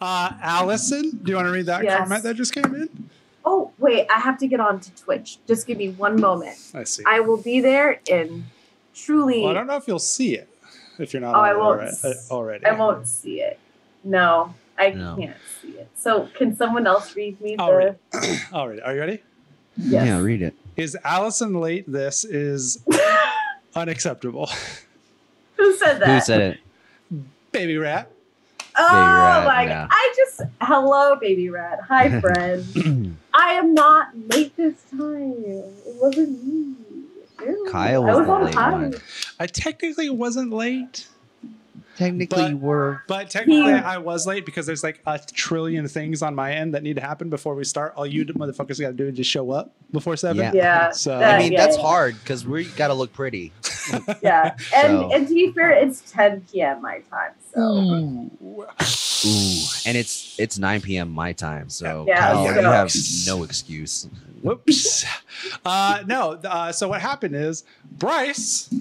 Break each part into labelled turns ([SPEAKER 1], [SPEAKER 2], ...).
[SPEAKER 1] Uh, Allison, do you want to read that
[SPEAKER 2] Yes.
[SPEAKER 1] comment that just came in?
[SPEAKER 2] Oh, wait, I have to get on to Twitch. Just give me one moment.
[SPEAKER 1] I see.
[SPEAKER 2] I will be there and truly
[SPEAKER 1] Well, I don't know if you'll see it if you're not
[SPEAKER 2] Oh, I
[SPEAKER 1] already.
[SPEAKER 2] won't
[SPEAKER 1] alre- uh, already.
[SPEAKER 2] I won't see it. No, I
[SPEAKER 3] No.
[SPEAKER 2] can't see it. So can someone else read me
[SPEAKER 1] I'll
[SPEAKER 2] the
[SPEAKER 1] read All right. Are you ready?
[SPEAKER 2] Yes.
[SPEAKER 3] Yeah, read it.
[SPEAKER 1] Is Allison late? This is unacceptable.
[SPEAKER 2] Who said that?
[SPEAKER 3] Who said it?
[SPEAKER 1] Baby rat.
[SPEAKER 2] Oh
[SPEAKER 3] Rat,
[SPEAKER 2] my
[SPEAKER 3] yeah.
[SPEAKER 2] I just hello baby rat. Hi friend. I am not late this time. It wasn't me. Ew.
[SPEAKER 3] Kyle
[SPEAKER 2] I
[SPEAKER 3] was
[SPEAKER 2] was
[SPEAKER 3] the
[SPEAKER 2] on
[SPEAKER 3] late
[SPEAKER 2] time.
[SPEAKER 3] one.
[SPEAKER 1] I technically wasn't late,
[SPEAKER 3] Technically,
[SPEAKER 1] But-
[SPEAKER 3] you were.
[SPEAKER 1] but technically
[SPEAKER 2] Yeah.
[SPEAKER 1] I was late because there's like a trillion things on my end that need to happen before we start. All you motherfuckers got to do is just show up before seven.
[SPEAKER 3] Yeah.
[SPEAKER 2] Yeah.
[SPEAKER 1] So-
[SPEAKER 3] I
[SPEAKER 2] that-
[SPEAKER 3] mean,
[SPEAKER 2] yeah,
[SPEAKER 3] that's
[SPEAKER 2] yeah.
[SPEAKER 3] hard because we got to look pretty.
[SPEAKER 2] Yeah. And
[SPEAKER 3] So-
[SPEAKER 2] and to be fair, it's 10 p.m. my time. So
[SPEAKER 1] Ooh.
[SPEAKER 3] Ooh, and it's it's 9 p.m. my time, so
[SPEAKER 2] Yeah,
[SPEAKER 3] Kyle,
[SPEAKER 2] so-
[SPEAKER 3] you have no excuse.
[SPEAKER 1] Whoops. Uh, no. Uh, so what happened is Bryce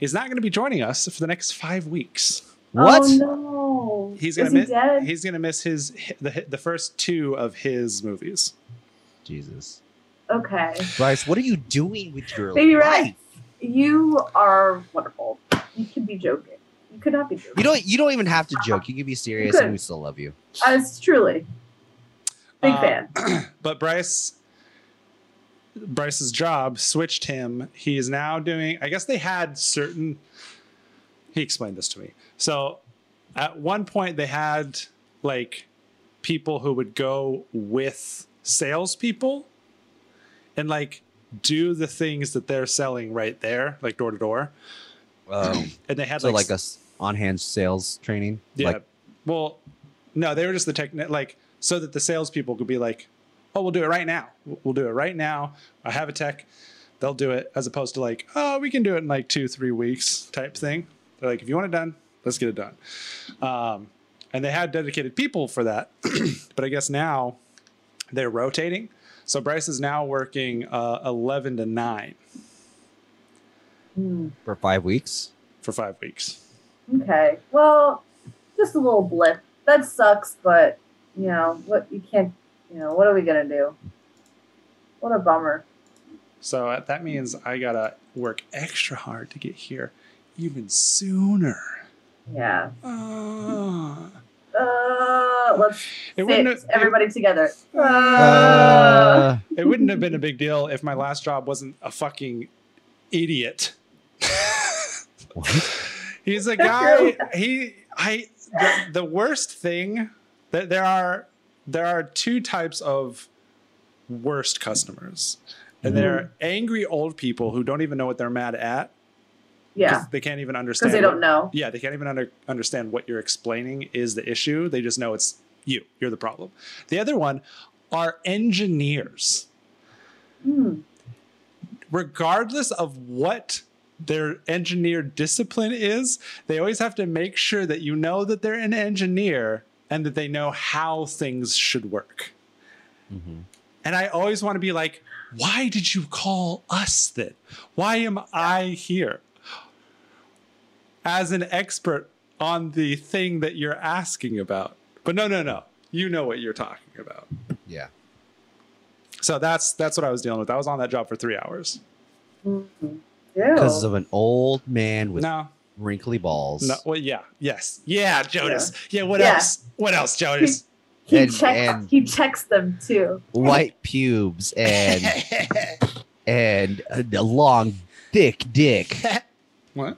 [SPEAKER 1] is not going to be joining us for the next five weeks.
[SPEAKER 3] What?
[SPEAKER 2] Oh, no. Is
[SPEAKER 1] He's gonna
[SPEAKER 2] he
[SPEAKER 1] miss.
[SPEAKER 2] dead?
[SPEAKER 1] He's gonna miss his the the first two of his movies.
[SPEAKER 3] Jesus,
[SPEAKER 2] okay.
[SPEAKER 3] Bryce, what are you doing with your
[SPEAKER 2] Baby
[SPEAKER 3] life?
[SPEAKER 2] Rat, you are wonderful. You could be joking. You could not be joking.
[SPEAKER 3] You don't you don't even have to joke. You can be serious,
[SPEAKER 2] Good.
[SPEAKER 3] and we still love you.
[SPEAKER 2] I was truly big
[SPEAKER 1] Uh,
[SPEAKER 2] fan.
[SPEAKER 1] But Bryce, Bryce's job switched him. He is now doing. I guess they had certain. He explained this to me. So, at one point, they had like people who would go with salespeople and like do the things that they're selling right there, like door to door.
[SPEAKER 3] Um,
[SPEAKER 1] And they had
[SPEAKER 3] so
[SPEAKER 1] like
[SPEAKER 3] like a on hand sales training.
[SPEAKER 1] Yeah.
[SPEAKER 3] Like,
[SPEAKER 1] well, no, they were just the techni like so that the salespeople could be like, "Oh, we'll do it right now. We'll do it right now. I have a tech. They'll do it." As opposed to like, "Oh, we can do it in like two, three weeks" type thing. They're like, "If you want it done, let's get it done." Um, and they had dedicated people for that, but I guess now they're rotating. So Bryce is now working uh, eleven to nine
[SPEAKER 2] Hmm.
[SPEAKER 3] for five weeks.
[SPEAKER 1] for five weeks.
[SPEAKER 2] Okay. Well, just a little blip. That sucks, but you know what? You can't. You know what are we gonna do? What a bummer.
[SPEAKER 1] So uh, that means I gotta work extra hard to get here even sooner.
[SPEAKER 2] Yeah.
[SPEAKER 1] Ah.
[SPEAKER 2] Uh, let's
[SPEAKER 1] It
[SPEAKER 2] say
[SPEAKER 1] wouldn't
[SPEAKER 2] it,
[SPEAKER 1] have-
[SPEAKER 2] everybody together. Uh,
[SPEAKER 3] Uh,
[SPEAKER 1] It wouldn't have been a big deal if my last job wasn't a fucking idiot.
[SPEAKER 3] what?
[SPEAKER 1] He's a guy. He I the, the worst thing that there are there are two types of worst customers. And they're angry old people who don't even know what they're mad at. 'cause
[SPEAKER 2] yeah,
[SPEAKER 1] They can't even understand.
[SPEAKER 2] because they
[SPEAKER 1] what-
[SPEAKER 2] don't know.
[SPEAKER 1] yeah, they can't even under, understand what you're explaining is the issue. They just know it's you. You're the problem. The other one are engineers.
[SPEAKER 2] Hmm.
[SPEAKER 1] Regardless of what their engineer discipline is, they always have to make sure that you know that they're an engineer and that they know how things should work.
[SPEAKER 3] Mhm.
[SPEAKER 1] And I always want to be like, why did you call us then? Why am I here? As an expert on the thing that you're asking about. But no, no, no. You know what you're talking about.
[SPEAKER 3] Yeah.
[SPEAKER 1] So that's that's what I was dealing with. I was on that job for three hours.
[SPEAKER 2] Mhm.
[SPEAKER 3] Because
[SPEAKER 2] Ew.
[SPEAKER 3] of an old man with
[SPEAKER 1] No,
[SPEAKER 3] wrinkly balls.
[SPEAKER 1] no, well, yeah, yes, yeah, Jonas. Yeah, what
[SPEAKER 2] Yeah.
[SPEAKER 1] else? What else, Jonas?
[SPEAKER 2] He
[SPEAKER 3] and-
[SPEAKER 2] checks.
[SPEAKER 3] and-
[SPEAKER 2] he checks them too.
[SPEAKER 3] white pubes and and a, a long thick dick.
[SPEAKER 1] what?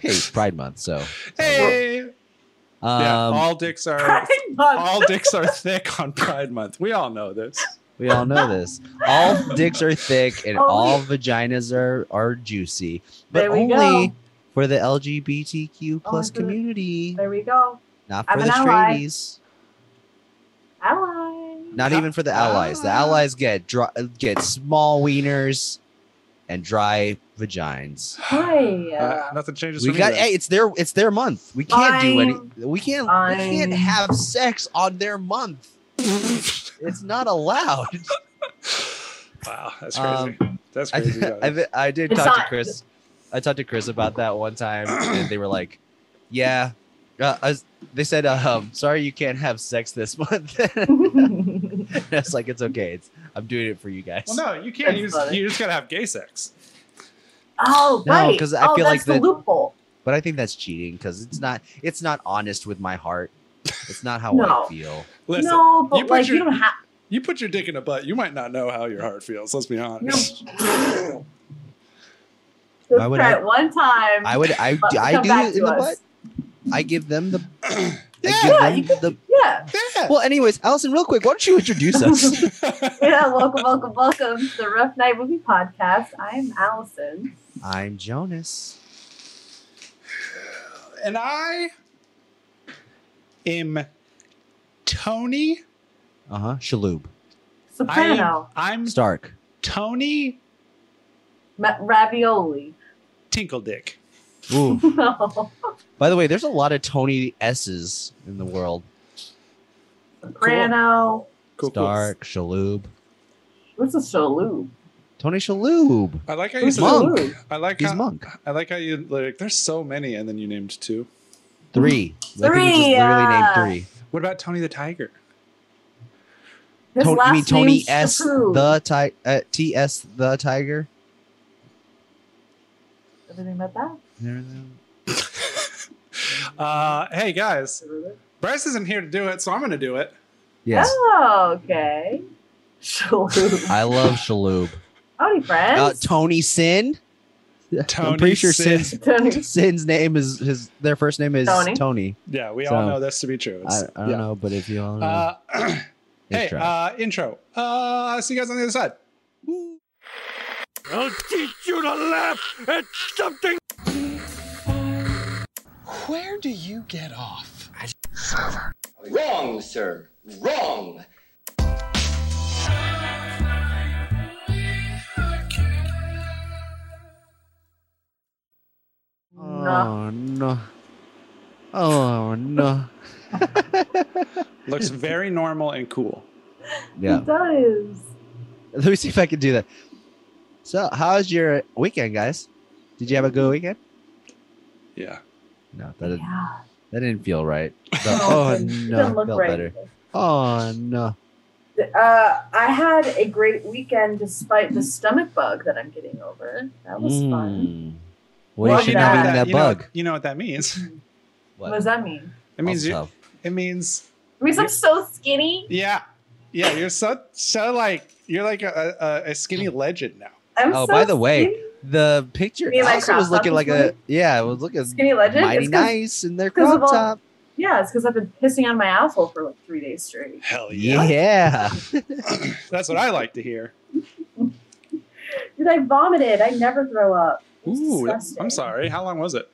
[SPEAKER 3] Hey, it's Pride Month, so
[SPEAKER 1] Hey,
[SPEAKER 3] um,
[SPEAKER 1] yeah, all dicks are all dicks are thick on Pride Month. We all know this.
[SPEAKER 3] we all know this. All dicks are thick and
[SPEAKER 2] Oh,
[SPEAKER 3] all vaginas are are juicy, but
[SPEAKER 2] There we go.
[SPEAKER 3] only for the LGBTQ plus
[SPEAKER 2] for the-
[SPEAKER 3] community,
[SPEAKER 2] There we go.
[SPEAKER 3] not
[SPEAKER 2] I'm
[SPEAKER 3] for
[SPEAKER 2] an
[SPEAKER 3] the
[SPEAKER 2] ally.
[SPEAKER 3] straighties,
[SPEAKER 2] Ally.
[SPEAKER 3] not
[SPEAKER 1] Ah,
[SPEAKER 3] even for the allies. The allies get dry, get small wieners and dry vagines.
[SPEAKER 2] Hi.
[SPEAKER 1] Uh, nothing changes.
[SPEAKER 3] we
[SPEAKER 1] for
[SPEAKER 3] got
[SPEAKER 1] me,
[SPEAKER 3] hey, it's their it's their month. We can't do any. We can't we
[SPEAKER 2] Fine.
[SPEAKER 3] can't have sex on their month. It's not allowed.
[SPEAKER 1] Wow, that's
[SPEAKER 3] Um,
[SPEAKER 1] crazy. that's
[SPEAKER 3] I,
[SPEAKER 1] crazy.
[SPEAKER 3] I,
[SPEAKER 1] Jonas.
[SPEAKER 3] did- I did
[SPEAKER 2] It's
[SPEAKER 3] talk to
[SPEAKER 2] not-
[SPEAKER 3] Chris. I talked to Chris about that one time, and they were like, "Yeah, uh, us- They said, um, sorry you can't have sex this month. That's like it's okay. It's I'm doing it for you guys.
[SPEAKER 1] Well, no, you can't.
[SPEAKER 2] That's
[SPEAKER 1] You just,
[SPEAKER 2] funny.
[SPEAKER 1] you just gotta have gay sex.
[SPEAKER 2] oh,
[SPEAKER 3] No,
[SPEAKER 2] right.
[SPEAKER 3] 'cause I
[SPEAKER 2] oh,
[SPEAKER 3] feel
[SPEAKER 2] that's
[SPEAKER 3] like
[SPEAKER 2] the,
[SPEAKER 3] the-
[SPEAKER 2] loophole.
[SPEAKER 3] But I think that's cheating because it's not it's not honest with my heart. It's not how
[SPEAKER 2] No.
[SPEAKER 3] I feel.
[SPEAKER 1] Listen,
[SPEAKER 2] no,
[SPEAKER 1] you
[SPEAKER 2] but
[SPEAKER 1] put
[SPEAKER 2] like
[SPEAKER 1] your-
[SPEAKER 2] you don't have.
[SPEAKER 1] you put your dick in a butt, you might not know how your heart feels. Let's be honest.
[SPEAKER 3] Why
[SPEAKER 2] Just
[SPEAKER 3] would
[SPEAKER 2] try
[SPEAKER 3] I-
[SPEAKER 2] it one time.
[SPEAKER 3] I would I
[SPEAKER 2] but
[SPEAKER 3] I
[SPEAKER 2] come
[SPEAKER 3] do
[SPEAKER 2] back
[SPEAKER 3] it
[SPEAKER 2] to
[SPEAKER 3] in the
[SPEAKER 2] us.
[SPEAKER 3] butt. I give them the
[SPEAKER 1] Yeah.
[SPEAKER 3] I
[SPEAKER 2] you
[SPEAKER 3] give them the
[SPEAKER 2] Yeah,
[SPEAKER 1] Yeah.
[SPEAKER 3] Well, anyways, Allison, real quick, why don't you introduce us?
[SPEAKER 2] yeah. Welcome, welcome, welcome to the Rough Night Movie Podcast. I'm Allison.
[SPEAKER 3] I'm Jonas.
[SPEAKER 1] and I am Tony.
[SPEAKER 3] Uh-huh. Shalub.
[SPEAKER 1] I am,
[SPEAKER 2] Soprano,
[SPEAKER 1] I'm
[SPEAKER 3] Stark.
[SPEAKER 1] Tony
[SPEAKER 2] ma- ravioli.
[SPEAKER 1] Tinkle Dick.
[SPEAKER 3] Ooh.
[SPEAKER 2] No,
[SPEAKER 3] By the way, there's a lot of Tony S's in the world.
[SPEAKER 2] soprano.
[SPEAKER 3] Stark, Shalhoub,
[SPEAKER 2] What's a shaloo?
[SPEAKER 3] Tony Shalhoub.
[SPEAKER 1] I like how you
[SPEAKER 2] Who's
[SPEAKER 1] said.
[SPEAKER 3] Monk.
[SPEAKER 2] Shalhoub?
[SPEAKER 1] I like
[SPEAKER 3] He's
[SPEAKER 1] how
[SPEAKER 3] monk.
[SPEAKER 1] I like how you like. There's so many, and then you named two.
[SPEAKER 3] Three. I think you just
[SPEAKER 2] Three, uh,
[SPEAKER 3] literally named
[SPEAKER 2] yeah.
[SPEAKER 3] three.
[SPEAKER 1] What about Tony the Tiger?
[SPEAKER 2] His
[SPEAKER 3] Tony, you mean
[SPEAKER 2] last
[SPEAKER 3] Tony
[SPEAKER 2] name's
[SPEAKER 3] S.
[SPEAKER 2] Shalhoub.
[SPEAKER 3] the ti- uh, T S the Tiger?
[SPEAKER 2] Everything about that?
[SPEAKER 1] Uh, hey guys, Bryce isn't here to do it, so I'm gonna do it.
[SPEAKER 3] Yes.
[SPEAKER 2] Oh, okay. Shalhoub.
[SPEAKER 3] I love Shalhoub.
[SPEAKER 2] Howdy,
[SPEAKER 3] Uh,
[SPEAKER 2] friends.
[SPEAKER 3] Tony Sin.
[SPEAKER 1] Tony
[SPEAKER 3] I'm pretty sure
[SPEAKER 1] Sin-
[SPEAKER 3] Sin's,
[SPEAKER 2] Tony.
[SPEAKER 3] Sin's name is his. Their first name is Tony.
[SPEAKER 2] Tony.
[SPEAKER 1] Yeah, we
[SPEAKER 3] So,
[SPEAKER 1] all know this to be true.
[SPEAKER 3] I,
[SPEAKER 1] It's-
[SPEAKER 3] I don't
[SPEAKER 1] yeah.
[SPEAKER 3] know, but if you all know,
[SPEAKER 1] Uh, hey,
[SPEAKER 3] intro.
[SPEAKER 1] uh, intro. Uh, see you guys on the other side.
[SPEAKER 4] I'll teach you to laugh at something.
[SPEAKER 5] Where do you get off?
[SPEAKER 6] Wrong, sir. Wrong.
[SPEAKER 2] No.
[SPEAKER 3] oh no, oh no,
[SPEAKER 1] Looks very normal and cool.
[SPEAKER 3] yeah.
[SPEAKER 2] He does.
[SPEAKER 3] Let me see if I can do that. So, how's your weekend, guys? Did you have a good weekend?
[SPEAKER 1] Yeah.
[SPEAKER 3] No, that didn't,
[SPEAKER 2] Yeah.
[SPEAKER 3] that didn't feel right. The-
[SPEAKER 2] No,
[SPEAKER 3] oh
[SPEAKER 2] it didn't- it
[SPEAKER 3] no,
[SPEAKER 2] didn't
[SPEAKER 3] felt
[SPEAKER 2] look right.
[SPEAKER 3] better. Oh no.
[SPEAKER 2] Uh, I had a great weekend despite the stomach bug that I'm getting over. That was fun.
[SPEAKER 3] Mm. What
[SPEAKER 2] Well,
[SPEAKER 3] you should
[SPEAKER 2] you know
[SPEAKER 3] have eaten
[SPEAKER 2] that-
[SPEAKER 3] that
[SPEAKER 1] you
[SPEAKER 3] bug.
[SPEAKER 1] Know, you know what that means?
[SPEAKER 2] What? does that mean?
[SPEAKER 1] It means you.
[SPEAKER 3] Also,
[SPEAKER 1] It means
[SPEAKER 2] It means I'm so skinny.
[SPEAKER 1] yeah, yeah. You're so so like you're like a, a, a skinny legend now.
[SPEAKER 2] I'm
[SPEAKER 3] Oh,
[SPEAKER 2] so
[SPEAKER 3] by the way, the
[SPEAKER 2] You
[SPEAKER 3] picture
[SPEAKER 2] mean my
[SPEAKER 3] also was
[SPEAKER 2] crop top
[SPEAKER 3] looking
[SPEAKER 2] this
[SPEAKER 3] like a
[SPEAKER 2] morning?
[SPEAKER 3] yeah, it was looking
[SPEAKER 2] skinny, skinny legend.
[SPEAKER 3] mighty
[SPEAKER 2] It's 'cause-
[SPEAKER 3] nice in their
[SPEAKER 2] 'cause
[SPEAKER 3] crop
[SPEAKER 2] of all-
[SPEAKER 3] top.
[SPEAKER 2] Yeah, it's because I've been pissing on my asshole for like three days straight.
[SPEAKER 1] Hell yeah.
[SPEAKER 3] Yeah.
[SPEAKER 1] That's what I like to hear.
[SPEAKER 2] Dude, I vomited. I never throw up. It's
[SPEAKER 1] Ooh, that-
[SPEAKER 2] disgusting.
[SPEAKER 1] I'm sorry. How long was it?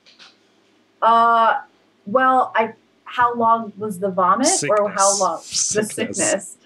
[SPEAKER 2] Uh, well, I how long was the vomit or how
[SPEAKER 1] Sickness.
[SPEAKER 2] long
[SPEAKER 1] Sickness.
[SPEAKER 2] the sickness?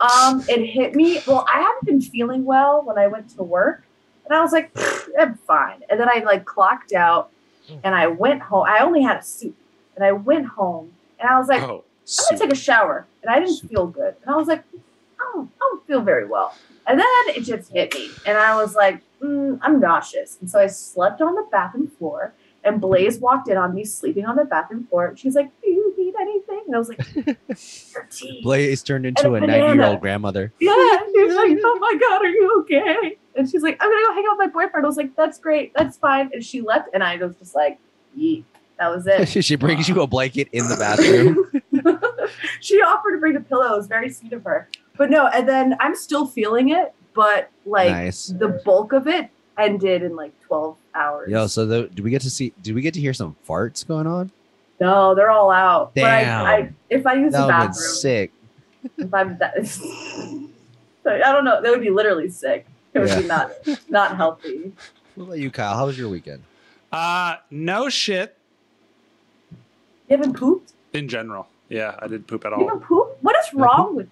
[SPEAKER 2] Um, it hit me. Well, I haven't been feeling well when I went to work, and I was like, "Pfft, I'm fine. And then I like clocked out,
[SPEAKER 1] Mm.
[SPEAKER 2] and I went home. I only had a soup, and I went home, and I was like,
[SPEAKER 1] oh,
[SPEAKER 2] I'm gonna take a shower, and I didn't feel good, and I was like, "Oh, I don't, I don't feel very well. And then it just hit me, and I was like, mm, I'm nauseous, and so I slept on the bathroom floor. And Blaze walked in on me sleeping on the bathroom floor, and she's like, "Do you need anything?" And I was like, "Your tea."
[SPEAKER 3] Blaze turned into a
[SPEAKER 2] banana.
[SPEAKER 3] 90 year old grandmother.
[SPEAKER 2] Yeah. And she was like, oh my God, are you okay? And she's like, I'm going to go hang out with my boyfriend. I was like, that's great. That's fine. And she left. And I was just like, yeet. That was it.
[SPEAKER 3] she brings you a blanket in the bathroom.
[SPEAKER 2] she offered to bring a pillow. It was very sweet of her. But no, and then I'm still feeling it, but like
[SPEAKER 3] nice.
[SPEAKER 2] the bulk of it ended in like 12 hours.
[SPEAKER 3] Yo, so the, do we get to see? Do we get to hear some farts going on?
[SPEAKER 2] No, they're all out.
[SPEAKER 3] Damn.
[SPEAKER 2] But I, I, if I use
[SPEAKER 3] That
[SPEAKER 2] the
[SPEAKER 3] would been
[SPEAKER 2] bathroom,
[SPEAKER 3] sick.
[SPEAKER 2] if I'm that, I don't know. That would be literally sick. It would be not not healthy.
[SPEAKER 3] What about you, Kyle? How was your weekend?
[SPEAKER 1] Uh, no shit.
[SPEAKER 2] You haven't pooped?
[SPEAKER 1] In general, yeah, I didn't poop at
[SPEAKER 2] You
[SPEAKER 1] all.
[SPEAKER 2] haven't pooped? What is
[SPEAKER 3] No
[SPEAKER 2] wrong with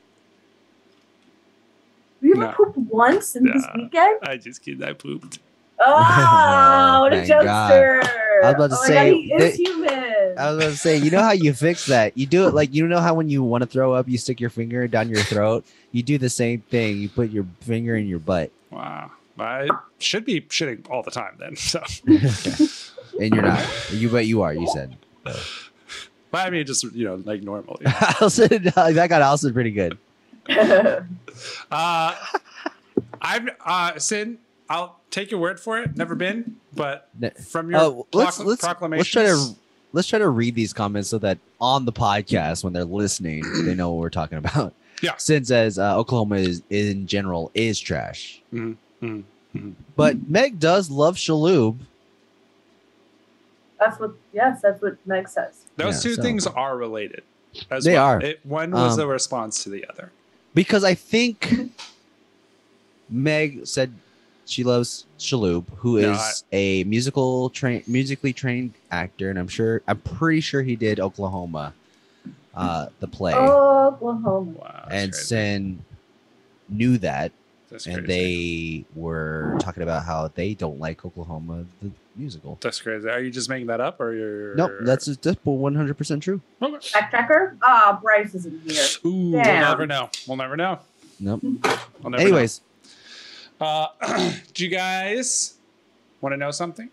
[SPEAKER 2] you? You
[SPEAKER 1] No.
[SPEAKER 2] haven't pooped once in this
[SPEAKER 1] Nah.
[SPEAKER 2] weekend?
[SPEAKER 1] I just kidding. I pooped.
[SPEAKER 2] Oh, what a
[SPEAKER 3] Thank God.
[SPEAKER 2] jokester.
[SPEAKER 3] I was about to
[SPEAKER 2] oh my
[SPEAKER 3] say,
[SPEAKER 2] God, he is
[SPEAKER 3] they-
[SPEAKER 2] human.
[SPEAKER 3] I was about to say, you know how you fix that? You do it like you know how when you want to throw up, you stick your finger down your throat. You do the same thing. You put your finger in your butt,
[SPEAKER 1] Wow. I should be shitting all the time then. So
[SPEAKER 3] and you're not. You but you are. You said.
[SPEAKER 1] But I mean, just you know, like normally.
[SPEAKER 3] Allison, that got Allison pretty good.
[SPEAKER 1] Uh, I've uh, Sin. I'll take your word for it. Never been, but
[SPEAKER 3] Ne-
[SPEAKER 1] from your
[SPEAKER 3] Oh, let's let's
[SPEAKER 1] procl-
[SPEAKER 3] let's
[SPEAKER 1] proclamations,
[SPEAKER 3] try to let's try to read these comments so that on the podcast when they're listening they know what we're talking about.
[SPEAKER 1] Yeah.
[SPEAKER 3] Sin says uh, Oklahoma is in general is trash,
[SPEAKER 1] Mhm, mhm, mhm.
[SPEAKER 3] but Meg does love Shaloub.
[SPEAKER 2] That's what. Yes, that's what Meg says.
[SPEAKER 1] those
[SPEAKER 3] Yeah,
[SPEAKER 1] two
[SPEAKER 3] so-
[SPEAKER 1] things are related. As
[SPEAKER 3] They
[SPEAKER 1] well.
[SPEAKER 3] are.
[SPEAKER 1] It, one was
[SPEAKER 3] Um,
[SPEAKER 1] a response to the other.
[SPEAKER 3] because I think Meg said she loves Shaloub, who is
[SPEAKER 1] No,
[SPEAKER 3] a musical train musically trained actor, and I'm sure I'm pretty sure he did Oklahoma, uh, the play,
[SPEAKER 2] Oh. Oklahoma.
[SPEAKER 1] Wow, that's
[SPEAKER 3] and
[SPEAKER 1] crazy.
[SPEAKER 3] Sin knew that,
[SPEAKER 1] That's
[SPEAKER 3] and they
[SPEAKER 1] crazy.
[SPEAKER 3] were talking about how they don't like Oklahoma the musical.
[SPEAKER 1] That's crazy. Are you just making that up, or you're?
[SPEAKER 3] Nope, that's just that's 100 percent true.
[SPEAKER 1] Okay.
[SPEAKER 2] Backtracker. Ah, Bryce isn't here.
[SPEAKER 1] Ooh, we'll
[SPEAKER 2] Damn.
[SPEAKER 1] never know. We'll never know.
[SPEAKER 3] Nope.
[SPEAKER 1] We'll never know.
[SPEAKER 3] Anyways,
[SPEAKER 1] Uh, do you guys want to know something?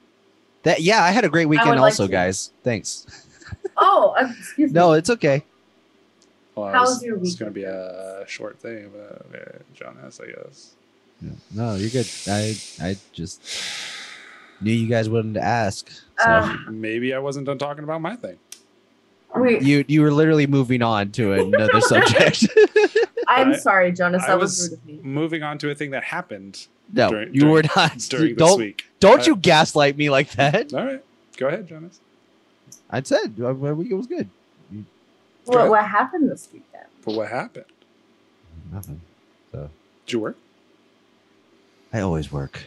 [SPEAKER 3] that yeah, I had a great weekend.
[SPEAKER 2] would like
[SPEAKER 3] also,
[SPEAKER 2] to.
[SPEAKER 3] guys, thanks.
[SPEAKER 2] Oh, uh, excuse me.
[SPEAKER 3] No, it's okay.
[SPEAKER 1] Well,
[SPEAKER 2] How
[SPEAKER 1] it's-
[SPEAKER 2] was your
[SPEAKER 1] It's
[SPEAKER 2] week?
[SPEAKER 1] going to be a short thing, but uh, John has, I guess.
[SPEAKER 3] Yeah. No, you're good. I I just knew you guys wouldn't ask. So
[SPEAKER 2] Uh,
[SPEAKER 1] Maybe I wasn't done talking about my thing.
[SPEAKER 2] wait,
[SPEAKER 3] you you were literally moving on to another subject.
[SPEAKER 2] I'm
[SPEAKER 1] I-
[SPEAKER 2] sorry, Jonas.
[SPEAKER 1] I
[SPEAKER 2] That was,
[SPEAKER 1] was-
[SPEAKER 2] rude of me.
[SPEAKER 1] Moving on to a thing that happened
[SPEAKER 3] no,
[SPEAKER 1] During-
[SPEAKER 3] you
[SPEAKER 1] during-
[SPEAKER 3] were not.
[SPEAKER 1] during this
[SPEAKER 3] don't
[SPEAKER 1] week.
[SPEAKER 3] don't
[SPEAKER 1] I-
[SPEAKER 3] you gaslight me like that.
[SPEAKER 1] All right. Go ahead, Jonas.
[SPEAKER 3] I said my my week was good.
[SPEAKER 2] What, what happened this weekend?
[SPEAKER 1] But what happened?
[SPEAKER 3] Nothing. So
[SPEAKER 1] Did you work?
[SPEAKER 3] I always work.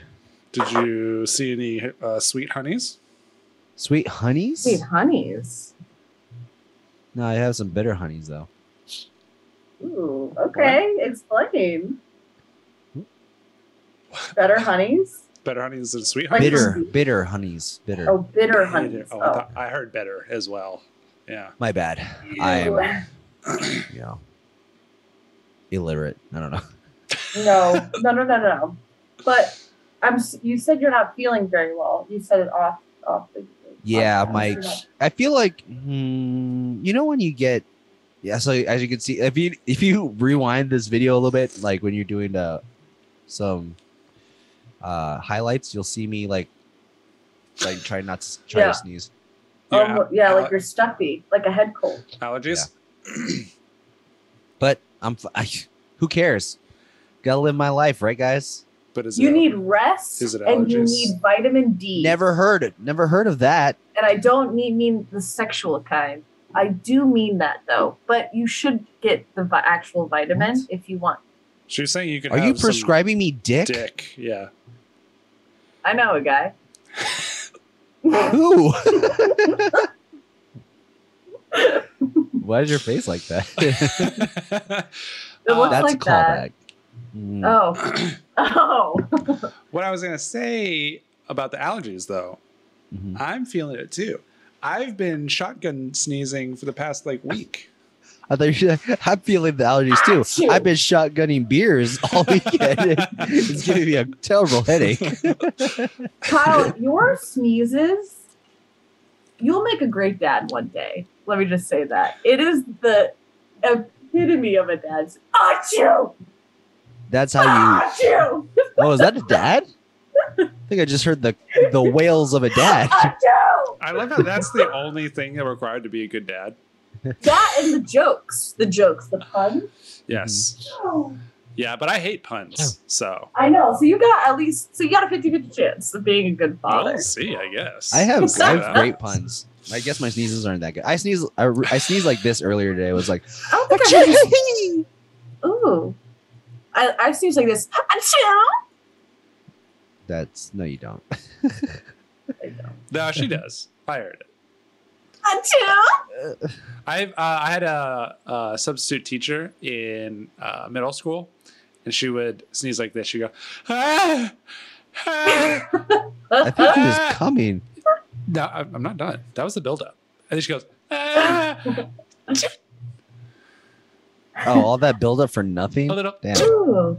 [SPEAKER 1] Did you see any uh, sweet honeys?
[SPEAKER 3] Sweet honeys?
[SPEAKER 2] Sweet honeys.
[SPEAKER 3] No, I have some bitter honeys though.
[SPEAKER 2] Ooh, okay. Explain. Better honeys?
[SPEAKER 1] Better honeys than sweet
[SPEAKER 2] Like-
[SPEAKER 1] honeys?
[SPEAKER 3] Bitter, bitter honeys. Bitter.
[SPEAKER 2] Oh, bitter
[SPEAKER 1] Bitter.
[SPEAKER 2] honeys.
[SPEAKER 1] Oh,
[SPEAKER 2] Oh,
[SPEAKER 1] I, thought, I heard better as well. Yeah.
[SPEAKER 3] My bad.
[SPEAKER 2] Ew.
[SPEAKER 3] I'm you know illiterate. I don't know.
[SPEAKER 2] no, no, no, no, no. But I'm. s- You said you're not feeling very well. You said it off, off the.
[SPEAKER 3] Yeah,
[SPEAKER 2] off the-
[SPEAKER 3] Mike. I feel like hmm, you know when you get yeah. So as you can see, if you if you rewind this video a little bit, like when you're doing the some uh highlights, you'll see me like like try not to try
[SPEAKER 2] Yeah.
[SPEAKER 3] to sneeze.
[SPEAKER 2] Oh,
[SPEAKER 1] Yeah.
[SPEAKER 2] yeah, like you're stuffy, like a head cold.
[SPEAKER 1] Allergies?
[SPEAKER 3] But I'm f- I, who cares? Gotta live my life, right, guys?
[SPEAKER 1] But is
[SPEAKER 2] you
[SPEAKER 1] it
[SPEAKER 2] need rest,
[SPEAKER 1] Is it
[SPEAKER 2] and you
[SPEAKER 1] allergies?
[SPEAKER 2] need vitamin D.
[SPEAKER 3] Never heard it. Never heard of that.
[SPEAKER 2] and I don't mean mean the sexual kind. I do mean that though. But you should get the vi- actual vitamin
[SPEAKER 3] What?
[SPEAKER 2] if you want.
[SPEAKER 1] She was saying you can
[SPEAKER 3] Are you
[SPEAKER 1] have some
[SPEAKER 3] prescribing me dick?
[SPEAKER 1] dick. Yeah.
[SPEAKER 2] I know a guy.
[SPEAKER 3] Who? Why is your face like that?
[SPEAKER 1] Uh,
[SPEAKER 2] It looks
[SPEAKER 3] That's
[SPEAKER 2] like
[SPEAKER 3] a
[SPEAKER 2] that.
[SPEAKER 3] callback. Mm.
[SPEAKER 2] Oh, oh,
[SPEAKER 1] What I was going to say about the allergies, though,
[SPEAKER 3] Mhm.
[SPEAKER 1] I'm feeling it too. I've been shotgun sneezing for the past like week.
[SPEAKER 3] I thought you were like, I'm feeling the allergies too.
[SPEAKER 2] Achoo.
[SPEAKER 3] I've been shotgunning beers all weekend. it's giving me a terrible headache.
[SPEAKER 2] Kyle, your sneezes. You'll make a great dad one day. Let me just say that it is the epitome of a dad's. Achoo!
[SPEAKER 3] That's how you.
[SPEAKER 2] Achoo!
[SPEAKER 3] Oh, is that a dad? I think I just heard the the wails of a dad.
[SPEAKER 2] Achoo!
[SPEAKER 1] I love how that's the only thing that required to be a good dad.
[SPEAKER 2] That and the jokes, the jokes, the pun.
[SPEAKER 3] Mm-hmm.
[SPEAKER 1] Yes. Yeah, but I hate
[SPEAKER 3] Oh.
[SPEAKER 1] puns. So
[SPEAKER 2] I know. So you got at least so you got a 50-50 chance of being a good father.
[SPEAKER 1] we'll see, I guess.
[SPEAKER 3] I have I have
[SPEAKER 1] Yeah.
[SPEAKER 3] great puns. I guess my sneezes aren't that good. I sneeze I, re- I sneeze like this earlier today. It was like
[SPEAKER 2] I don't think I have Ooh. I, I sneeze like this. Achoo!
[SPEAKER 3] that's no, you don't.
[SPEAKER 1] No, she does. I heard it.
[SPEAKER 2] Achoo!
[SPEAKER 1] I've uh, I had a, a substitute teacher in uh, middle school, and she would sneeze like this. She would go, ah, ah.
[SPEAKER 3] I think he was coming.
[SPEAKER 1] no, I- I'm not done. That was the buildup. And then she goes, ah,
[SPEAKER 3] Oh, all that buildup for nothing.
[SPEAKER 1] a little.
[SPEAKER 3] Damn.
[SPEAKER 2] Ooh.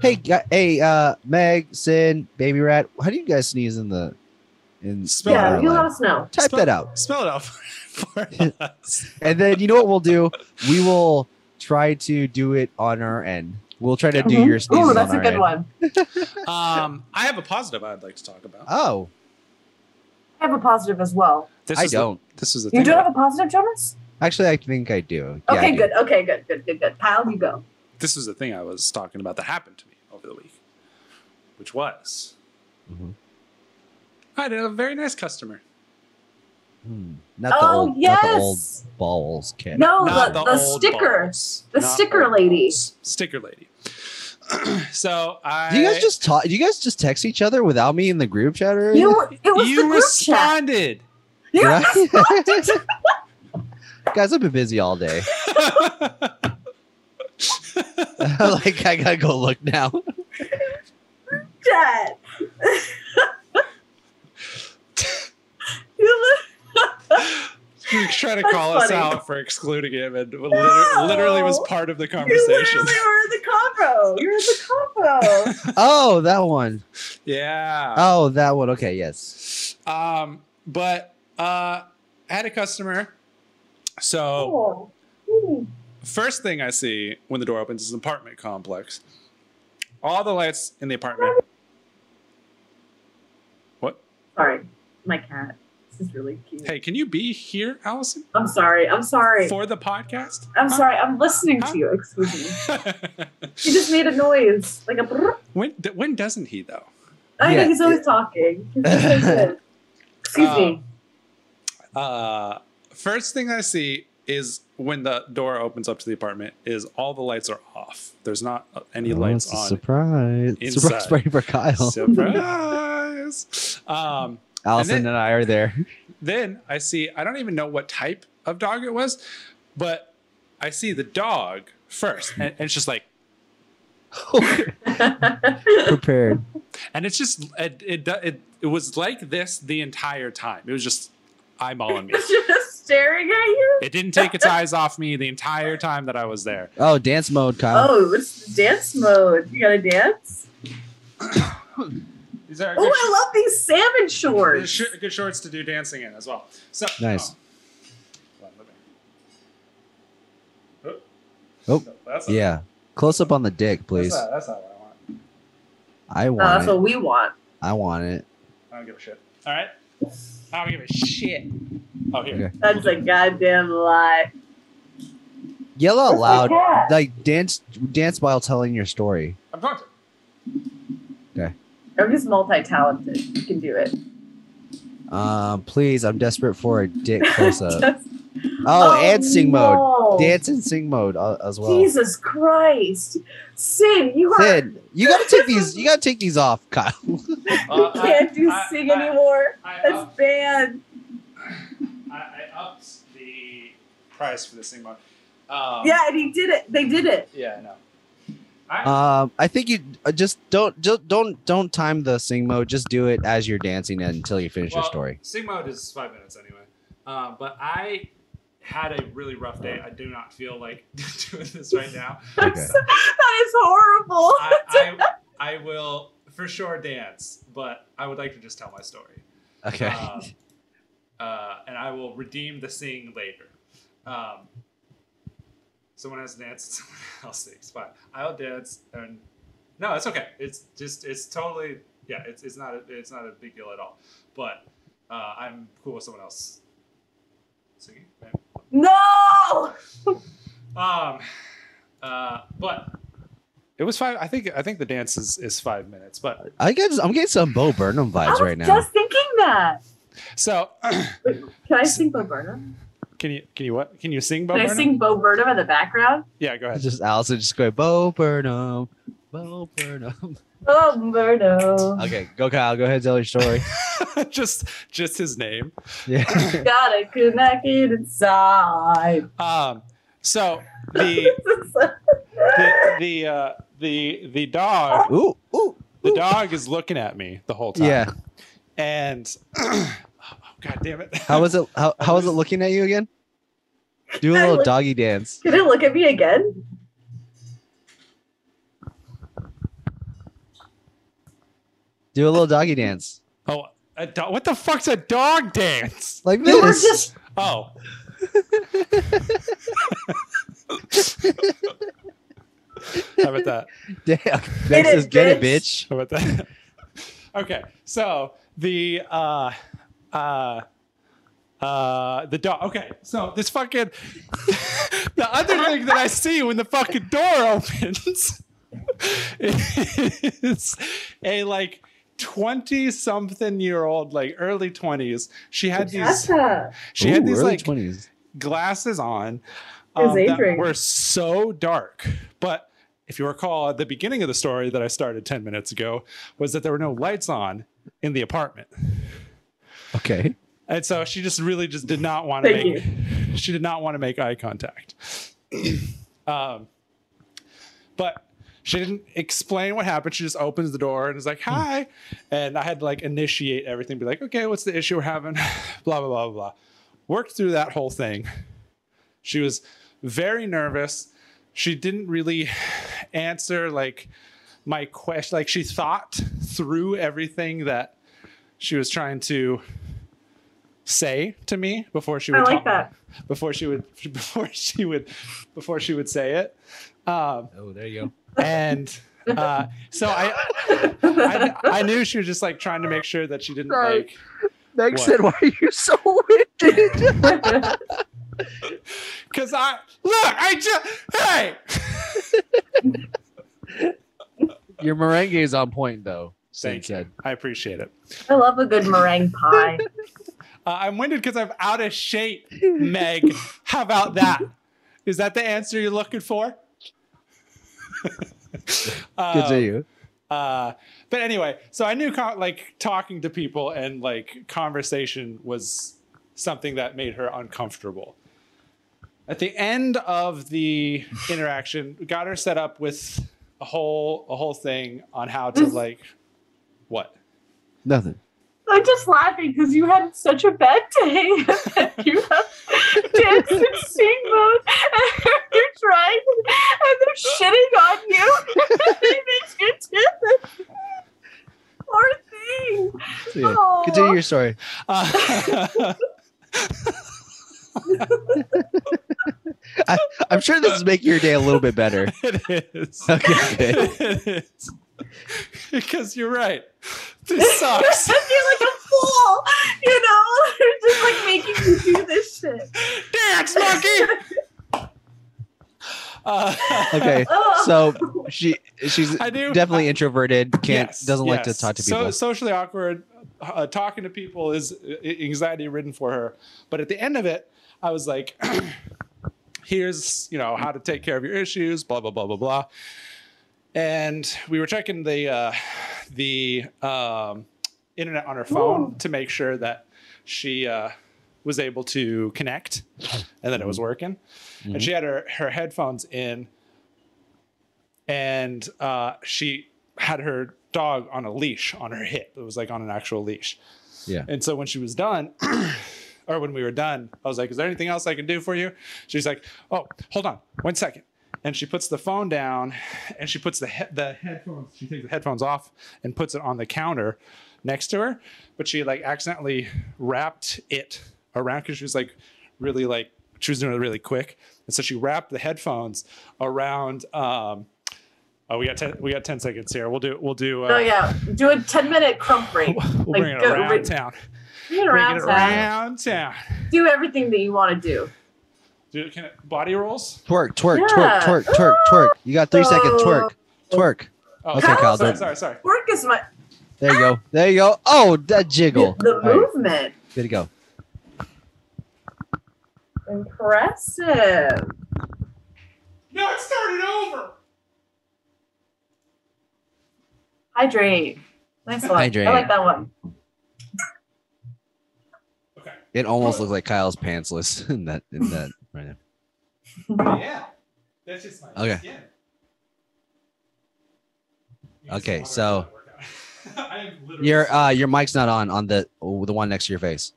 [SPEAKER 3] Hey, gu- hey, uh, Meg, Sin, Baby Rat. How do you guys sneeze in the and
[SPEAKER 1] Spell
[SPEAKER 2] Yeah,
[SPEAKER 1] it
[SPEAKER 2] you let
[SPEAKER 3] Ireland.
[SPEAKER 2] us know.
[SPEAKER 3] Type
[SPEAKER 1] Spell-
[SPEAKER 3] that out,
[SPEAKER 1] Spell it out for, for us.
[SPEAKER 3] and then you know what we'll do? We will try to do it on our end. We'll try to do
[SPEAKER 2] Mhm.
[SPEAKER 3] your sneezes
[SPEAKER 2] Ooh, that's
[SPEAKER 3] on
[SPEAKER 2] a
[SPEAKER 3] our
[SPEAKER 2] good
[SPEAKER 3] end.
[SPEAKER 2] one.
[SPEAKER 1] Um, I have a positive I'd like to talk about.
[SPEAKER 3] Oh,
[SPEAKER 2] I have a positive as well.
[SPEAKER 1] This
[SPEAKER 3] I
[SPEAKER 1] is the-
[SPEAKER 3] don't.
[SPEAKER 1] this is the
[SPEAKER 2] You
[SPEAKER 1] thing.
[SPEAKER 2] don't have a positive, Jonas?
[SPEAKER 3] Actually, I think I do. Yeah, I
[SPEAKER 2] Okay,
[SPEAKER 3] do.
[SPEAKER 2] good. Okay, good, good, good, good. Kyle, you go.
[SPEAKER 1] this is the thing I was talking about that happened to me over the week, which was
[SPEAKER 3] Mhm.
[SPEAKER 1] I had a very nice customer.
[SPEAKER 3] Hmm. Not the
[SPEAKER 2] Oh,
[SPEAKER 3] old, not the old
[SPEAKER 2] yes.
[SPEAKER 3] balls kid.
[SPEAKER 2] No,
[SPEAKER 1] Not
[SPEAKER 2] Oh, the, the
[SPEAKER 1] old
[SPEAKER 2] sticker.
[SPEAKER 1] balls.
[SPEAKER 2] The
[SPEAKER 1] Not
[SPEAKER 2] sticker
[SPEAKER 1] old
[SPEAKER 2] lady.
[SPEAKER 1] balls. Sticker lady. so I.
[SPEAKER 3] Do you guys just talk? Do you guys just text each other without me in the group chat or
[SPEAKER 2] You were, it was the
[SPEAKER 1] you
[SPEAKER 2] group chat.
[SPEAKER 1] responded.
[SPEAKER 2] You
[SPEAKER 3] Right?
[SPEAKER 2] responded to-
[SPEAKER 3] guys? I've been busy all day. like I gotta go look now.
[SPEAKER 2] Dad. you
[SPEAKER 1] you try to
[SPEAKER 2] That's
[SPEAKER 1] call us
[SPEAKER 2] funny.
[SPEAKER 1] out for excluding him, and liter- literally was part of the conversation.
[SPEAKER 2] were in the combo. You're in the combo.
[SPEAKER 3] Oh, that one.
[SPEAKER 1] yeah.
[SPEAKER 3] Oh, that one. Okay, yes.
[SPEAKER 1] Um, but uh, I had a customer. So
[SPEAKER 2] Cool. Hmm.
[SPEAKER 1] first thing I see when the door opens is an apartment complex. All the lights in the apartment. What?
[SPEAKER 2] Sorry, my cat. This is really cute.
[SPEAKER 1] Hey, can you be here, Allison,
[SPEAKER 2] I'm sorry. I'm sorry.
[SPEAKER 1] for the podcast?
[SPEAKER 2] I'm sorry. I'm listening
[SPEAKER 1] Huh?
[SPEAKER 2] to you. Excuse me.
[SPEAKER 1] sorry.
[SPEAKER 2] He just made a noise like a. brrr.
[SPEAKER 1] when d- when doesn't he though?
[SPEAKER 2] I
[SPEAKER 3] Yeah.
[SPEAKER 2] think he's always talking. He's so good. Excuse me.
[SPEAKER 1] Uh, first thing I see is when the door opens up to the apartment is all the lights are off. There's not uh, any lights on.
[SPEAKER 3] surprise.
[SPEAKER 1] Inside.
[SPEAKER 3] Surprise party for Kyle.
[SPEAKER 1] Surprise. um,
[SPEAKER 3] Allison
[SPEAKER 1] and
[SPEAKER 3] and,
[SPEAKER 1] then-
[SPEAKER 3] I are there.
[SPEAKER 1] then I see, I don't even know what type of dog it was, but I see the dog first. And, and it's just like, Oh.
[SPEAKER 3] Prepared.
[SPEAKER 1] and it's just, it, it, do- it, it was like this the entire time. It was just eyeballing me.
[SPEAKER 2] He's just staring at you.
[SPEAKER 1] It didn't take its eyes off me the entire time that I was there.
[SPEAKER 3] Oh, dance mode, Kyle.
[SPEAKER 2] Oh, it's dance mode. You gotta dance.
[SPEAKER 1] These are
[SPEAKER 2] Oh, I love these salmon shorts.
[SPEAKER 1] good, shorts to do dancing in as well. So
[SPEAKER 3] Nice.
[SPEAKER 1] Oh.
[SPEAKER 3] Oh,
[SPEAKER 1] That's
[SPEAKER 3] Yeah. Close up on the dick, please.
[SPEAKER 1] that's not what
[SPEAKER 3] I
[SPEAKER 1] I want.
[SPEAKER 2] No, Oh, that's
[SPEAKER 3] want it.
[SPEAKER 2] what we want.
[SPEAKER 3] I want it.
[SPEAKER 1] I don't give a shit. All right. I don't give a shit. Oh, here.
[SPEAKER 3] Okay.
[SPEAKER 2] That's a goddamn lie.
[SPEAKER 3] Yell out
[SPEAKER 2] That's
[SPEAKER 3] loud.
[SPEAKER 2] my cat.
[SPEAKER 3] Like dance dance while telling your story.
[SPEAKER 1] I'm going to.
[SPEAKER 2] I'm just Oh, multi-talented. You can do it.
[SPEAKER 3] Um, please, I'm desperate for a dick close up.
[SPEAKER 2] Just-
[SPEAKER 3] Oh, and sing mode.
[SPEAKER 2] no.
[SPEAKER 3] Dance and sing mode uh, as well.
[SPEAKER 2] Jesus Christ, Sid, you are.
[SPEAKER 3] Sid, you gotta take these. You gotta take these off, Kyle.
[SPEAKER 2] You can't do
[SPEAKER 1] Uh, I-
[SPEAKER 2] sing
[SPEAKER 1] I-
[SPEAKER 2] anymore.
[SPEAKER 1] I, uh,
[SPEAKER 2] That's
[SPEAKER 1] up,
[SPEAKER 2] bad.
[SPEAKER 1] I, I upped the price for this thing. Mark. Um,
[SPEAKER 2] Yeah, and he did it. They did it.
[SPEAKER 1] Yeah, I know. I,
[SPEAKER 3] Um, I think you uh, just don't just don't don't time the sing mode. Just do it as you're dancing until you finish your
[SPEAKER 1] Well,
[SPEAKER 3] story.
[SPEAKER 1] Sing mode is five minutes anyway. Um, but I had a really rough day. I do not feel like doing this right now.
[SPEAKER 2] I'm
[SPEAKER 3] Okay.
[SPEAKER 2] so- that is horrible.
[SPEAKER 1] I, I, I will for sure dance, but I would like to just tell my story.
[SPEAKER 3] Okay.
[SPEAKER 1] Um, uh, and I will redeem the sing later. Um, someone has to dance, someone else sings. Fine. I'll dance, and no, it's okay. It's just it's totally yeah. It's it's not a, it's not a big deal at all. But uh, I'm cool with someone else singing. right?
[SPEAKER 2] no.
[SPEAKER 1] Um, uh, but it was five. I think I think the dance is is five minutes, but
[SPEAKER 3] I guess I'm getting some Bo Burnham
[SPEAKER 2] I was
[SPEAKER 3] vibes right now.
[SPEAKER 2] just thinking that.
[SPEAKER 1] So,
[SPEAKER 2] Can I sing Bo Burnham?
[SPEAKER 1] can you can you what can you sing? Bo
[SPEAKER 2] Can I
[SPEAKER 1] Burnham?
[SPEAKER 2] sing Bo Burnham in the background?
[SPEAKER 1] Yeah, go
[SPEAKER 3] It's
[SPEAKER 1] ahead.
[SPEAKER 3] just Allison just going Bo Burnham, Bo Burnham.
[SPEAKER 2] Bo Burnham.
[SPEAKER 3] Okay, go Kyle. Go ahead, tell your story.
[SPEAKER 1] just just his name.
[SPEAKER 3] yeah.
[SPEAKER 2] Gotta connect it inside.
[SPEAKER 1] Um, so the the the uh, the the dog
[SPEAKER 3] Ooh, ooh.
[SPEAKER 1] the dog is looking at me the whole time.
[SPEAKER 3] Yeah.
[SPEAKER 1] and oh, god damn it!
[SPEAKER 3] How was it? How how was it looking at you again? Do a
[SPEAKER 2] I
[SPEAKER 3] little
[SPEAKER 2] look-
[SPEAKER 3] doggy dance.
[SPEAKER 2] Can it look at me again?
[SPEAKER 3] Do a little doggy dance.
[SPEAKER 1] Oh, A do- what the fuck's a dog dance?
[SPEAKER 3] Like
[SPEAKER 2] You were
[SPEAKER 3] this.
[SPEAKER 2] just
[SPEAKER 1] Oh, how about that?
[SPEAKER 3] Damn. Bex
[SPEAKER 2] it,
[SPEAKER 3] says, get it,
[SPEAKER 2] bitch."
[SPEAKER 3] bitch.
[SPEAKER 1] How about that? okay, so the uh, uh, uh, the dog. Okay, so this fucking the other thing that I see when the fucking door opens is a like twenty something year old, like early twenties. She had these.
[SPEAKER 2] Jessica.
[SPEAKER 1] She had
[SPEAKER 3] Ooh,
[SPEAKER 1] these
[SPEAKER 3] early
[SPEAKER 1] like
[SPEAKER 3] 20s.
[SPEAKER 1] glasses on
[SPEAKER 2] His
[SPEAKER 1] um, that
[SPEAKER 2] apron.
[SPEAKER 1] were so dark. But if you recall, at the beginning of the story that I started 10 minutes ago was that there were no lights on in the apartment.
[SPEAKER 3] Okay.
[SPEAKER 1] And so she just really just did not want to
[SPEAKER 2] Thank
[SPEAKER 1] make she did not want to make eye contact. um, but she didn't explain what happened. She just opens the door and is like, "Hi," and I had to like initiate everything, be like, "Okay, what's the issue we're having?" blah blah blah blah. Worked through that whole thing. She was very nervous. She didn't really answer like my question. Like she thought through everything that she was trying to say to me before she would
[SPEAKER 2] I like
[SPEAKER 1] talk-
[SPEAKER 2] that.
[SPEAKER 1] before she would before she would before she would say it um
[SPEAKER 3] Oh, there you go.
[SPEAKER 1] and uh so I, I i knew she was just like trying to make sure that she didn't
[SPEAKER 3] Sorry.
[SPEAKER 1] like
[SPEAKER 3] Bex
[SPEAKER 1] What?
[SPEAKER 3] said, why are you so winded?
[SPEAKER 1] because i look i just hey
[SPEAKER 3] Your meringue is on point, though.
[SPEAKER 1] thank you i appreciate it
[SPEAKER 2] I love a good meringue pie.
[SPEAKER 1] uh, i'm winded because i'm out of shape meg how about that is that the answer you're looking for
[SPEAKER 3] Good
[SPEAKER 1] Um,
[SPEAKER 3] to you.
[SPEAKER 1] Uh, but anyway, so I knew con- like talking to people and like conversation was something that made her uncomfortable. At the end of the interaction, we got her set up with a whole a whole thing on how to like what?
[SPEAKER 3] Nothing.
[SPEAKER 2] I'm just laughing because you had such a bad day. that you have danced in sing mode, and you're trying, and they're shitting on you. they make you do this. Poor thing.
[SPEAKER 3] Yeah.
[SPEAKER 2] Aw.
[SPEAKER 3] Continue your story.
[SPEAKER 1] Uh,
[SPEAKER 3] I'm sure this is making your day a little bit better.
[SPEAKER 1] it is.
[SPEAKER 3] Okay. good.
[SPEAKER 1] It is. because you're right. This sucks.
[SPEAKER 2] I feel like a fool, you know? They're just like making you do this shit.
[SPEAKER 1] Dance monkey. Uh,
[SPEAKER 3] Okay.
[SPEAKER 2] Oh.
[SPEAKER 3] So she she's
[SPEAKER 1] I do-
[SPEAKER 3] definitely introverted. Can't
[SPEAKER 1] Yes,
[SPEAKER 3] doesn't like to
[SPEAKER 1] yes.
[SPEAKER 3] talk to
[SPEAKER 1] So
[SPEAKER 3] people.
[SPEAKER 1] socially awkward, uh, talking to people is uh, anxiety ridden for her. But at the end of it, I was like, "Here's you know how to take care of your issues." Blah blah blah blah blah. And we were checking the uh, the um, internet on her phone to make sure that she uh, was able to connect and that it was working.
[SPEAKER 3] Mhm.
[SPEAKER 1] And she had her, her headphones in and uh, she had her dog on a leash on her hip. It was like on an actual leash.
[SPEAKER 3] Yeah.
[SPEAKER 1] And so when she was done, or when we were done, I was like, Is there anything else I can do for you? She's like, Oh, hold on one second. And she puts the phone down and she puts the, he- the headphones, she takes the headphones off and puts it on the counter next to her. But she like accidentally wrapped it around because she was like really like, she was doing it really quick. And so she wrapped the headphones around, um, oh, we got 10, we got 10 seconds here. We'll do, we'll do, uh,
[SPEAKER 2] Oh, yeah. Do a 10 minute crump break.
[SPEAKER 1] we'll
[SPEAKER 2] Like,
[SPEAKER 1] bring it
[SPEAKER 2] go-
[SPEAKER 1] around
[SPEAKER 2] re-
[SPEAKER 1] town.
[SPEAKER 2] Get
[SPEAKER 1] Bring
[SPEAKER 2] around,
[SPEAKER 1] it
[SPEAKER 2] Zach.
[SPEAKER 1] around town.
[SPEAKER 2] Do everything that you want to do.
[SPEAKER 1] Do can it, body rolls?
[SPEAKER 3] Twerk, twerk,
[SPEAKER 2] Yeah.
[SPEAKER 3] twerk, twerk, twerk, twerk. You got three seconds. Twerk, twerk.
[SPEAKER 1] Oh,
[SPEAKER 3] Okay,
[SPEAKER 1] sorry,
[SPEAKER 3] Kyle,
[SPEAKER 1] Sorry,
[SPEAKER 3] don't-
[SPEAKER 1] sorry, sorry.
[SPEAKER 2] Work is my
[SPEAKER 3] There you go. There you go. Oh, that jiggle.
[SPEAKER 2] the
[SPEAKER 3] All right,
[SPEAKER 2] movement.
[SPEAKER 3] good to go.
[SPEAKER 2] Impressive.
[SPEAKER 1] No, it started over.
[SPEAKER 2] Hydrate. Nice one.
[SPEAKER 3] Hydrate.
[SPEAKER 2] I like that one.
[SPEAKER 1] Okay.
[SPEAKER 3] It almost looks like Kyle's pantsless in that in that right now.
[SPEAKER 1] Yeah. That's just my
[SPEAKER 3] Okay.
[SPEAKER 1] skin.
[SPEAKER 3] Okay, so-
[SPEAKER 1] I am literally
[SPEAKER 3] Your uh your mic's not on on the oh, the one next to your face.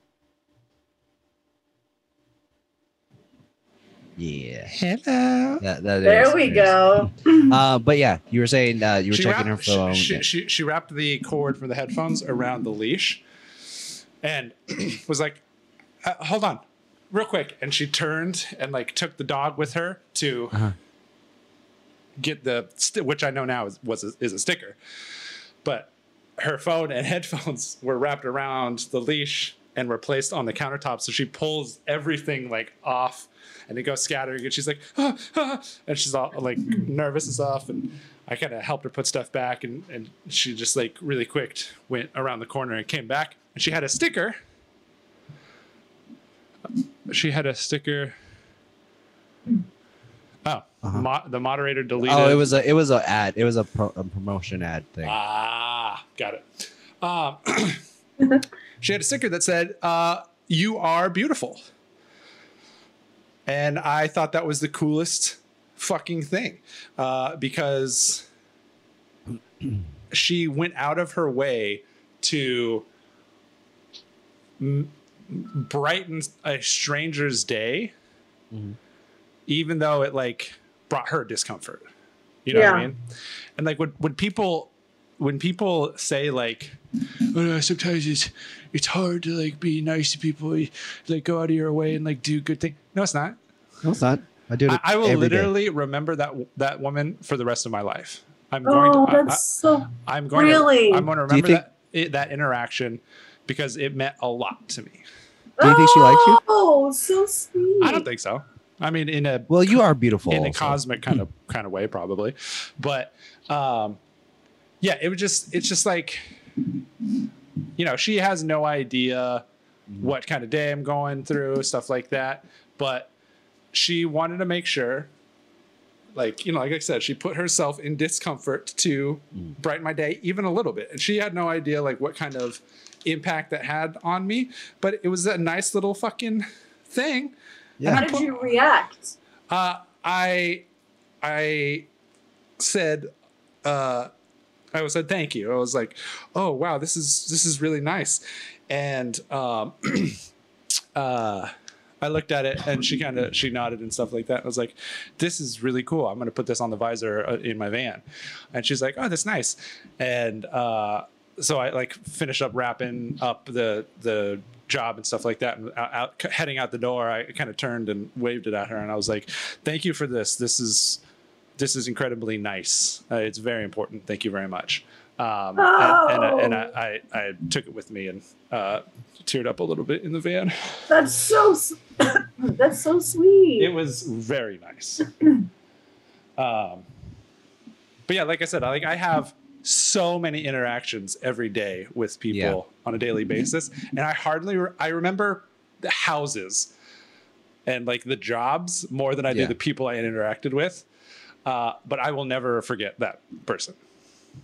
[SPEAKER 3] Yeah.
[SPEAKER 1] Hello.
[SPEAKER 3] That, that is-
[SPEAKER 2] There we
[SPEAKER 3] that is.
[SPEAKER 2] go.
[SPEAKER 3] Uh, but yeah, you were saying uh, you were
[SPEAKER 1] she
[SPEAKER 3] checking
[SPEAKER 1] wrapped,
[SPEAKER 3] her phone.
[SPEAKER 1] She, she, she wrapped the cord from the headphones around the leash. and was like, uh, "Hold on, real quick." And she turned and like took the dog with her to
[SPEAKER 3] Uh-huh.
[SPEAKER 1] get the st- which I know now is was a, is a sticker, but her phone and headphones were wrapped around the leash and were placed on the countertop. So she pulls everything like off and it goes scattering. And she's like, "Ah, ah," and she's all like nervous and stuff. And I kind of helped her put stuff back. And, and she just like really quick went around the corner and came back. And she had a sticker. She had a sticker. Oh,
[SPEAKER 3] Uh-huh.
[SPEAKER 1] mo- the moderator deleted.
[SPEAKER 3] Oh, it was a it was a ad. It was a, pro, a promotion ad thing.
[SPEAKER 1] Ah, got it. Um, she had a sticker that said, uh, "You are beautiful," and I thought that was the coolest fucking thing uh, because she went out of her way to m- brighten a stranger's day,
[SPEAKER 3] Mhm.
[SPEAKER 1] even though it like brought her discomfort. You know what I
[SPEAKER 2] Yeah.
[SPEAKER 1] mean? And like when when people when people say like oh, no, sometimes it's it's hard to like be nice to people you, like go out of your way and like do good things no it's not
[SPEAKER 3] No, it's not. I do it.
[SPEAKER 1] i, I will
[SPEAKER 3] every day.
[SPEAKER 1] literally remember that that woman for the rest of my life i'm going
[SPEAKER 2] Oh,
[SPEAKER 1] to I-
[SPEAKER 2] that's so.
[SPEAKER 1] I, am going
[SPEAKER 2] really?
[SPEAKER 1] to, i'm going to
[SPEAKER 3] Do you
[SPEAKER 1] remember
[SPEAKER 3] think-
[SPEAKER 1] that it, that interaction because it meant a lot to me
[SPEAKER 3] Do you think she likes you?
[SPEAKER 2] Oh, so sweet.
[SPEAKER 1] i don't think so i mean in a
[SPEAKER 3] Well, you are beautiful.
[SPEAKER 1] in a
[SPEAKER 3] also.
[SPEAKER 1] cosmic kind of kind of way probably but um yeah it was just it's just like you know she has no idea what kind of day i'm going through stuff like that but she wanted to make sure like you know like i said she put herself in discomfort to brighten my day even a little bit and she had no idea like what kind of impact that had on me but it was a nice little fucking thing
[SPEAKER 3] Yeah.
[SPEAKER 2] How did you react?
[SPEAKER 1] uh, I I said uh, I was said thank you. I was like, oh wow, this is this is really nice, and um, uh, I looked at it and she kind of she nodded and stuff like that. I was like, this is really cool. I'm gonna put this on the visor uh, in my van, and she's like, oh that's nice, and uh, so I like finished up wrapping up the the job and stuff like that and out, out heading out the door i kind of turned and waved it at her and i was like thank you for this this is this is incredibly nice uh, it's very important thank you very much um, and, and, I- and I, I, I took it with me and uh, teared up a little bit in the van
[SPEAKER 2] That's so. s- that's so sweet.
[SPEAKER 1] it was very nice. um, but yeah, like I said, I- like I have so many interactions every day with people
[SPEAKER 3] Yeah.
[SPEAKER 1] on a daily basis, and I hardly re- I remember the houses and like the jobs more than I do
[SPEAKER 3] Yeah.
[SPEAKER 1] the people I interacted with. Uh, but I will never forget that person.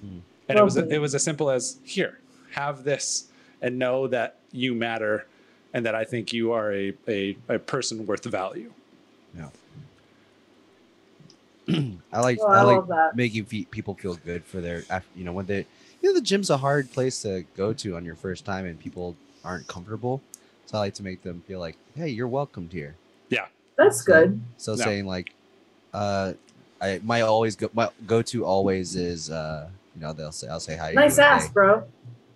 [SPEAKER 3] Hmm.
[SPEAKER 1] And it was
[SPEAKER 2] Lovely.
[SPEAKER 1] it was as simple as here, have this, and know that you matter, and that I think you are a a, a person worth value.
[SPEAKER 3] I like
[SPEAKER 2] Oh,
[SPEAKER 3] I,
[SPEAKER 2] I
[SPEAKER 3] like
[SPEAKER 2] love that.
[SPEAKER 3] making fe- people feel good for their af- you know when they you know the gym's a hard place to go to on your first time and people aren't comfortable. So I like to make them feel like, hey, you're welcomed here.
[SPEAKER 2] that's good.
[SPEAKER 3] So
[SPEAKER 1] Yeah.
[SPEAKER 3] saying like, uh, I my always go my go to always is uh you know they'll say I'll say how you
[SPEAKER 2] Nice
[SPEAKER 3] doing
[SPEAKER 2] ass,
[SPEAKER 3] today?"
[SPEAKER 2] bro.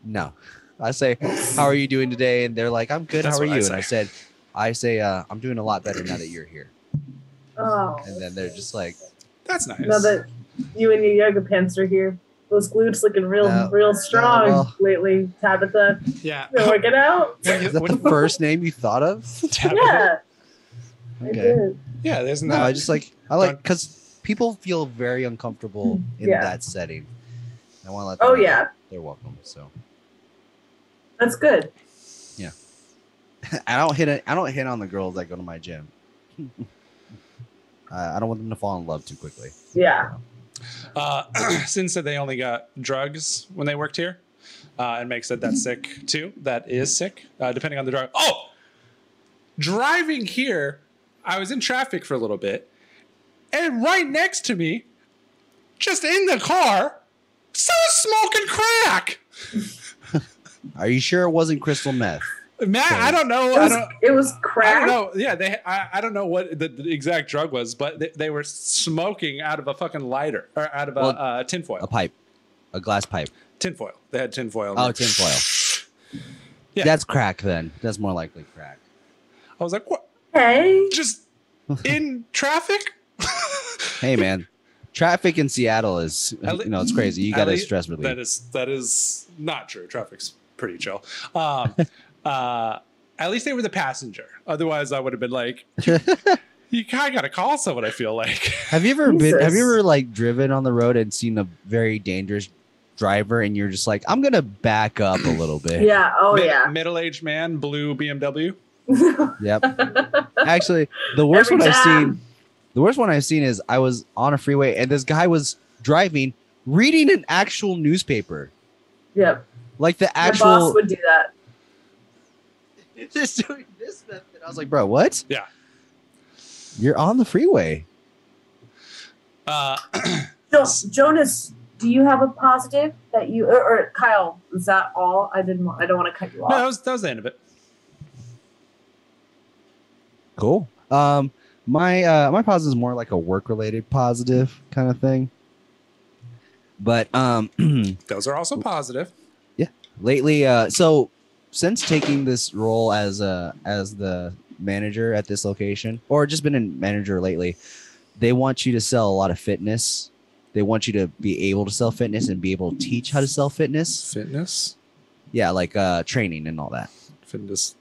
[SPEAKER 3] No, I say how are you doing today and they're like I'm good
[SPEAKER 1] That's
[SPEAKER 3] how are
[SPEAKER 1] what
[SPEAKER 3] you
[SPEAKER 1] I
[SPEAKER 3] and I said I say uh, I'm doing a lot better now that you're here
[SPEAKER 2] Oh.
[SPEAKER 3] and then they're just like
[SPEAKER 1] That's nice.
[SPEAKER 2] Now that you and your yoga pants are here, those glutes looking real,
[SPEAKER 3] No.
[SPEAKER 2] real strong
[SPEAKER 3] well.
[SPEAKER 2] lately, Tabitha.
[SPEAKER 1] yeah.
[SPEAKER 2] Been working out.
[SPEAKER 3] is that the first name you thought of
[SPEAKER 2] Yeah, I
[SPEAKER 3] okay
[SPEAKER 2] did.
[SPEAKER 1] yeah, there's
[SPEAKER 3] no I
[SPEAKER 1] not.
[SPEAKER 3] just like I like because people feel very uncomfortable in
[SPEAKER 2] Yeah.
[SPEAKER 3] that setting I want to let them
[SPEAKER 2] Oh
[SPEAKER 3] know
[SPEAKER 2] yeah,
[SPEAKER 3] they're welcome so
[SPEAKER 2] that's good.
[SPEAKER 3] I don't hit it. I don't hit on the girls that go to my gym. uh, I don't want them to fall in love too quickly.
[SPEAKER 2] Yeah.
[SPEAKER 1] Uh, Sin said they only got drugs when they worked here. Uh, and Meg said that's sick too. That is sick, uh, depending on the drug. Oh! Driving here, I was in traffic for a little bit. And right next to me, just in the car, someone's smoking crack.
[SPEAKER 3] Are you sure it wasn't crystal meth?
[SPEAKER 1] Matt, I don't know.
[SPEAKER 2] It
[SPEAKER 1] I
[SPEAKER 2] was,
[SPEAKER 1] don't.
[SPEAKER 2] it was crack.
[SPEAKER 1] I don't know. Yeah, they. I, I don't know what the, the exact drug was, but they, they were smoking out of a fucking lighter or out of a
[SPEAKER 3] Well,
[SPEAKER 1] uh, tinfoil.
[SPEAKER 3] A pipe, a glass pipe.
[SPEAKER 1] tinfoil. They had tinfoil.
[SPEAKER 3] Oh, tinfoil.
[SPEAKER 1] Yeah.
[SPEAKER 3] That's crack then. That's more likely crack.
[SPEAKER 1] I was like, what?
[SPEAKER 2] Hey,
[SPEAKER 1] Just in traffic?
[SPEAKER 3] Hey man, traffic in Seattle is
[SPEAKER 1] At le-
[SPEAKER 3] you know it's crazy. You
[SPEAKER 1] at
[SPEAKER 3] got to
[SPEAKER 1] lea-
[SPEAKER 3] stress relief.
[SPEAKER 1] That is that is not true. Traffic's pretty chill. Um, uh, at least they were the passenger. Otherwise, I would have been like, you, you kind of got to call someone. I feel like
[SPEAKER 3] Have you ever been? Have you
[SPEAKER 2] Jesus.
[SPEAKER 3] ever like driven on the road and seen a very dangerous driver, and you're just like, I'm gonna back up a little bit.
[SPEAKER 2] yeah, oh
[SPEAKER 1] Mid-
[SPEAKER 2] yeah.
[SPEAKER 1] middle-aged man, blue BMW.
[SPEAKER 3] Yep. Actually, the worst
[SPEAKER 2] Every
[SPEAKER 3] one I've
[SPEAKER 2] time.
[SPEAKER 3] seen. The worst one I've seen is I was on a freeway and this guy was driving, reading an actual newspaper,
[SPEAKER 2] Yep,
[SPEAKER 3] like the
[SPEAKER 2] my
[SPEAKER 3] actual.
[SPEAKER 2] boss would do that.
[SPEAKER 3] just doing this method. I was like, bro, what?
[SPEAKER 1] Yeah.
[SPEAKER 3] You're on the freeway.
[SPEAKER 1] Uh,
[SPEAKER 2] Jo- Jonas, do you have a positive that you or, or Kyle? Is that all? I didn't. Want, I don't want to cut you
[SPEAKER 1] no, that
[SPEAKER 2] off.
[SPEAKER 1] was that was the end of it.
[SPEAKER 3] Cool. Um, my uh, my positive is more like a work related positive kind of thing. But um,
[SPEAKER 1] Those are also positive.
[SPEAKER 3] lately, uh, so since taking this role as uh, as the manager at this location, or just been a manager lately, they want you to sell a lot of fitness. They want you to be able to sell fitness and be able to teach how to sell fitness.
[SPEAKER 1] Fitness,
[SPEAKER 3] Yeah, like uh, training and all that.
[SPEAKER 1] fitness,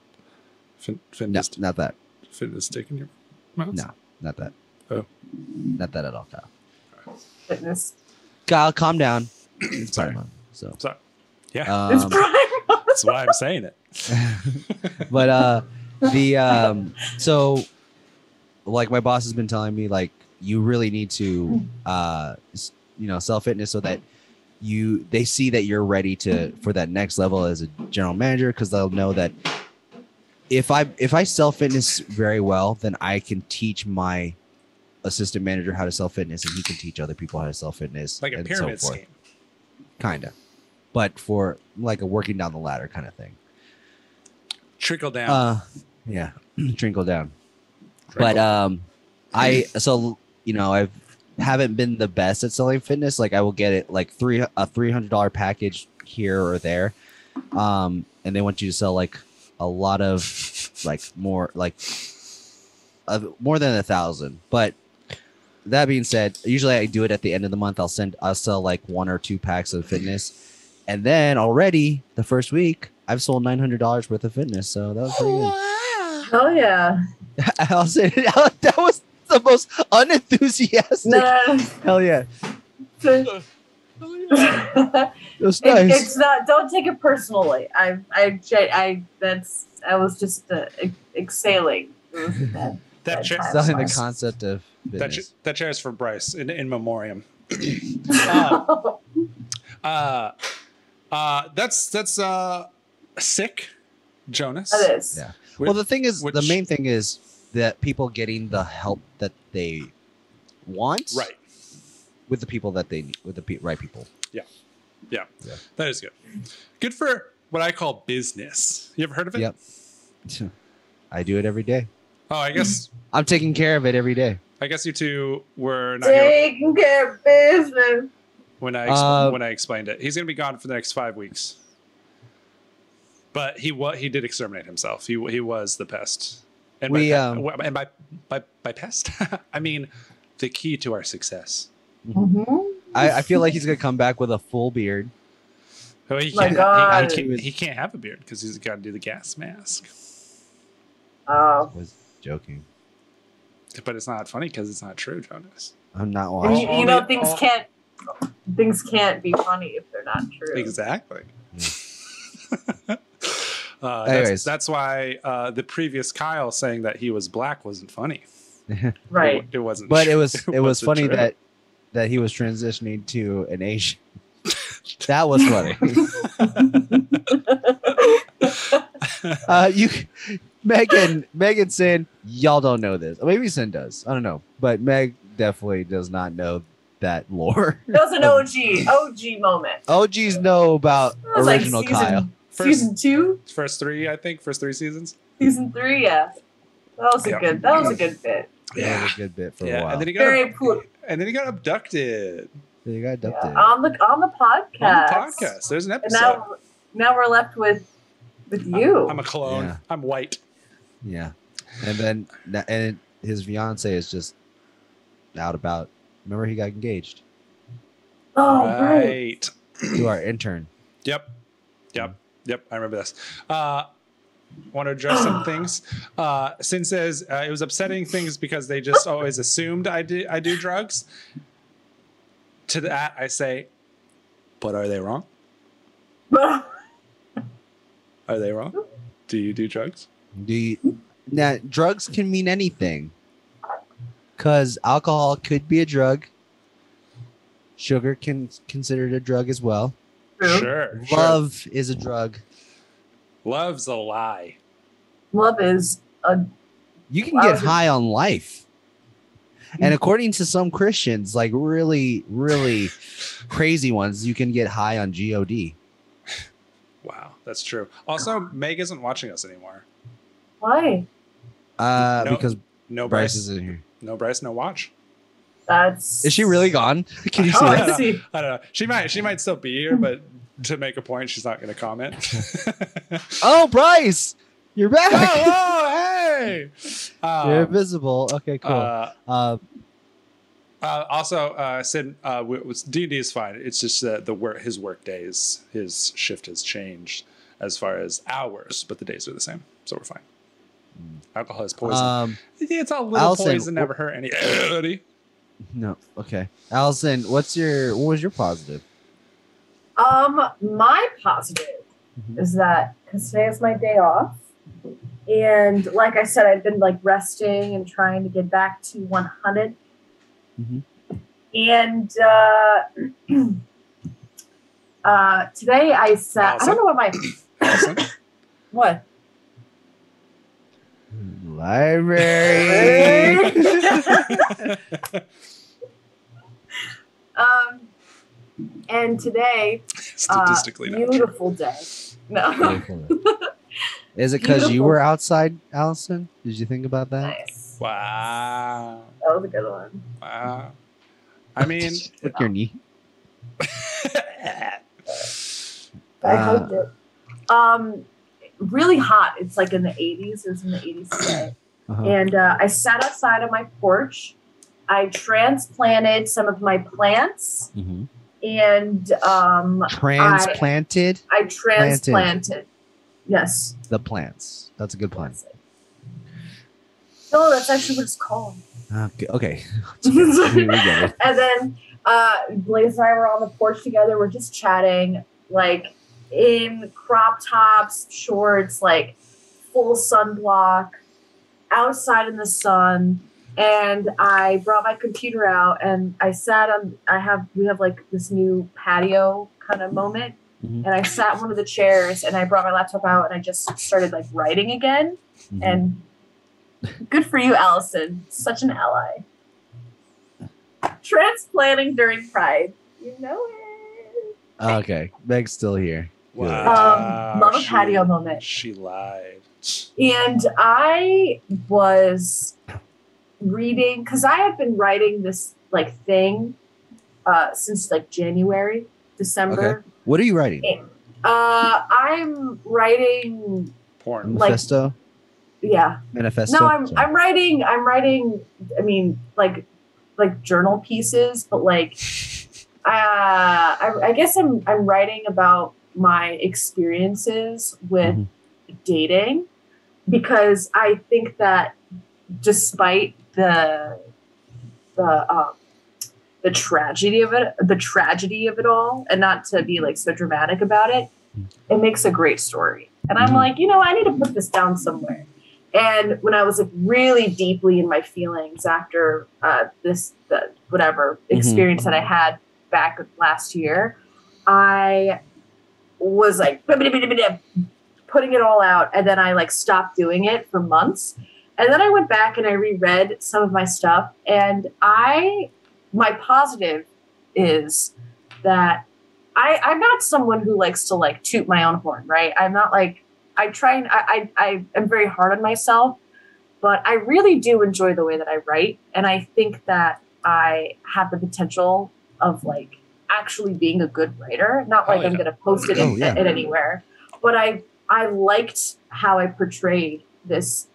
[SPEAKER 1] fin-
[SPEAKER 3] No,
[SPEAKER 1] fitness,
[SPEAKER 3] not that.
[SPEAKER 1] fitness stick in your mouth.
[SPEAKER 3] No. Not that.
[SPEAKER 1] Oh.
[SPEAKER 3] Not that at all, Kyle.
[SPEAKER 2] Fitness.
[SPEAKER 3] Kyle, calm down.
[SPEAKER 1] Sorry.
[SPEAKER 3] Prime on, So,
[SPEAKER 1] Sorry. Yeah,
[SPEAKER 2] It's
[SPEAKER 3] um,
[SPEAKER 2] prime.
[SPEAKER 1] that's why I'm saying it.
[SPEAKER 3] but uh, the um, so like my boss has been telling me like you really need to uh, s- you know, sell fitness so that you they see that you're ready to for that next level as a general manager because they'll know that if I if I sell fitness very well, then I can teach my assistant manager how to sell fitness and he can teach other people how to sell fitness
[SPEAKER 1] It's like a
[SPEAKER 3] and
[SPEAKER 1] pyramid
[SPEAKER 3] so forth.
[SPEAKER 1] scheme.
[SPEAKER 3] kinda but for like a working down the ladder kind of thing
[SPEAKER 1] Trickle down.
[SPEAKER 3] uh yeah trickle down
[SPEAKER 1] trickle.
[SPEAKER 3] but um i so you know i've haven't been the best at selling fitness like i will get it like three a $300 package here or there um and they want you to sell like a lot of like more like of more than a thousand but that being said usually i do it at the end of the month i'll send i'll sell like one or two packs of fitness and then already the first week i've sold $900 worth of fitness so that was pretty good
[SPEAKER 2] Oh yeah.
[SPEAKER 3] I'll say that was the most unenthusiastic.
[SPEAKER 2] No.
[SPEAKER 3] Hell yeah,
[SPEAKER 2] it,
[SPEAKER 3] it was
[SPEAKER 2] it's not. Don't take it personally. I, I, ge- I. That's. I was just uh, ex- exhaling. It was bad.
[SPEAKER 1] that chair,
[SPEAKER 2] Sorry.
[SPEAKER 3] selling the
[SPEAKER 2] Nice.
[SPEAKER 3] concept of
[SPEAKER 1] that, cha-
[SPEAKER 3] fitness.
[SPEAKER 1] that chair is for Bryce in, in memoriam. Ah. Uh, uh, that's that's uh, sick, Jonas.
[SPEAKER 2] that is.
[SPEAKER 3] Yeah.
[SPEAKER 1] Whi-
[SPEAKER 3] well, the thing is, the
[SPEAKER 1] which-
[SPEAKER 3] main thing is that people getting the help that they want,
[SPEAKER 1] right.
[SPEAKER 3] with the people that they need, with the pe- right people.
[SPEAKER 1] That is good. Good for what I call business. You ever heard of it?
[SPEAKER 3] Yep. I do it every day.
[SPEAKER 1] Oh, I guess
[SPEAKER 3] I'm taking care of it every day.
[SPEAKER 1] I guess you two were not here
[SPEAKER 2] Taking care of business.
[SPEAKER 1] when I ex-
[SPEAKER 3] Uh,
[SPEAKER 1] when I explained it. He's gonna be gone for the next five weeks. But he wa- he did exterminate himself. He wa- he was the pest. And
[SPEAKER 3] We,
[SPEAKER 1] by,
[SPEAKER 3] um,
[SPEAKER 1] and by by by pest, I mean the key to our success.
[SPEAKER 2] Mhm.
[SPEAKER 3] I, I feel like he's gonna come back with a full beard.
[SPEAKER 1] Oh, he
[SPEAKER 2] My
[SPEAKER 1] can't,
[SPEAKER 2] God.
[SPEAKER 1] He, he can't, he can't have a beard because he's got to do the gas mask.
[SPEAKER 2] Oh.
[SPEAKER 3] was joking.
[SPEAKER 1] But it's not funny because it's not true, Jonas.
[SPEAKER 3] I'm not
[SPEAKER 2] And
[SPEAKER 1] All-
[SPEAKER 3] watching.
[SPEAKER 2] you,
[SPEAKER 1] all
[SPEAKER 2] you know
[SPEAKER 1] the-
[SPEAKER 2] things
[SPEAKER 1] all-
[SPEAKER 2] can't. Things can't be funny if they're not true.
[SPEAKER 1] Exactly. uh,
[SPEAKER 3] Anyways.
[SPEAKER 1] that's, that's why uh, the previous Kyle saying that he was black wasn't funny. It,
[SPEAKER 2] Right.
[SPEAKER 1] wa- it wasn't.
[SPEAKER 3] but
[SPEAKER 1] true.
[SPEAKER 3] it was it was
[SPEAKER 1] wasn't
[SPEAKER 3] funny
[SPEAKER 1] true.
[SPEAKER 3] that that he was transitioning to an Asian. that was funny. uh, you, Megan, Megan Sin, y'all don't know this. Or Maybe Sin does. I don't know, but Meg definitely does not know that lore.
[SPEAKER 2] That was an OG. OG moment.
[SPEAKER 3] OGs know about
[SPEAKER 2] That was
[SPEAKER 3] Oh, original
[SPEAKER 2] like season,
[SPEAKER 3] Kyle.
[SPEAKER 1] first
[SPEAKER 2] season two,
[SPEAKER 1] first three, I think, first three seasons.
[SPEAKER 2] season three. Yeah. That was a
[SPEAKER 1] Yeah.
[SPEAKER 2] good. That was a good bit.
[SPEAKER 3] That was a good bit for a
[SPEAKER 1] yeah.
[SPEAKER 3] while.
[SPEAKER 1] And then he got
[SPEAKER 2] Very
[SPEAKER 1] ab-
[SPEAKER 2] poor.
[SPEAKER 1] and then he got abducted
[SPEAKER 3] So you got
[SPEAKER 2] Yeah,
[SPEAKER 3] adopted.
[SPEAKER 2] on the on the podcast.
[SPEAKER 1] on the podcast. There's an
[SPEAKER 2] And
[SPEAKER 1] episode.
[SPEAKER 2] now now we're left with with you. Oh,
[SPEAKER 1] I'm a clone.
[SPEAKER 3] Yeah.
[SPEAKER 1] I'm white.
[SPEAKER 3] Yeah, and then tha- and his fiance is just out about. Remember, he got engaged
[SPEAKER 2] oh, right.
[SPEAKER 3] to our intern.
[SPEAKER 1] Yep. Yep. Yep. I remember this. Uh, want to address some things. Uh, Sin says uh, it was upsetting things because they just always assumed I do I do drugs. To that I say, but are they wrong? Are they wrong? Do you do drugs?
[SPEAKER 3] Do you, now drugs can mean anything, because alcohol could be a drug. Sugar can considered a drug as well.
[SPEAKER 2] True.
[SPEAKER 1] Sure. Sure.
[SPEAKER 3] Love is a drug.
[SPEAKER 1] Love's a lie.
[SPEAKER 2] Love is a
[SPEAKER 3] You can
[SPEAKER 2] Wow,
[SPEAKER 3] get
[SPEAKER 2] is it-
[SPEAKER 3] high on life. And according to some Christians, like really, really crazy ones, you can get high on God.
[SPEAKER 1] Wow, that's true. Also, Meg isn't watching us anymore.
[SPEAKER 2] why?
[SPEAKER 3] Uh,
[SPEAKER 1] No,
[SPEAKER 3] because
[SPEAKER 1] No Bryce.
[SPEAKER 3] Bryce is in here.
[SPEAKER 1] No Bryce. No watch.
[SPEAKER 2] That's
[SPEAKER 3] Is she really gone? Can you
[SPEAKER 2] Oh,
[SPEAKER 3] see
[SPEAKER 1] I
[SPEAKER 3] that?
[SPEAKER 1] don't
[SPEAKER 2] I
[SPEAKER 1] know.
[SPEAKER 2] see.
[SPEAKER 1] I don't know. She might. She might still be here, but to make a point, she's not going to comment.
[SPEAKER 3] Oh, Bryce, you're back.
[SPEAKER 1] oh, hey! Um,
[SPEAKER 3] you're invisible. Okay, cool. Uh,
[SPEAKER 1] uh, uh, also, uh, Sid, uh, w- was- D&D is fine. It's just that the work, his work days, his shift has changed as far as hours, but the days are the same, so we're fine. Alcohol is poison.
[SPEAKER 3] um,
[SPEAKER 1] Yeah, it's all little
[SPEAKER 3] Mm. Allison,
[SPEAKER 1] poison. Never hurt anybody.
[SPEAKER 3] no, okay. Allison, what's your what was your positive?
[SPEAKER 2] Um, my positive
[SPEAKER 1] Mm-hmm.
[SPEAKER 3] Mhm.
[SPEAKER 2] is that because today is my day off, and like I said, I've been like resting and trying to get back to 100.
[SPEAKER 1] Mm-hmm.
[SPEAKER 3] Mhm.
[SPEAKER 2] And uh, uh, today I sat. I
[SPEAKER 1] Awesome.
[SPEAKER 2] don't know what my
[SPEAKER 1] Allison,
[SPEAKER 2] what.
[SPEAKER 3] Library.
[SPEAKER 2] um, and today, uh,
[SPEAKER 1] statistically not true.
[SPEAKER 2] beautiful day. No,
[SPEAKER 3] Is it because you
[SPEAKER 2] Beautiful.
[SPEAKER 3] were outside, Allison? Did you think about that?
[SPEAKER 2] nice.
[SPEAKER 1] Wow.
[SPEAKER 2] That was a good one.
[SPEAKER 1] Wow. I mean,
[SPEAKER 3] With your knee.
[SPEAKER 2] I
[SPEAKER 3] Uh,
[SPEAKER 2] hoped it. Um, really hot. It's like in the 80s. It was in the 80s today.
[SPEAKER 3] Uh-huh.
[SPEAKER 2] And uh, I sat outside on my porch. I transplanted some of my plants,
[SPEAKER 3] Mhm.
[SPEAKER 2] and um,
[SPEAKER 3] Transplanted
[SPEAKER 2] I transplanted. Yes.
[SPEAKER 3] the plants. That's a good plan.
[SPEAKER 2] No, that's actually what it's called.
[SPEAKER 3] Okay. okay. We
[SPEAKER 2] and
[SPEAKER 3] get it.
[SPEAKER 2] then uh, Blaze and I were on the porch together. We're just chatting, like in crop tops, shorts, like full sunblock, outside in the sun. And I brought my computer out and I sat on. I have we have like this new patio kind of moment,
[SPEAKER 3] Mhm.
[SPEAKER 2] and I sat in one of the chairs and I brought my laptop out and I just started like writing again.
[SPEAKER 3] Mhm.
[SPEAKER 2] And good for you, Allison. Such an ally. Transplanting during Pride. You know it.
[SPEAKER 3] okay. Meg's still here.
[SPEAKER 2] Um, love a
[SPEAKER 1] she-
[SPEAKER 2] patio moment.
[SPEAKER 1] She lied.
[SPEAKER 2] And I was reading because I have been writing this like thing uh, since like January, December.
[SPEAKER 3] What are you writing?
[SPEAKER 2] Uh, I'm writing,
[SPEAKER 1] Porn.
[SPEAKER 2] Like-
[SPEAKER 3] Manifesto.
[SPEAKER 2] yeah,
[SPEAKER 3] Manifesto.
[SPEAKER 2] No, I'm
[SPEAKER 3] Sorry.
[SPEAKER 2] I'm writing I'm writing I mean like like journal pieces, but like uh I, I guess I'm I'm writing about my experiences with
[SPEAKER 3] Mhm.
[SPEAKER 2] dating because I think that despite the the um the tragedy of it the tragedy of it all and not to be like so dramatic about it it makes a great story and i'm
[SPEAKER 3] Mhm.
[SPEAKER 2] like you know i need to put this down somewhere and when I was like really deeply in my feelings after uh, this the, whatever
[SPEAKER 3] Mhm.
[SPEAKER 2] experience that I had back last year, I was like putting it all out, and then I like stopped doing it for months, and then I went back and I reread some of my stuff, and I my positive is that I I'm not someone who likes to like toot my own horn, right? I'm not like I try and I, I, I am very hard on myself, but I really do enjoy the way that I write. And I think that I have the potential of like actually being a good writer. Not
[SPEAKER 1] Oh,
[SPEAKER 2] like I'm
[SPEAKER 1] yeah.
[SPEAKER 2] going to post it
[SPEAKER 3] Oh,
[SPEAKER 2] in,
[SPEAKER 3] yeah.
[SPEAKER 2] in anywhere, but I I liked how I portrayed this,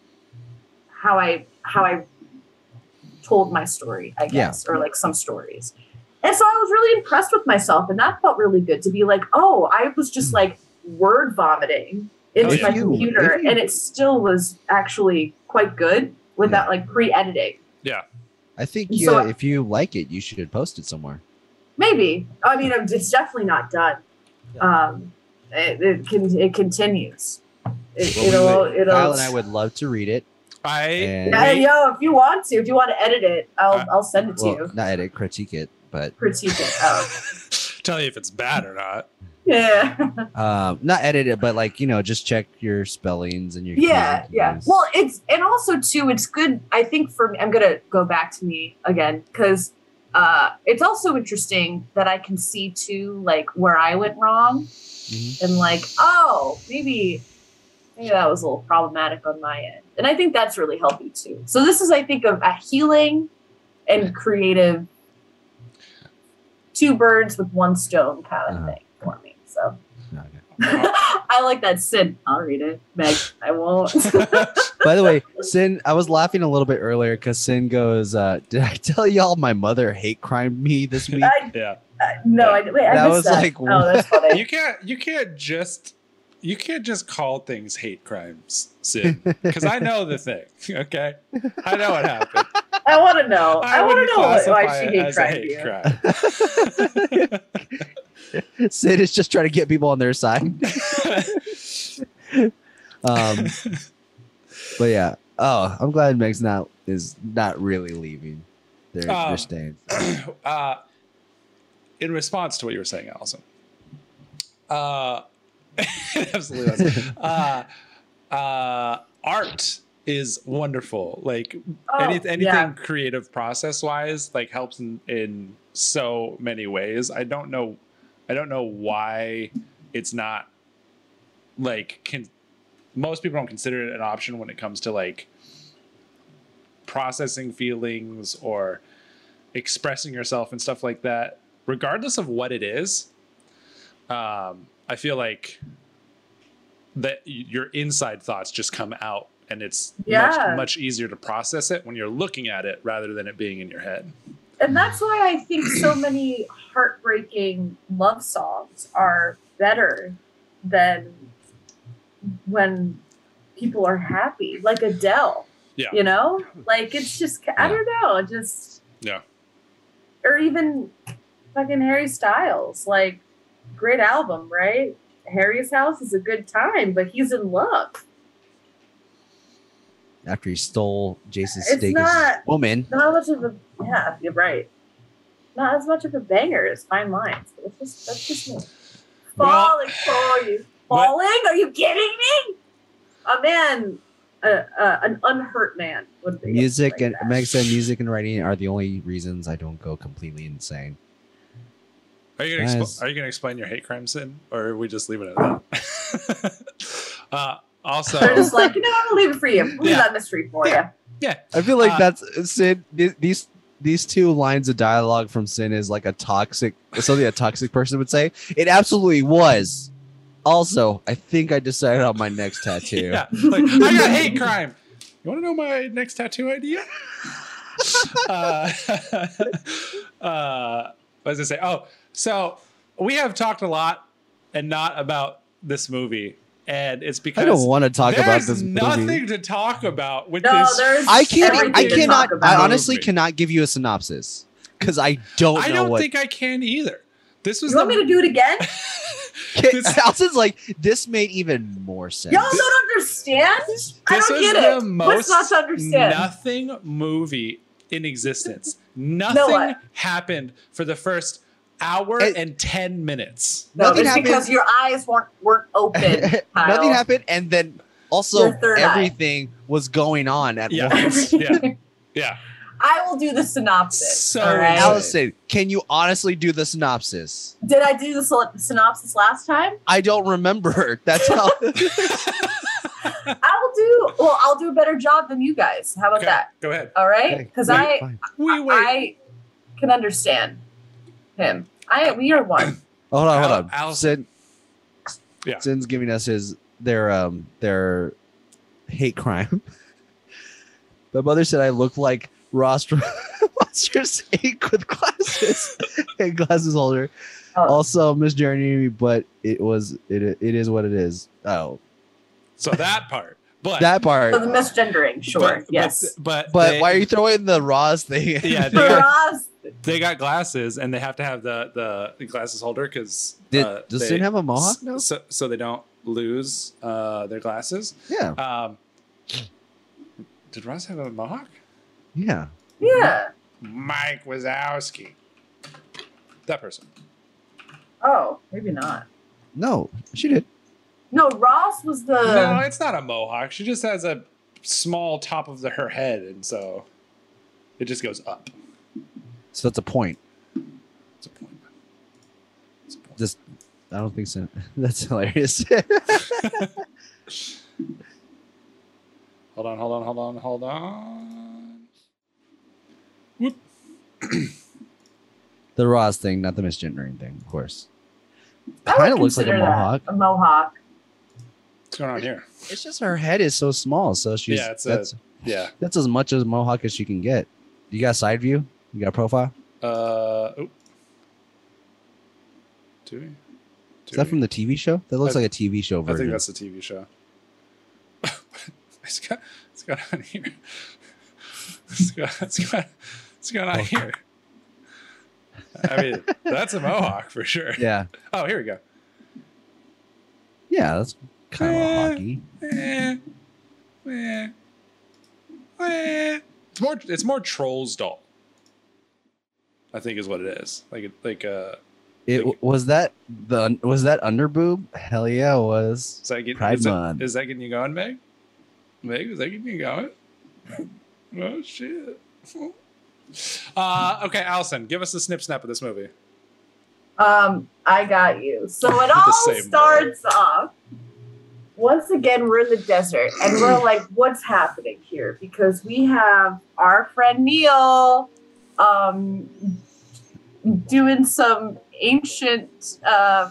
[SPEAKER 2] how I how I told my story, I
[SPEAKER 3] Yeah.
[SPEAKER 2] guess, or like some stories. And so I was really impressed with myself, and that felt really good to be like, oh, I was just like word vomiting into
[SPEAKER 3] If
[SPEAKER 2] my
[SPEAKER 3] you-
[SPEAKER 2] computer,
[SPEAKER 3] if you-
[SPEAKER 2] and it still was actually quite good without like pre-editing.
[SPEAKER 3] I think
[SPEAKER 2] So-
[SPEAKER 3] yeah, if you like it, you should post it somewhere.
[SPEAKER 2] Maybe. I mean, I'm- it's definitely not done. Um, it, it can it continues. It,
[SPEAKER 3] Well, we
[SPEAKER 2] it'll
[SPEAKER 3] would-
[SPEAKER 2] it'll.
[SPEAKER 3] Kyle and I would love to read it.
[SPEAKER 1] I
[SPEAKER 3] And
[SPEAKER 2] Yeah, yo, if you want to, if you want to edit it, I'll
[SPEAKER 1] Uh,
[SPEAKER 2] I'll send it to
[SPEAKER 3] well,
[SPEAKER 2] you.
[SPEAKER 3] not edit, critique it, but
[SPEAKER 2] Critique it. Oh.
[SPEAKER 1] tell you if it's bad or not.
[SPEAKER 2] Yeah,
[SPEAKER 3] um, not edit it, but like you know, just check your spellings and your
[SPEAKER 2] yeah,
[SPEAKER 3] commas.
[SPEAKER 2] yeah. Well, it's and also too, it's good. I think for me, I'm gonna go back to me again because uh, it's also interesting that I can see too, like where I went wrong.
[SPEAKER 3] Mhm.
[SPEAKER 2] and like, oh, maybe maybe that was a little problematic on my end. And I think that's really healthy too. So this is, I think, of a healing and creative two birds with one stone kind of
[SPEAKER 3] Uh-huh.
[SPEAKER 2] thing for me. So
[SPEAKER 3] No, okay.
[SPEAKER 2] I like that sin. I'll read it. Meg, I won't.
[SPEAKER 3] By the way, Sin, I was laughing a little bit earlier because Sin goes, uh, "Did I tell y'all my mother hate crime me this week?"
[SPEAKER 2] I,
[SPEAKER 1] Yeah.
[SPEAKER 2] I- no, I, wait, I
[SPEAKER 3] That
[SPEAKER 2] missed
[SPEAKER 3] was
[SPEAKER 2] that.
[SPEAKER 3] like-
[SPEAKER 2] oh, that's funny.
[SPEAKER 1] You can't you can't just you can't just call things hate crimes, Sid. Because I know the thing. Okay. I know what happened.
[SPEAKER 2] I want to know. I, want
[SPEAKER 1] wouldn't
[SPEAKER 2] to know what- why
[SPEAKER 1] classify
[SPEAKER 2] she
[SPEAKER 1] it
[SPEAKER 2] hate
[SPEAKER 1] as a
[SPEAKER 2] cried you.
[SPEAKER 3] Sin is just trying to get people on their side. Um, but yeah. Oh, I'm glad Meg's not is not really leaving. They're,
[SPEAKER 1] Oh.
[SPEAKER 3] they're staying.
[SPEAKER 1] crime. uh, in response to what you were saying, Allison. Uh, absolutely. Allison. Uh, uh, art is wonderful. Like
[SPEAKER 2] Oh,
[SPEAKER 1] Any, anything
[SPEAKER 2] yeah.
[SPEAKER 1] creative process wise like helps in, in so many ways i don't know i don't know why it's not like can most people don't consider it an option when it comes to like processing feelings or expressing yourself and stuff like that regardless of what it is um i feel like that y- your inside thoughts just come out and it's
[SPEAKER 2] Yeah.
[SPEAKER 1] much, much easier to process it when you're looking at it rather than it being in your head
[SPEAKER 2] and that's why I think so many heartbreaking love songs are better than when people are happy, like Adele.
[SPEAKER 1] Yeah.
[SPEAKER 2] You know, like it's just I don't know, it just
[SPEAKER 1] Yeah.
[SPEAKER 2] or even fucking Harry Styles, like great album, right? Harry's house is a good time, but he's in love.
[SPEAKER 3] After he stole Jason's
[SPEAKER 2] It's
[SPEAKER 3] steak as
[SPEAKER 2] not-
[SPEAKER 3] a woman.
[SPEAKER 2] Not much of a yeah, you're right. Not as much of a banger as Fine Lines. But it's just that's just me.
[SPEAKER 1] Well-
[SPEAKER 2] Falling for you.
[SPEAKER 1] What-
[SPEAKER 2] Falling? Are you kidding me? A man, a, a, an unhurt man would be
[SPEAKER 3] Music
[SPEAKER 2] like
[SPEAKER 3] and
[SPEAKER 2] that.
[SPEAKER 3] Meg said music and writing are the only reasons I don't go completely insane.
[SPEAKER 1] are you gonna,
[SPEAKER 3] Guys.
[SPEAKER 1] expl- are you gonna explain your hate crime sin or are we just leaving it at that uh, also
[SPEAKER 2] They're just like, you know, I'm gonna leave it for you. Leave
[SPEAKER 1] Yeah.
[SPEAKER 2] that mystery for you.
[SPEAKER 3] I feel like
[SPEAKER 1] Uh,
[SPEAKER 3] that's Sid. th- These these two lines of dialogue from Sin is like a toxic something a toxic person would say. It absolutely was. Also, I think I decided on my next tattoo.
[SPEAKER 1] yeah like, i got hate crime you want to know my next tattoo idea uh, uh, what was I say? Oh, so we have talked a lot and not about this movie, and it's because
[SPEAKER 3] I don't want to talk about
[SPEAKER 1] there's
[SPEAKER 3] this
[SPEAKER 1] nothing
[SPEAKER 3] movie.
[SPEAKER 1] to talk about with
[SPEAKER 2] No,
[SPEAKER 1] this.
[SPEAKER 2] there's
[SPEAKER 3] I can't. e, I
[SPEAKER 2] everything to
[SPEAKER 3] cannot.
[SPEAKER 2] talk about.
[SPEAKER 3] I honestly
[SPEAKER 1] Movie.
[SPEAKER 3] cannot give you a synopsis because I don't know
[SPEAKER 1] I don't
[SPEAKER 3] what.
[SPEAKER 1] think I can either. This was
[SPEAKER 2] You want me
[SPEAKER 1] the,
[SPEAKER 2] to do it again?
[SPEAKER 1] this-
[SPEAKER 3] Allison's like this made even more sense.
[SPEAKER 2] Y'all don't understand? I
[SPEAKER 1] this
[SPEAKER 2] don't get
[SPEAKER 1] is the
[SPEAKER 2] it.
[SPEAKER 1] most
[SPEAKER 2] What's not to understand?
[SPEAKER 1] nothing movie in existence.
[SPEAKER 2] No,
[SPEAKER 1] Nothing
[SPEAKER 2] what?
[SPEAKER 1] happened for the first hour
[SPEAKER 3] It-
[SPEAKER 1] and ten minutes.
[SPEAKER 2] No,
[SPEAKER 3] Nothing
[SPEAKER 2] it's because your eyes weren't weren't open. Kyle.
[SPEAKER 3] Nothing happened, and then also
[SPEAKER 2] Your third eye.
[SPEAKER 3] everything was going on at
[SPEAKER 1] Yeah.
[SPEAKER 3] once.
[SPEAKER 1] Yeah. Yeah.
[SPEAKER 2] I will do the synopsis.
[SPEAKER 1] So
[SPEAKER 2] all right?
[SPEAKER 1] insane.
[SPEAKER 3] Allison, can you honestly do the synopsis?
[SPEAKER 2] Did I do the syl- synopsis last time?
[SPEAKER 3] I don't remember. That's how.
[SPEAKER 2] I will do. Well, I'll do a better job than you guys. How about
[SPEAKER 1] Okay,
[SPEAKER 2] that?
[SPEAKER 1] Go ahead.
[SPEAKER 2] All right, because I
[SPEAKER 3] Fine.
[SPEAKER 1] We wait.
[SPEAKER 2] I can understand him. I we are one.
[SPEAKER 3] Oh, hold on, hold
[SPEAKER 1] Al-
[SPEAKER 3] on.
[SPEAKER 1] Allison-
[SPEAKER 3] Allison.
[SPEAKER 1] Yeah.
[SPEAKER 3] Sin's giving us his their um their hate crime. My mother said I look like Ross from Monsters Inc. with glasses and glasses holder.
[SPEAKER 2] Oh.
[SPEAKER 3] Also, Miss Journey, but it was it it is what it is. Oh,
[SPEAKER 1] So that part, but
[SPEAKER 3] that part.
[SPEAKER 2] So the misgendering, sure,
[SPEAKER 1] but-
[SPEAKER 2] yes.
[SPEAKER 1] but but,
[SPEAKER 3] But
[SPEAKER 1] they-
[SPEAKER 3] why are you throwing the Ross thing?
[SPEAKER 1] Yeah, they
[SPEAKER 2] For
[SPEAKER 1] got,
[SPEAKER 2] us,
[SPEAKER 1] they got glasses and they have to have the the glasses holder because
[SPEAKER 3] Did,
[SPEAKER 1] uh,
[SPEAKER 3] does
[SPEAKER 1] they-
[SPEAKER 3] Sin have a mohawk? now?
[SPEAKER 1] so so they don't lose uh, their glasses.
[SPEAKER 3] Yeah,
[SPEAKER 1] Um, did Ross have a mohawk?
[SPEAKER 3] yeah.
[SPEAKER 2] yeah.
[SPEAKER 1] Mike Wazowski. That person.
[SPEAKER 2] Oh, maybe not.
[SPEAKER 3] No, she did.
[SPEAKER 2] No, Ross was the.
[SPEAKER 1] no, it's not a mohawk. She just has a small top of the, her head, and so it just goes up.
[SPEAKER 3] So that's a point.
[SPEAKER 1] It's a point. It's a point.
[SPEAKER 3] I don't think so. That's hilarious.
[SPEAKER 1] Hold on, hold on, hold on, hold on. Whoop.
[SPEAKER 3] the Ross thing, not the misgendering thing, of course.
[SPEAKER 2] I
[SPEAKER 3] Kind of
[SPEAKER 2] would
[SPEAKER 3] looks like a
[SPEAKER 2] consider that
[SPEAKER 3] mohawk.
[SPEAKER 2] A mohawk.
[SPEAKER 1] What's going on here?
[SPEAKER 3] It's just her head is so small, so she's
[SPEAKER 1] Yeah, it's a-
[SPEAKER 3] that's
[SPEAKER 1] Yeah.
[SPEAKER 3] that's as much as mohawk as she can get. You got side view? You got profile?
[SPEAKER 1] Uh, oop. Do we? Do
[SPEAKER 3] Is that
[SPEAKER 1] we?
[SPEAKER 3] from the TV show? That looks
[SPEAKER 1] I-
[SPEAKER 3] like a TV show
[SPEAKER 1] I
[SPEAKER 3] version.
[SPEAKER 1] think that's the TV show. it's got it's got on here. It's got it's got it's got on here. I mean, that's a mohawk for sure.
[SPEAKER 3] yeah,
[SPEAKER 1] Oh, here we go.
[SPEAKER 3] yeah, that's kind of
[SPEAKER 1] Eh.
[SPEAKER 3] a hockey.
[SPEAKER 1] Eh, eh, eh. It's more it's more trolls doll. I think is what it is. Like it- like uh,
[SPEAKER 3] It was that the was that under boob? Hell yeah, it was.
[SPEAKER 1] is that getting
[SPEAKER 3] Pride
[SPEAKER 1] is that,
[SPEAKER 3] Month.
[SPEAKER 1] is that getting you going, Meg? Meg, is that getting you going? oh shit. Uh, okay, Allison, give us the snip snap of this movie.
[SPEAKER 2] Um, I got you. So it
[SPEAKER 1] The
[SPEAKER 2] all
[SPEAKER 1] same
[SPEAKER 2] starts off. Once again, we're in the desert and we're like, what's happening here? Because we have our friend Neil um, doing some ancient uh,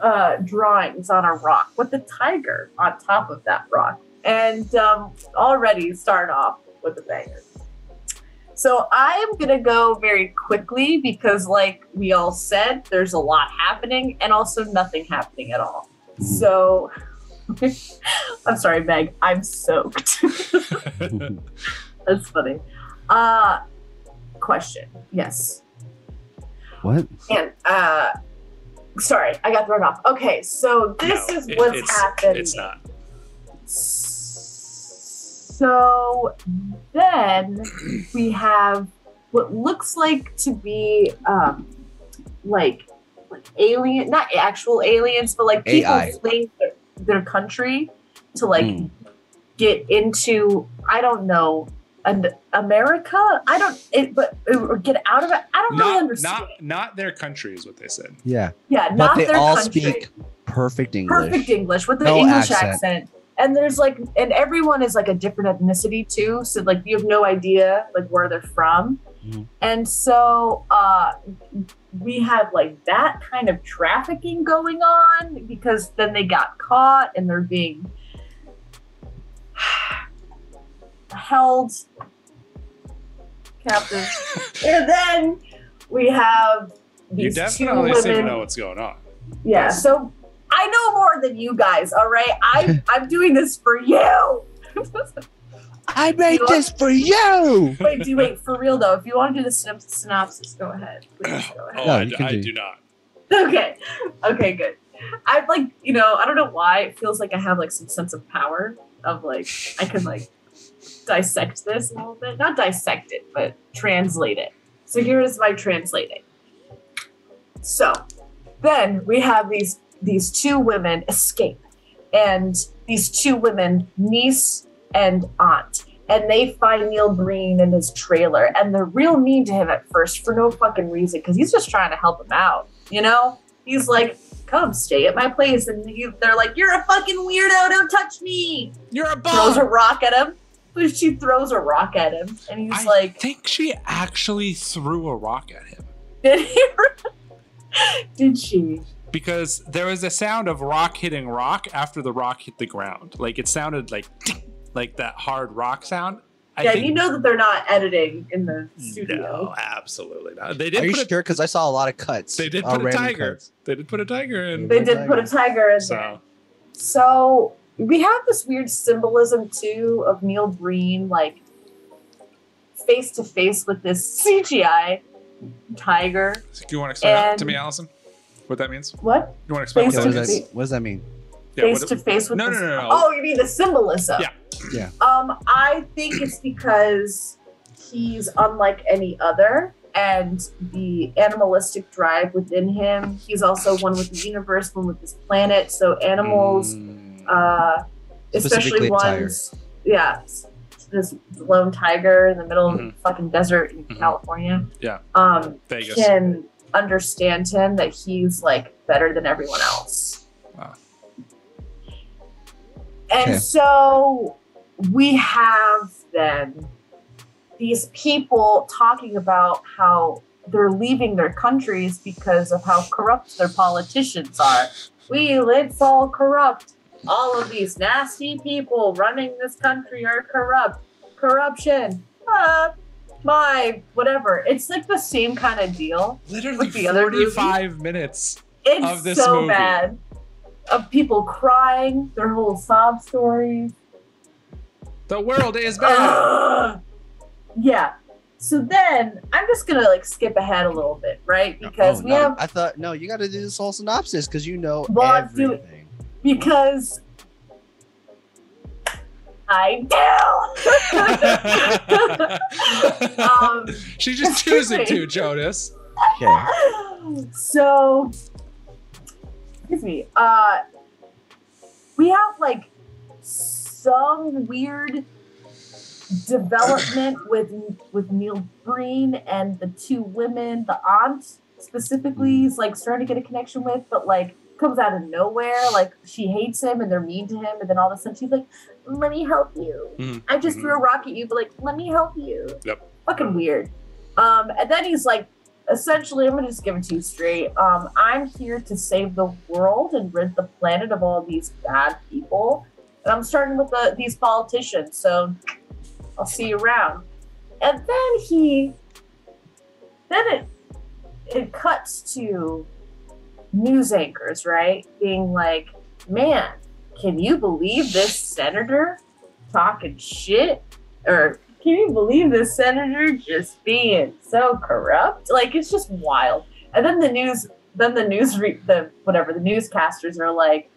[SPEAKER 2] uh, drawings on a rock with a tiger on top of that rock. And um, already start off with a banger. So I am gonna go very quickly because, like we all said, there's a lot happening and also nothing happening at all.
[SPEAKER 1] Mm-hmm.
[SPEAKER 2] So I'm sorry, Meg. I'm soaked. That's funny. Uh, question. Yes.
[SPEAKER 3] What?
[SPEAKER 2] And uh, sorry, I got thrown off. Okay, so this
[SPEAKER 1] No,
[SPEAKER 2] is
[SPEAKER 1] it-
[SPEAKER 2] what's
[SPEAKER 1] it's-
[SPEAKER 2] happening.
[SPEAKER 1] It's not.
[SPEAKER 2] So then we have what looks like to be um, like like alien, not actual aliens, but like people
[SPEAKER 3] AI.
[SPEAKER 2] fleeing their, their country to like
[SPEAKER 3] Mm.
[SPEAKER 2] get into I don't know an America. I don't it, but or get out of it. I don't really
[SPEAKER 1] Not,
[SPEAKER 2] understand.
[SPEAKER 1] not not their country is what they said.
[SPEAKER 3] Yeah,
[SPEAKER 2] yeah,
[SPEAKER 3] but
[SPEAKER 2] not
[SPEAKER 3] they
[SPEAKER 2] their
[SPEAKER 3] all
[SPEAKER 2] country.
[SPEAKER 3] speak perfect English.
[SPEAKER 2] perfect English with an
[SPEAKER 3] No
[SPEAKER 2] English
[SPEAKER 3] accent.
[SPEAKER 2] accent. And there's like, and everyone is like a different ethnicity too. So like, you have no idea like where they're from.
[SPEAKER 3] Mhm.
[SPEAKER 2] And so uh, we had like that kind of trafficking going on because then they got caught and they're being held captive. and then we have
[SPEAKER 1] You
[SPEAKER 2] these
[SPEAKER 1] definitely
[SPEAKER 2] two
[SPEAKER 1] seem to
[SPEAKER 2] women.
[SPEAKER 1] know what's going on.
[SPEAKER 2] Yeah. So I know more than you guys. All right. I I'm doing this for you.
[SPEAKER 3] I made
[SPEAKER 2] You
[SPEAKER 3] this for you.
[SPEAKER 2] Wait, do wait for real though. If you want to do the synops- synopsis, go ahead. Please go
[SPEAKER 1] Oh,
[SPEAKER 2] ahead.
[SPEAKER 3] No,
[SPEAKER 1] I,
[SPEAKER 3] you
[SPEAKER 1] d-
[SPEAKER 3] can
[SPEAKER 1] I
[SPEAKER 3] do-
[SPEAKER 1] do not.
[SPEAKER 2] Okay. Okay. Good. I'd like you know I don't know why it feels like I have like some sense of power of like I can like dissect this a little bit not dissect it but translate it. So here is my translating. So then we have these these two women escape and these two women niece and aunt and they find neil breen in his trailer and they're real mean to him at first for no fucking reason because he's just trying to help him out you know he's like come stay at my place and he, they're like you're a fucking weirdo don't touch me
[SPEAKER 1] You're a
[SPEAKER 2] throws a rock at him but she throws a rock at him and he's
[SPEAKER 1] I
[SPEAKER 2] like
[SPEAKER 1] think she actually threw a rock at him
[SPEAKER 2] did, he, did she
[SPEAKER 1] because there was a sound of rock hitting rock after the rock hit the ground. Like it sounded like tick, like that hard rock sound. I
[SPEAKER 2] yeah,
[SPEAKER 1] think-
[SPEAKER 2] you know that they're not editing in the
[SPEAKER 1] no,
[SPEAKER 2] studio.
[SPEAKER 1] absolutely not. They
[SPEAKER 3] Are
[SPEAKER 1] did
[SPEAKER 3] you
[SPEAKER 1] put a,
[SPEAKER 3] sure? Because I saw a lot of cuts.
[SPEAKER 1] they did
[SPEAKER 3] uh,
[SPEAKER 1] put a
[SPEAKER 3] random
[SPEAKER 1] tiger.
[SPEAKER 3] cuts.
[SPEAKER 1] They did put a tiger in.
[SPEAKER 2] They did put a tiger in there.
[SPEAKER 1] So
[SPEAKER 2] So we have this weird symbolism too of Neil Breen like face to face with this CGI tiger.
[SPEAKER 1] you want to explain that to
[SPEAKER 2] And-
[SPEAKER 1] me, Allison? What that means?
[SPEAKER 2] What?
[SPEAKER 1] You want to explain what
[SPEAKER 3] Yeah,
[SPEAKER 1] that
[SPEAKER 3] what,
[SPEAKER 1] means?
[SPEAKER 3] does that, what does that mean?
[SPEAKER 1] Yeah,
[SPEAKER 2] face
[SPEAKER 1] what-
[SPEAKER 2] to face with
[SPEAKER 1] No,
[SPEAKER 2] this.
[SPEAKER 1] no, no, no.
[SPEAKER 2] Oh, you mean the symbolism?
[SPEAKER 1] Yeah.
[SPEAKER 3] Yeah.
[SPEAKER 2] Um, I think it's because he's unlike any other, and the animalistic drive within him. He's also one with the universe, one with this planet. So animals, uh, especially
[SPEAKER 3] Mm. Specifically Oh, a tiger.
[SPEAKER 2] ones, yeah, s- this lone tiger in the middle of
[SPEAKER 1] Mhm.
[SPEAKER 2] the fucking desert in
[SPEAKER 1] Mhm.
[SPEAKER 2] California.
[SPEAKER 1] Yeah.
[SPEAKER 2] Um,
[SPEAKER 1] Vegas.
[SPEAKER 2] can understand him that he's like better than everyone else.
[SPEAKER 1] Wow.
[SPEAKER 2] And
[SPEAKER 3] Okay.
[SPEAKER 2] so we have then these people talking about how they're leaving their countries because of how corrupt their politicians are. We live all corrupt. All of these nasty people running this country are corrupt. Corruption. Uh, my whatever. It's like the same kind of deal.
[SPEAKER 1] Literally
[SPEAKER 2] with the other movie?
[SPEAKER 1] 45 minutes.
[SPEAKER 2] It's
[SPEAKER 1] Of this
[SPEAKER 2] so
[SPEAKER 1] movie.
[SPEAKER 2] bad. Of people crying, their whole sob stories.
[SPEAKER 1] The world is bad.
[SPEAKER 2] Ugh. yeah. So then I'm just gonna like skip ahead a little bit, right? Because
[SPEAKER 3] Oh,
[SPEAKER 2] we
[SPEAKER 3] no,
[SPEAKER 2] have
[SPEAKER 3] I thought no, you got to do this whole synopsis because you know
[SPEAKER 2] Well, I'm doing-
[SPEAKER 3] everything.
[SPEAKER 2] because I do. um,
[SPEAKER 1] She's just choosing
[SPEAKER 2] excuse me.
[SPEAKER 1] to, Jonas.
[SPEAKER 3] Okay.
[SPEAKER 2] so excuse me uh we have like some weird development with with neil breen and the two women the aunt specifically is like starting to get a connection with but like comes out of nowhere like she hates him and they're mean to him and then all of a sudden she's like let me help you
[SPEAKER 1] Mhm.
[SPEAKER 2] i just threw a rock at you but like let me help you
[SPEAKER 1] Yep.
[SPEAKER 2] fucking weird um and then he's like essentially, I'm going to just give it to you straight. Um, I'm here to save the world and rid the planet of all these bad people. And I'm starting with the, these politicians. So I'll see you around. And then he, then it, it cuts to news anchors, right? Being like, man, can you believe this senator talking shit? Or can you believe this senator just being so corrupt? Like it's just wild. And then the news, then the news, re- the whatever the newscasters are like,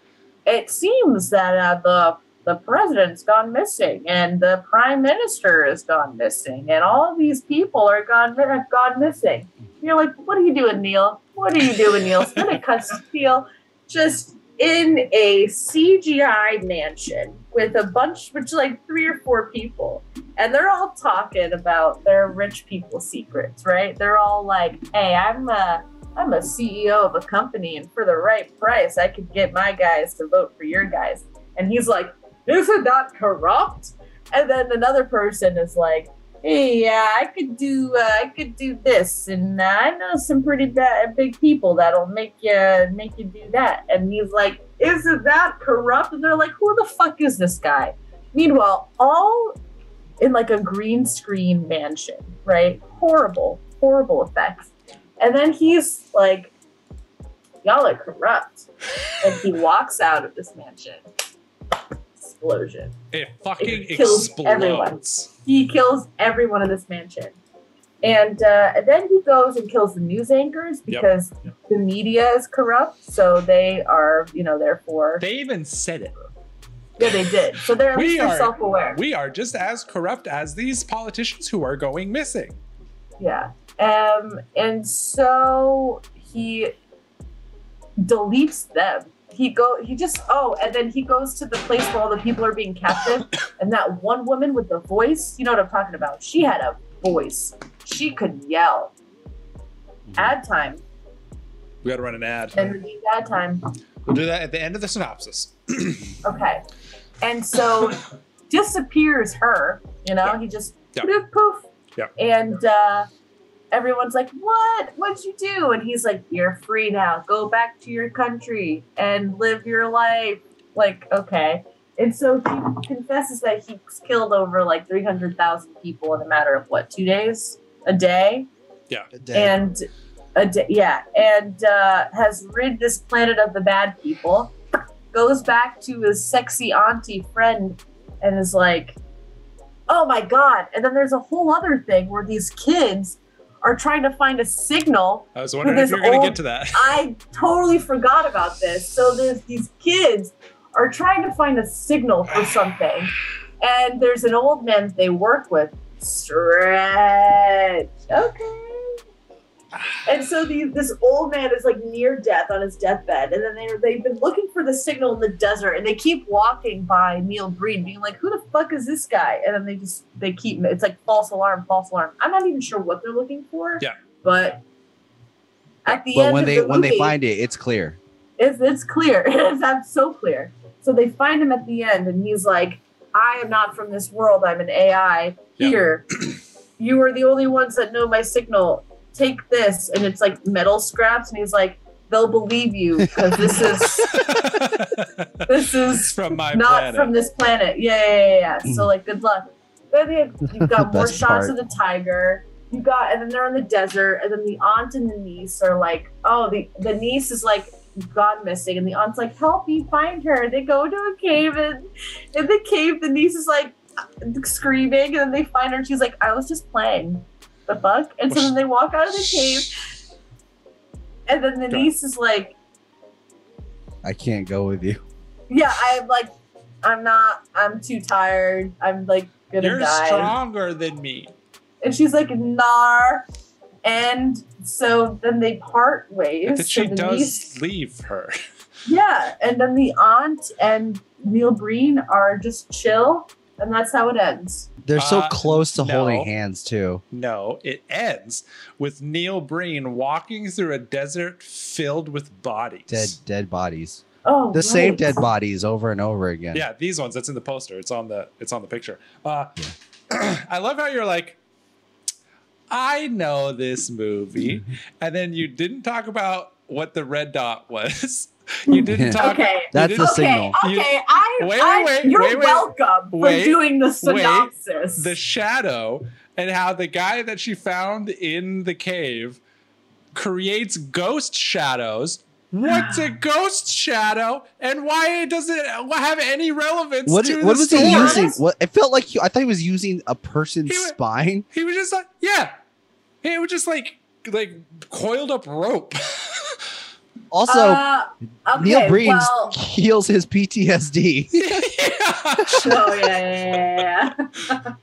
[SPEAKER 2] it seems that uh, the the president's gone missing and the prime minister has gone missing and all these people are gone have gone missing. And you're like, what are you doing, Neil? What are you doing, Neil? So then it cuts to Neil just in a CGI mansion with a bunch, which like three or four people and they're all talking about their rich people secrets, right? They're all like, "Hey, I'm a I'm a CEO of a company, and for the right price, I could get my guys to vote for your guys." And he's like, "Isn't that corrupt?" And then another person is like, "Hey, yeah, I could do uh, I could do this, and uh, I know some pretty bad, big people that'll make you make you do that." And he's like, "Isn't that corrupt?" And they're like, "Who the fuck is this guy?" Meanwhile, all in like a green screen mansion, right? Horrible, horrible effects. And then he's like, y'all are corrupt. And he walks out of this mansion. Explosion.
[SPEAKER 1] It fucking
[SPEAKER 2] It kills
[SPEAKER 1] explodes.
[SPEAKER 2] He kills everyone in this mansion. And, uh, and then he goes and kills the news anchors
[SPEAKER 1] Yep.
[SPEAKER 2] because the media is corrupt. So they are, you know, therefore.
[SPEAKER 1] They even said it.
[SPEAKER 2] yeah, they did. So they're at
[SPEAKER 1] We
[SPEAKER 2] least they're
[SPEAKER 1] are-
[SPEAKER 2] self aware.
[SPEAKER 1] We are just as corrupt as these politicians who are going missing.
[SPEAKER 2] Yeah. Um, and so he deletes them. He go he just oh, and then he goes to the place where all the people are being captive, and that one woman with the voice, you know what I'm talking about. She had a voice. She could yell. Ad time.
[SPEAKER 1] We got to run an ad.
[SPEAKER 2] And we need ad time.
[SPEAKER 1] We'll do that at the end of the synopsis.
[SPEAKER 2] Okay. And so disappears her, you know, he just
[SPEAKER 1] Yeah.
[SPEAKER 2] poof poof.
[SPEAKER 1] Yeah.
[SPEAKER 2] And uh everyone's like, "What? What'd you do?" And he's like, "You're free now. Go back to your country and live your life." Like, okay. And so he confesses that he's killed over like three hundred thousand people in a matter of what two days, a day, and a day, yeah, and uh, has rid this planet of the bad people. Goes back to his sexy auntie friend and is like, "Oh my god!" And then there's a whole other thing where these kids are trying to find a signal
[SPEAKER 1] I was wondering if
[SPEAKER 2] this
[SPEAKER 1] you were going to
[SPEAKER 2] old-
[SPEAKER 1] get to that.
[SPEAKER 2] I totally forgot about this. So there's these kids are trying to find a signal for something, and there's an old man that they work with. Stretch, okay. And so the, this old man is like near death on his deathbed, and then they they've been looking for the signal in the desert, and they keep walking by Neil Breen, being like, "Who the fuck is this guy?" And then they just they keep it's like false alarm, false alarm. I'm not even sure what they're looking for.
[SPEAKER 1] Yeah.
[SPEAKER 2] But at the
[SPEAKER 3] But
[SPEAKER 2] end
[SPEAKER 3] when
[SPEAKER 2] of
[SPEAKER 3] they
[SPEAKER 2] the
[SPEAKER 3] when they
[SPEAKER 2] movie-
[SPEAKER 3] find it, it's clear.
[SPEAKER 2] it's, it's clear. it's ab- so clear. So they find him at the end, and he's like, I am not from this world. I'm an AI.
[SPEAKER 1] Yeah.
[SPEAKER 2] Here, you are the only ones that know my signal. Take this. And it's like metal scraps. And he's like, they'll believe you because this is this
[SPEAKER 1] it's
[SPEAKER 2] is
[SPEAKER 1] from my
[SPEAKER 2] not
[SPEAKER 1] planet.
[SPEAKER 2] from this planet. Yeah, yeah, yeah. yeah. So like, good luck. Then you- you've got more
[SPEAKER 3] Mm. Best
[SPEAKER 2] shots
[SPEAKER 3] part.
[SPEAKER 2] of the tiger. You got, and then they're in the desert, and then the aunt and the niece are like, oh, the the niece is like gone missing, and the aunt's like, help me find her. They go to a cave, and in the cave, the niece is like screaming, and then they find her, and she's like, I was just playing. The fuck? And so
[SPEAKER 1] Well,
[SPEAKER 2] then they walk out of the cave, and then the
[SPEAKER 1] Go.
[SPEAKER 2] niece is like,
[SPEAKER 3] I can't go with you.
[SPEAKER 2] yeah, I'm like, I'm not, I'm too tired. I'm like gonna
[SPEAKER 1] You're
[SPEAKER 2] die.
[SPEAKER 1] stronger than me.
[SPEAKER 2] And she's like, nar. And so then they part ways.
[SPEAKER 1] I think she
[SPEAKER 2] So the
[SPEAKER 1] does
[SPEAKER 2] niece-
[SPEAKER 1] leave her.
[SPEAKER 2] yeah. And then the aunt and Neil Breen are just chill. And that's how it ends.
[SPEAKER 3] They're so
[SPEAKER 1] Uh,
[SPEAKER 3] close to
[SPEAKER 1] no.
[SPEAKER 3] holding hands too.
[SPEAKER 1] No, it ends with Neil Breen walking through a desert filled with bodies.
[SPEAKER 3] Dead dead bodies.
[SPEAKER 2] Oh,
[SPEAKER 3] The same
[SPEAKER 2] right.
[SPEAKER 3] dead bodies over and over again.
[SPEAKER 1] Yeah, these ones. That's in the poster. It's on the it's on the picture. Uh, I love how you're like, I know this movie, and then you didn't talk about what the red dot was. You didn't talk.
[SPEAKER 2] Okay.
[SPEAKER 3] That's the
[SPEAKER 1] You
[SPEAKER 2] okay.
[SPEAKER 1] did-
[SPEAKER 3] signal.
[SPEAKER 2] Okay.
[SPEAKER 1] You-
[SPEAKER 2] I,
[SPEAKER 1] Wait,
[SPEAKER 2] I-
[SPEAKER 1] wait,
[SPEAKER 2] You're
[SPEAKER 1] wait, wait.
[SPEAKER 2] welcome
[SPEAKER 1] Wait,
[SPEAKER 2] for doing the synopsis.
[SPEAKER 1] The shadow and how the guy that she found in the cave creates ghost shadows. What's a ghost shadow, and why does it have any relevance
[SPEAKER 3] What,
[SPEAKER 1] to
[SPEAKER 3] what
[SPEAKER 1] the
[SPEAKER 3] was
[SPEAKER 1] story?
[SPEAKER 3] he
[SPEAKER 2] store.
[SPEAKER 3] using? What it felt like he, I thought he was using a person's
[SPEAKER 1] He wa-
[SPEAKER 3] spine.
[SPEAKER 1] He was just like, yeah. He was just like, like coiled up rope.
[SPEAKER 3] Also,
[SPEAKER 2] Uh, okay,
[SPEAKER 3] Neil Breen
[SPEAKER 2] well-
[SPEAKER 3] heals his PTSD.
[SPEAKER 2] oh, yeah, yeah, yeah, yeah.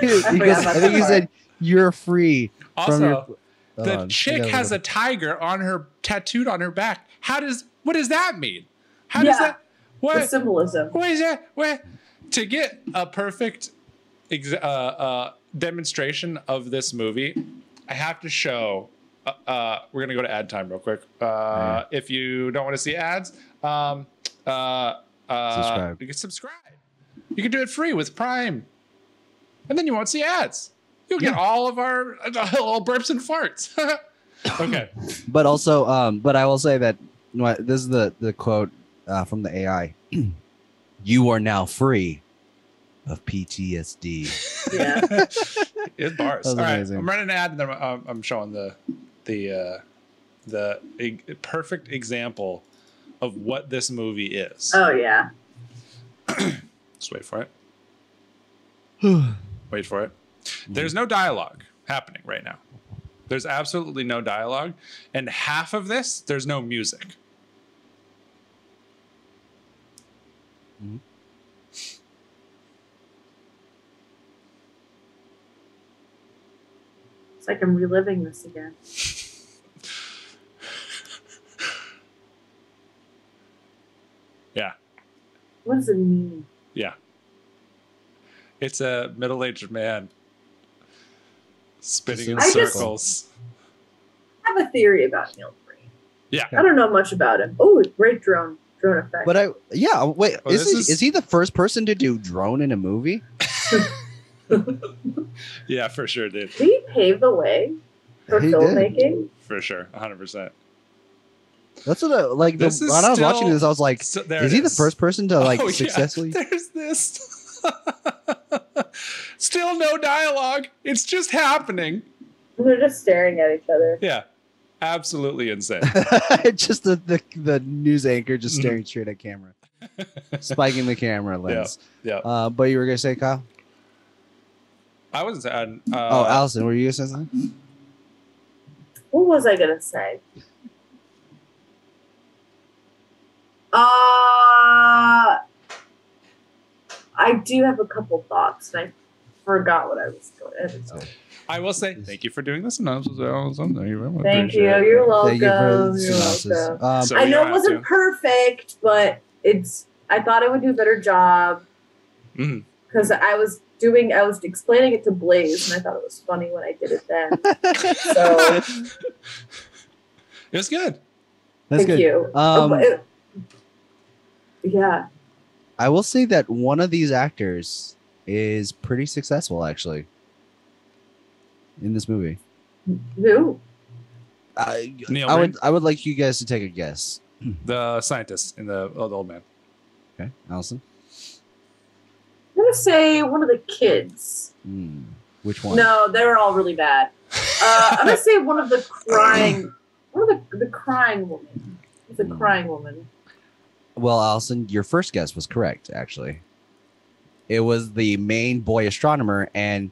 [SPEAKER 3] Because-
[SPEAKER 2] forgot
[SPEAKER 3] because
[SPEAKER 2] about
[SPEAKER 3] I
[SPEAKER 2] that
[SPEAKER 3] think he
[SPEAKER 2] part.
[SPEAKER 3] said you're free from
[SPEAKER 1] Also,
[SPEAKER 3] your. Hold
[SPEAKER 1] the
[SPEAKER 3] on, I
[SPEAKER 1] chick
[SPEAKER 3] gotta
[SPEAKER 1] has a
[SPEAKER 3] look
[SPEAKER 1] tiger on her tattooed on her back. How does what does that mean? How does
[SPEAKER 2] Yeah.
[SPEAKER 1] that
[SPEAKER 2] The
[SPEAKER 1] what
[SPEAKER 2] symbolism.
[SPEAKER 1] what is that? What to get a perfect ex- uh, uh, demonstration of this movie, I have to show. Uh, uh, we're gonna go to ad time real quick. Uh, If you don't want to see ads, um, uh, uh,
[SPEAKER 3] Subscribe.
[SPEAKER 1] You can subscribe. You can do it free with Prime, and then you won't see ads. You'll get all of our all burps and farts. okay.
[SPEAKER 3] it. But also, um, but I will say that you know what, this is the the quote uh, from the AI. you are now free of PTSD.
[SPEAKER 2] Yeah.
[SPEAKER 1] It's bars.
[SPEAKER 3] That
[SPEAKER 1] All
[SPEAKER 3] was
[SPEAKER 1] right,
[SPEAKER 3] amazing.
[SPEAKER 1] I'm running an ad, and then I'm- I'm, I'm showing the the uh, the e- perfect example of what this movie is.
[SPEAKER 2] Oh, yeah.
[SPEAKER 1] Just wait for it. Wait for it.
[SPEAKER 3] Mm-hmm.
[SPEAKER 1] There's no dialogue happening right now. There's absolutely no dialogue, and half of this there's no music.
[SPEAKER 3] Mhm.
[SPEAKER 2] It's like I'm reliving this again.
[SPEAKER 1] Yeah.
[SPEAKER 2] What does it mean?
[SPEAKER 1] Yeah. It's a middle-aged man spinning in
[SPEAKER 3] I
[SPEAKER 2] just-
[SPEAKER 1] circles.
[SPEAKER 2] I have a theory about Neil Breen.
[SPEAKER 1] Yeah.
[SPEAKER 2] I don't know much about him. Oh, great drone drone effect.
[SPEAKER 3] But I, yeah, wait,
[SPEAKER 1] Oh,
[SPEAKER 3] is,
[SPEAKER 1] this
[SPEAKER 3] he,
[SPEAKER 1] is-
[SPEAKER 3] is he the first person to do drone in a movie?
[SPEAKER 1] Yeah, for sure, dude.
[SPEAKER 2] Did he pave the way? for
[SPEAKER 3] He did.
[SPEAKER 2] filmmaking.
[SPEAKER 1] for sure, 100. percent
[SPEAKER 3] That's what I, like the,
[SPEAKER 1] This is
[SPEAKER 3] when I was watching
[SPEAKER 1] still-
[SPEAKER 3] this, I was like,
[SPEAKER 1] So there
[SPEAKER 3] is
[SPEAKER 1] it
[SPEAKER 3] he the first person to like
[SPEAKER 1] Oh, yeah.
[SPEAKER 3] successfully?
[SPEAKER 1] There's this. Still no dialogue. It's just happening.
[SPEAKER 2] And they're just staring at each other.
[SPEAKER 1] Yeah, absolutely insane.
[SPEAKER 3] just the, the the news anchor
[SPEAKER 1] Mm.
[SPEAKER 3] just staring straight at camera, spiking the camera lens.
[SPEAKER 1] yeah.
[SPEAKER 3] Uh, but you were gonna say, Kyle?
[SPEAKER 1] I wasn't. saying- Uh,
[SPEAKER 3] oh, Allison, were you gonna say something?
[SPEAKER 2] What was I gonna say? Uh I do have a couple thoughts, and I forgot what I was going to say.
[SPEAKER 1] I will say thank you for doing this analysis. Allison. Thank you very much.
[SPEAKER 2] Thank you.
[SPEAKER 1] Appreciate it.
[SPEAKER 2] You're welcome.
[SPEAKER 3] Thank you for the
[SPEAKER 2] You're
[SPEAKER 3] synopsis.
[SPEAKER 2] welcome.
[SPEAKER 3] Um,
[SPEAKER 1] So-
[SPEAKER 2] I
[SPEAKER 1] we
[SPEAKER 2] know
[SPEAKER 1] don't
[SPEAKER 2] it
[SPEAKER 1] have
[SPEAKER 2] wasn't perfect, but it's. I thought I would do a better job
[SPEAKER 1] Mhm.
[SPEAKER 2] because I was doing. I was explaining it to Blaze, and I thought it was funny when I did it then. so
[SPEAKER 1] It was good.
[SPEAKER 3] that's
[SPEAKER 2] thank
[SPEAKER 3] good.
[SPEAKER 2] you.
[SPEAKER 3] Um,
[SPEAKER 2] But it- yeah,
[SPEAKER 3] I will say that one of these actors is pretty successful, actually, in this movie.
[SPEAKER 2] who?
[SPEAKER 3] I,
[SPEAKER 1] Neil,
[SPEAKER 3] I
[SPEAKER 1] Breen,
[SPEAKER 3] would I would like you guys to take a guess.
[SPEAKER 1] the scientist in the, oh, the old man.
[SPEAKER 3] Okay, Allison.
[SPEAKER 2] I'm gonna say one of the kids.
[SPEAKER 3] Hmm. Which one?
[SPEAKER 2] No, they were all really bad. Uh, I'm gonna say one of the crying. One of the the crying woman. It's a
[SPEAKER 3] Mm.
[SPEAKER 2] crying woman.
[SPEAKER 3] Well, Allison, your first guess was correct, actually. It was the main boy astronomer, and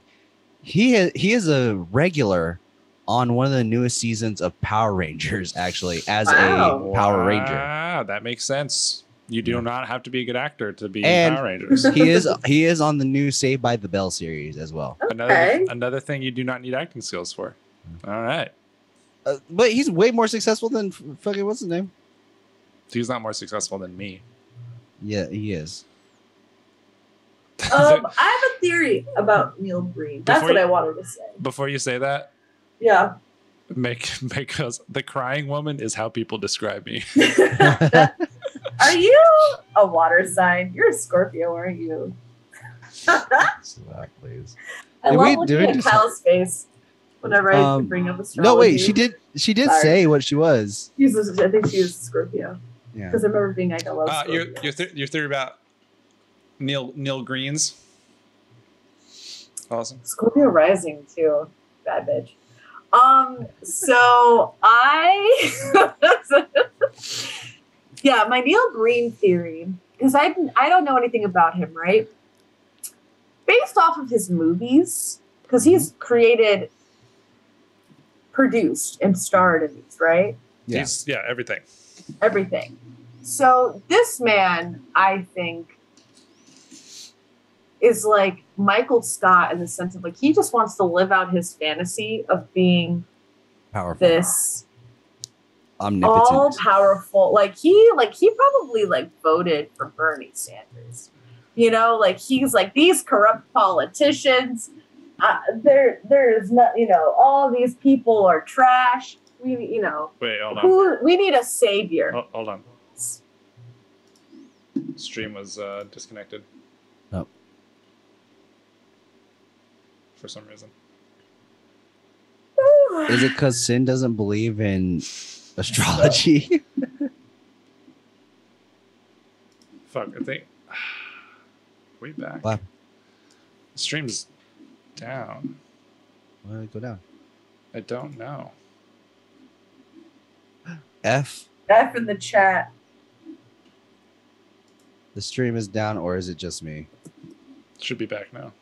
[SPEAKER 3] he he is a regular on one of the newest seasons of Power Rangers, actually, as
[SPEAKER 2] Wow.
[SPEAKER 3] a Power Ranger.
[SPEAKER 1] Wow, that makes sense. You do not have to be a good actor to be
[SPEAKER 3] And-
[SPEAKER 1] Power Rangers.
[SPEAKER 3] He is he is on the new Saved by the Bell series as well.
[SPEAKER 1] Another,
[SPEAKER 2] Okay.
[SPEAKER 1] another thing you do not need acting skills for. All right.
[SPEAKER 3] Uh, but he's way more successful than f- fucking what's his name?
[SPEAKER 1] He's not more successful than me.
[SPEAKER 3] Yeah, he is.
[SPEAKER 2] Um, I have a theory about Neil Breen. That's
[SPEAKER 1] Before
[SPEAKER 2] what
[SPEAKER 1] you-
[SPEAKER 2] I wanted to say.
[SPEAKER 1] Before you say that,
[SPEAKER 2] Yeah,
[SPEAKER 1] make make us the crying woman is how people describe me.
[SPEAKER 2] are you a water sign? You're a Scorpio, aren't you?
[SPEAKER 3] please.
[SPEAKER 2] I
[SPEAKER 3] Did
[SPEAKER 2] love
[SPEAKER 3] we- did we
[SPEAKER 2] looking at
[SPEAKER 3] just-
[SPEAKER 2] Kyle's face whenever I
[SPEAKER 3] Um,
[SPEAKER 2] bring up astrology.
[SPEAKER 3] No, wait, she did she did
[SPEAKER 2] Sorry.
[SPEAKER 3] say what she was.
[SPEAKER 2] She's a, I think she was a Scorpio
[SPEAKER 3] Yeah.
[SPEAKER 2] because I remember being like, I love
[SPEAKER 1] Uh, your
[SPEAKER 2] Scorpio.
[SPEAKER 1] your, th- your theory about Neil Neil Green's awesome.
[SPEAKER 2] Scorpio rising too, bad bitch. Um, so I, yeah, my Neil Green theory because I I don't know anything about him, right? Based off of his movies, because he's created, produced, and starred in these, right?
[SPEAKER 3] Yeah.
[SPEAKER 1] He's yeah everything.
[SPEAKER 2] everything. So this man, I think, is like Michael Scott in the sense of like he just wants to live out his fantasy of being
[SPEAKER 3] Powerful.
[SPEAKER 2] this
[SPEAKER 3] Omnipotent.
[SPEAKER 2] all powerful. Like he, like he probably like voted for Bernie Sanders. You know, like he's like these corrupt politicians. Uh, there, there is not. You know, all these people are trash. We, you know,
[SPEAKER 1] Wait, hold on, Oh.
[SPEAKER 2] who we need a savior.
[SPEAKER 1] Hol- hold on. Stream was uh, disconnected.
[SPEAKER 3] Oh.
[SPEAKER 1] For some reason.
[SPEAKER 3] Is it because Sin doesn't believe in astrology?
[SPEAKER 1] Fuck, I think. Way back.
[SPEAKER 3] What?
[SPEAKER 1] Stream's down.
[SPEAKER 3] Well, go down.
[SPEAKER 1] I don't know.
[SPEAKER 3] F.
[SPEAKER 2] F in the chat.
[SPEAKER 3] The stream is down, or is it just me?
[SPEAKER 1] Should be back now.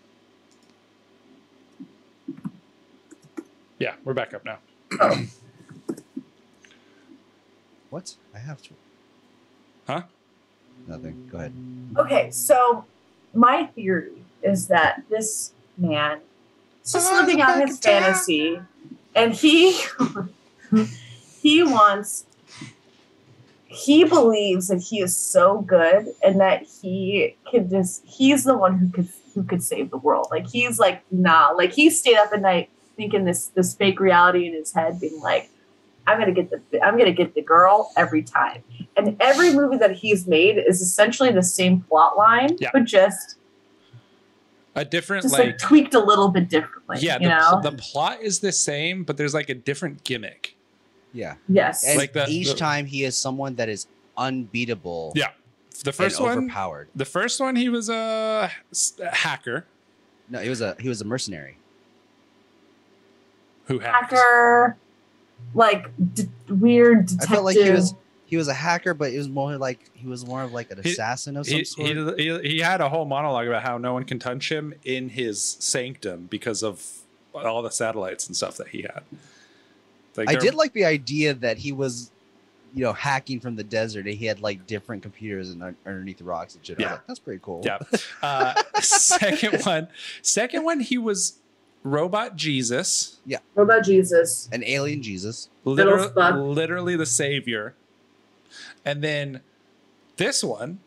[SPEAKER 1] Yeah, we're back up now.
[SPEAKER 3] What? I have to.
[SPEAKER 1] Huh?
[SPEAKER 3] Nothing. Go ahead.
[SPEAKER 2] Okay, so my theory is that this man is just living out his fantasy, and he he wants he believes that he is so good and that he can just he's the one who could who could save the world. Like he's like nah, like he stayed up at night thinking this this fake reality in his head, being like, I'm gonna get the I'm gonna get the girl every time. And every movie that he's made is essentially the same plot line,
[SPEAKER 1] Yeah.
[SPEAKER 2] but just
[SPEAKER 1] a different
[SPEAKER 2] just like,
[SPEAKER 1] like
[SPEAKER 2] tweaked a little bit differently.
[SPEAKER 1] yeah,
[SPEAKER 2] you
[SPEAKER 1] the,
[SPEAKER 2] know.
[SPEAKER 1] pl- the plot is the same, but there's like a different gimmick.
[SPEAKER 3] Yeah.
[SPEAKER 2] yes.
[SPEAKER 3] And
[SPEAKER 1] Like the-
[SPEAKER 3] each
[SPEAKER 1] the-
[SPEAKER 3] time he is someone that is unbeatable
[SPEAKER 1] Yeah. The first
[SPEAKER 3] and
[SPEAKER 1] one,
[SPEAKER 3] overpowered.
[SPEAKER 1] the first one, he was a s- a hacker
[SPEAKER 3] No, he was a he was a mercenary.
[SPEAKER 1] who hacked.
[SPEAKER 2] hacker, like d- weird detective.
[SPEAKER 3] I felt like he was he was a hacker, but it was more like he was more of like an
[SPEAKER 1] He-
[SPEAKER 3] assassin of some
[SPEAKER 1] He,
[SPEAKER 3] sort.
[SPEAKER 1] he, he, he had a whole monologue about how no one can touch him in his sanctum because of all the satellites and stuff that he had. Like
[SPEAKER 3] I
[SPEAKER 1] they're-
[SPEAKER 3] did like the idea that he was, you know, hacking from the desert and he had like different computers and un- underneath the rocks and shit. I was
[SPEAKER 1] Yeah.
[SPEAKER 3] like, that's pretty cool.
[SPEAKER 1] Yeah. Uh, second one, second one, he was robot Jesus.
[SPEAKER 2] what about Jesus?
[SPEAKER 3] An alien Jesus.
[SPEAKER 2] Little fuck.
[SPEAKER 1] literally, literally the savior. And then this one,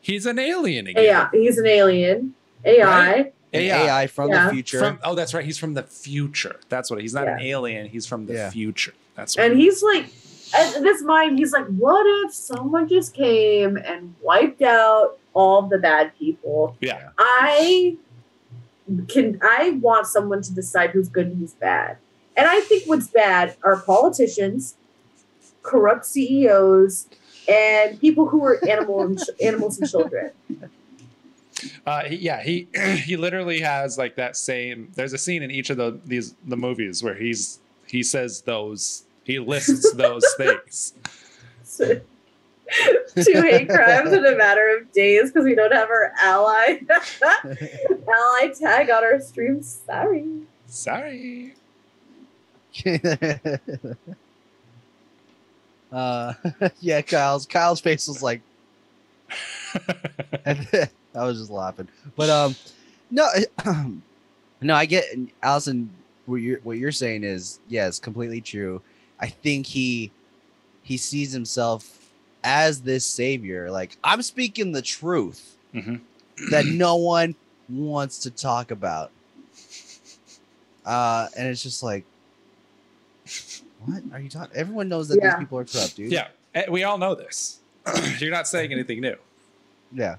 [SPEAKER 1] he's an alien again.
[SPEAKER 2] AI. He's an alien. AI.
[SPEAKER 3] An
[SPEAKER 1] AI.
[SPEAKER 3] AI, from
[SPEAKER 2] Yeah.
[SPEAKER 3] the future.
[SPEAKER 1] From oh, that's right. He's from the future. That's what he's not an alien. He's from the
[SPEAKER 3] Yeah.
[SPEAKER 1] future. That's right.
[SPEAKER 2] And he's like, in this mind, he's like, what if someone just came and wiped out all the bad people?
[SPEAKER 1] Yeah.
[SPEAKER 2] I can, I want someone to decide who's good and who's bad. And I think what's bad are politicians, corrupt CEOs, and people who are animal and ch- animals and children.
[SPEAKER 1] Uh, he, yeah, he he literally has like that same. There's a scene in each of the these the movies where he's he says those he lists those things.
[SPEAKER 2] So, two hate crimes in a matter of days because we don't have our ally ally tag on our stream. Sorry.
[SPEAKER 1] Sorry.
[SPEAKER 3] uh, yeah, Kyle's Kyle's face was like, and then- I was just laughing. But um, no, no, I get Allison. What you're what you're saying is yeah, it's completely true. I think he he sees himself as this savior. Like I'm speaking the truth
[SPEAKER 1] Mhm.
[SPEAKER 3] that no one wants to talk about. Uh, and it's just like, what are you talking? Everyone knows that
[SPEAKER 2] Yeah.
[SPEAKER 3] these people are corrupt, dude.
[SPEAKER 1] Yeah, eh, we all know this. You're not saying anything new.
[SPEAKER 3] yeah.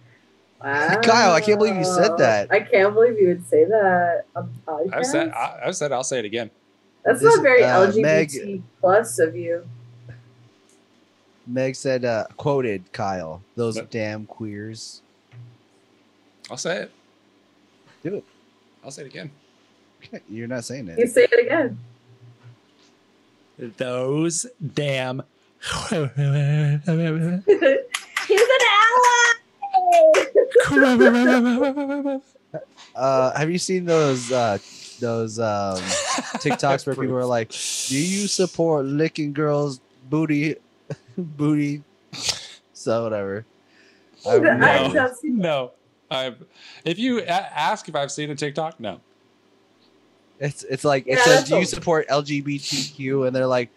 [SPEAKER 2] Wow.
[SPEAKER 3] Kyle, I can't believe you said that.
[SPEAKER 2] I can't believe you would say that on the podcast.
[SPEAKER 1] I've said I, I've said I'll say it again.
[SPEAKER 2] That's
[SPEAKER 3] This-
[SPEAKER 2] not very
[SPEAKER 3] uh,
[SPEAKER 2] LGBT plus of you.
[SPEAKER 3] Meg said, uh, quoted Kyle, those
[SPEAKER 1] What?
[SPEAKER 3] damn queers.
[SPEAKER 1] I'll say it.
[SPEAKER 3] Do it.
[SPEAKER 1] I'll say it again.
[SPEAKER 3] You're not saying
[SPEAKER 2] You
[SPEAKER 3] it.
[SPEAKER 2] say it again.
[SPEAKER 1] Those damn.
[SPEAKER 2] He's an ally.
[SPEAKER 3] Uh, have you seen those uh, those um, TikToks where people are like, "Do you support licking girls' booty, booty?" So whatever. I have no
[SPEAKER 2] I
[SPEAKER 1] No.
[SPEAKER 3] idea.
[SPEAKER 2] don't see-
[SPEAKER 1] no, I've. If you a- ask if I've seen a TikTok, no.
[SPEAKER 3] It's it's like it
[SPEAKER 2] Yeah,
[SPEAKER 3] says,
[SPEAKER 2] that's
[SPEAKER 3] "Do you
[SPEAKER 2] all.
[SPEAKER 3] support LGBTQ?" And they're like,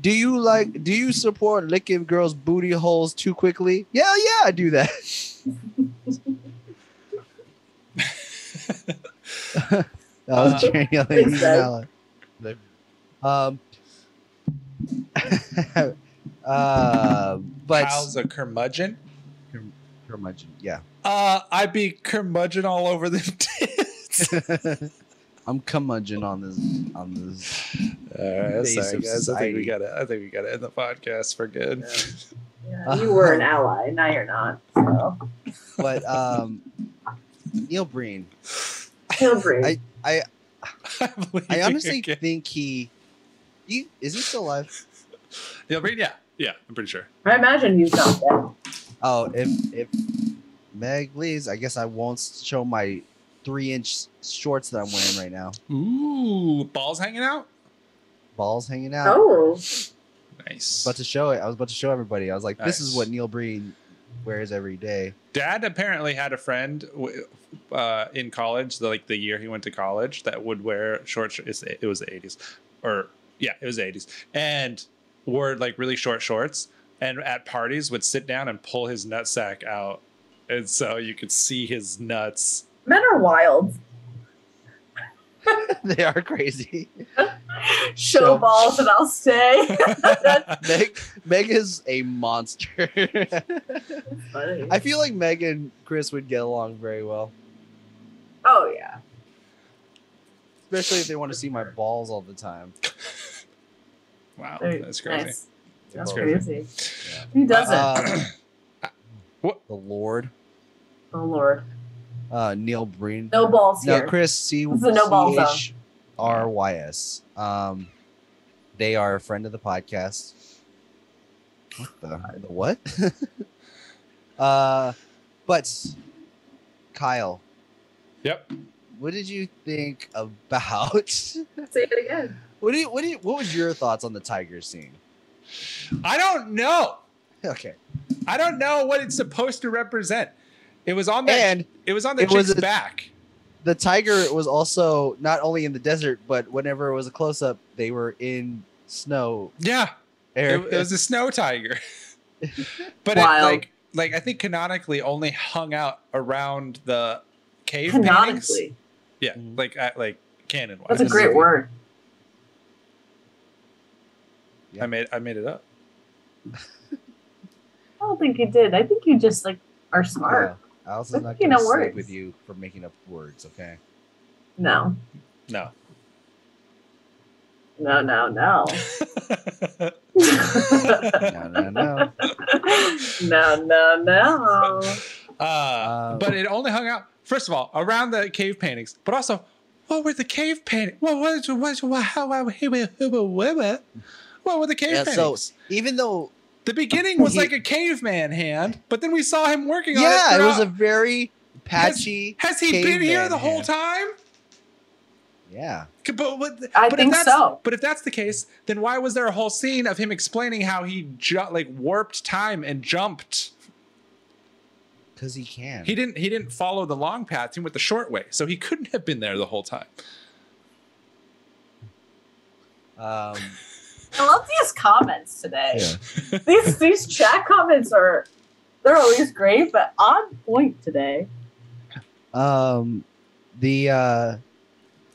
[SPEAKER 3] "Do you like? Do you support licking girls' booty holes too quickly?" Yeah, yeah, I do that. That was
[SPEAKER 1] Uh,
[SPEAKER 3] Jerry yelling
[SPEAKER 2] Thanks,
[SPEAKER 3] at
[SPEAKER 2] guys.
[SPEAKER 3] Alan. Um, uh, but
[SPEAKER 1] Kyle's a curmudgeon.
[SPEAKER 3] curmudgeon, yeah,
[SPEAKER 1] Uh, I'd be curmudgeon all over the tits.
[SPEAKER 3] I'm curmudgeon on this on this.
[SPEAKER 1] all right,
[SPEAKER 3] Base
[SPEAKER 1] sorry
[SPEAKER 3] of
[SPEAKER 1] guys. I think
[SPEAKER 3] society.
[SPEAKER 1] we got it. I think we got to end the podcast for good.
[SPEAKER 2] Yeah, you were an ally. Now you're not. So.
[SPEAKER 3] But um, Neil Breen,
[SPEAKER 2] He'll breathe.
[SPEAKER 3] I- I
[SPEAKER 1] I'm leaving
[SPEAKER 3] honestly
[SPEAKER 1] again.
[SPEAKER 3] think he, he is he still alive?
[SPEAKER 1] Yeah, I mean, yeah, yeah. I'm pretty sure.
[SPEAKER 2] I imagine he's not dead.
[SPEAKER 3] Oh, if if Meg leaves, I guess I won't show my three inch shorts that I'm wearing right now.
[SPEAKER 1] Ooh, balls hanging out.
[SPEAKER 3] Balls hanging out.
[SPEAKER 2] Oh,
[SPEAKER 1] Nice.
[SPEAKER 3] about to show it. I was about to show everybody. I was like, this is
[SPEAKER 1] Nice.
[SPEAKER 3] what Neil Breen wears every day.
[SPEAKER 1] Dad apparently had a friend w- uh, in college, the, like the year he went to college, that would wear short. sh- It's, it was the eighties, or yeah, it was the eighties, and wore like really short shorts, and at parties would sit down and pull his nutsack out, and so you could see his nuts.
[SPEAKER 2] men are wild.
[SPEAKER 3] they are crazy.
[SPEAKER 2] Show
[SPEAKER 3] So-
[SPEAKER 2] balls and I'll stay.
[SPEAKER 3] Meg, Meg is a monster.
[SPEAKER 2] Funny.
[SPEAKER 3] I feel like Meg and Chris would get along very well.
[SPEAKER 2] Oh yeah.
[SPEAKER 3] especially if they want to see my balls all the time.
[SPEAKER 1] Wow,
[SPEAKER 2] Very
[SPEAKER 1] that's crazy.
[SPEAKER 2] Nice. That's
[SPEAKER 1] crazy.
[SPEAKER 2] crazy.
[SPEAKER 3] Yeah.
[SPEAKER 2] Who doesn't?
[SPEAKER 3] Uh,
[SPEAKER 1] What?
[SPEAKER 3] The Lord,
[SPEAKER 2] oh Lord.
[SPEAKER 3] uh, Neil Breen.
[SPEAKER 2] No balls
[SPEAKER 3] No,
[SPEAKER 2] here.
[SPEAKER 3] Chris C
[SPEAKER 2] This is a no ball
[SPEAKER 3] C H R Y S. Um, they are a friend of the podcast. What the, the what? uh, but Kyle,
[SPEAKER 1] Yep.
[SPEAKER 3] what did you think about?
[SPEAKER 2] Say it again.
[SPEAKER 3] what do you, what do you, what was your thoughts on the tiger scene?
[SPEAKER 1] I don't know.
[SPEAKER 3] Okay,
[SPEAKER 1] I don't know what it's supposed to represent. It was on that.
[SPEAKER 3] and
[SPEAKER 1] it was on the
[SPEAKER 3] it was
[SPEAKER 1] chick's
[SPEAKER 3] a-
[SPEAKER 1] back.
[SPEAKER 3] the tiger was also not only in the desert, but whenever it was a close up, they were in snow.
[SPEAKER 1] Yeah, it,
[SPEAKER 3] Area.
[SPEAKER 1] it was a snow tiger. but it,
[SPEAKER 2] Wild.
[SPEAKER 1] like, like I think canonically only hung out around the cave. paintings.
[SPEAKER 2] Canonically.
[SPEAKER 1] yeah,
[SPEAKER 3] Mhm.
[SPEAKER 1] like I, like canon wise.
[SPEAKER 2] That's a great word.
[SPEAKER 1] I made I made it up.
[SPEAKER 2] I don't think you did. I think you just like are smart.
[SPEAKER 3] Yeah. Allison's not
[SPEAKER 2] You
[SPEAKER 3] gonna
[SPEAKER 2] know
[SPEAKER 3] sleep
[SPEAKER 2] words.
[SPEAKER 3] with you for making up words, okay?
[SPEAKER 2] No.
[SPEAKER 1] No.
[SPEAKER 2] No, no, no.
[SPEAKER 3] No, no, no.
[SPEAKER 2] no, no, no.
[SPEAKER 1] Uh,
[SPEAKER 3] Um,
[SPEAKER 1] but it only hung out first of all around the cave paintings, but also what were the cave paintings? What was what what how how- who- who- who- who- who- what were the cave
[SPEAKER 3] Yeah, so-
[SPEAKER 1] paintings?
[SPEAKER 3] Even though,
[SPEAKER 1] the beginning was
[SPEAKER 3] He-
[SPEAKER 1] like a caveman hand, but then we saw him working on it.
[SPEAKER 3] yeah, it was a
[SPEAKER 1] throughout.
[SPEAKER 3] very patchy.
[SPEAKER 1] Has he been here
[SPEAKER 3] caveman
[SPEAKER 1] the whole
[SPEAKER 3] hand.
[SPEAKER 1] time?
[SPEAKER 3] Yeah,
[SPEAKER 1] C- But, what,
[SPEAKER 2] I
[SPEAKER 1] but
[SPEAKER 2] think
[SPEAKER 1] if that's,
[SPEAKER 2] so.
[SPEAKER 1] But if that's the case, then why was there a whole scene of him explaining how he ju- like warped time and jumped?
[SPEAKER 3] because he can.
[SPEAKER 1] He didn't. He didn't follow the long path. He went the short way, so he couldn't have been there the whole time.
[SPEAKER 3] um,
[SPEAKER 2] I love these comments today.
[SPEAKER 3] yeah.
[SPEAKER 2] These these chat comments are they're always great, but on point today.
[SPEAKER 3] um, the uh,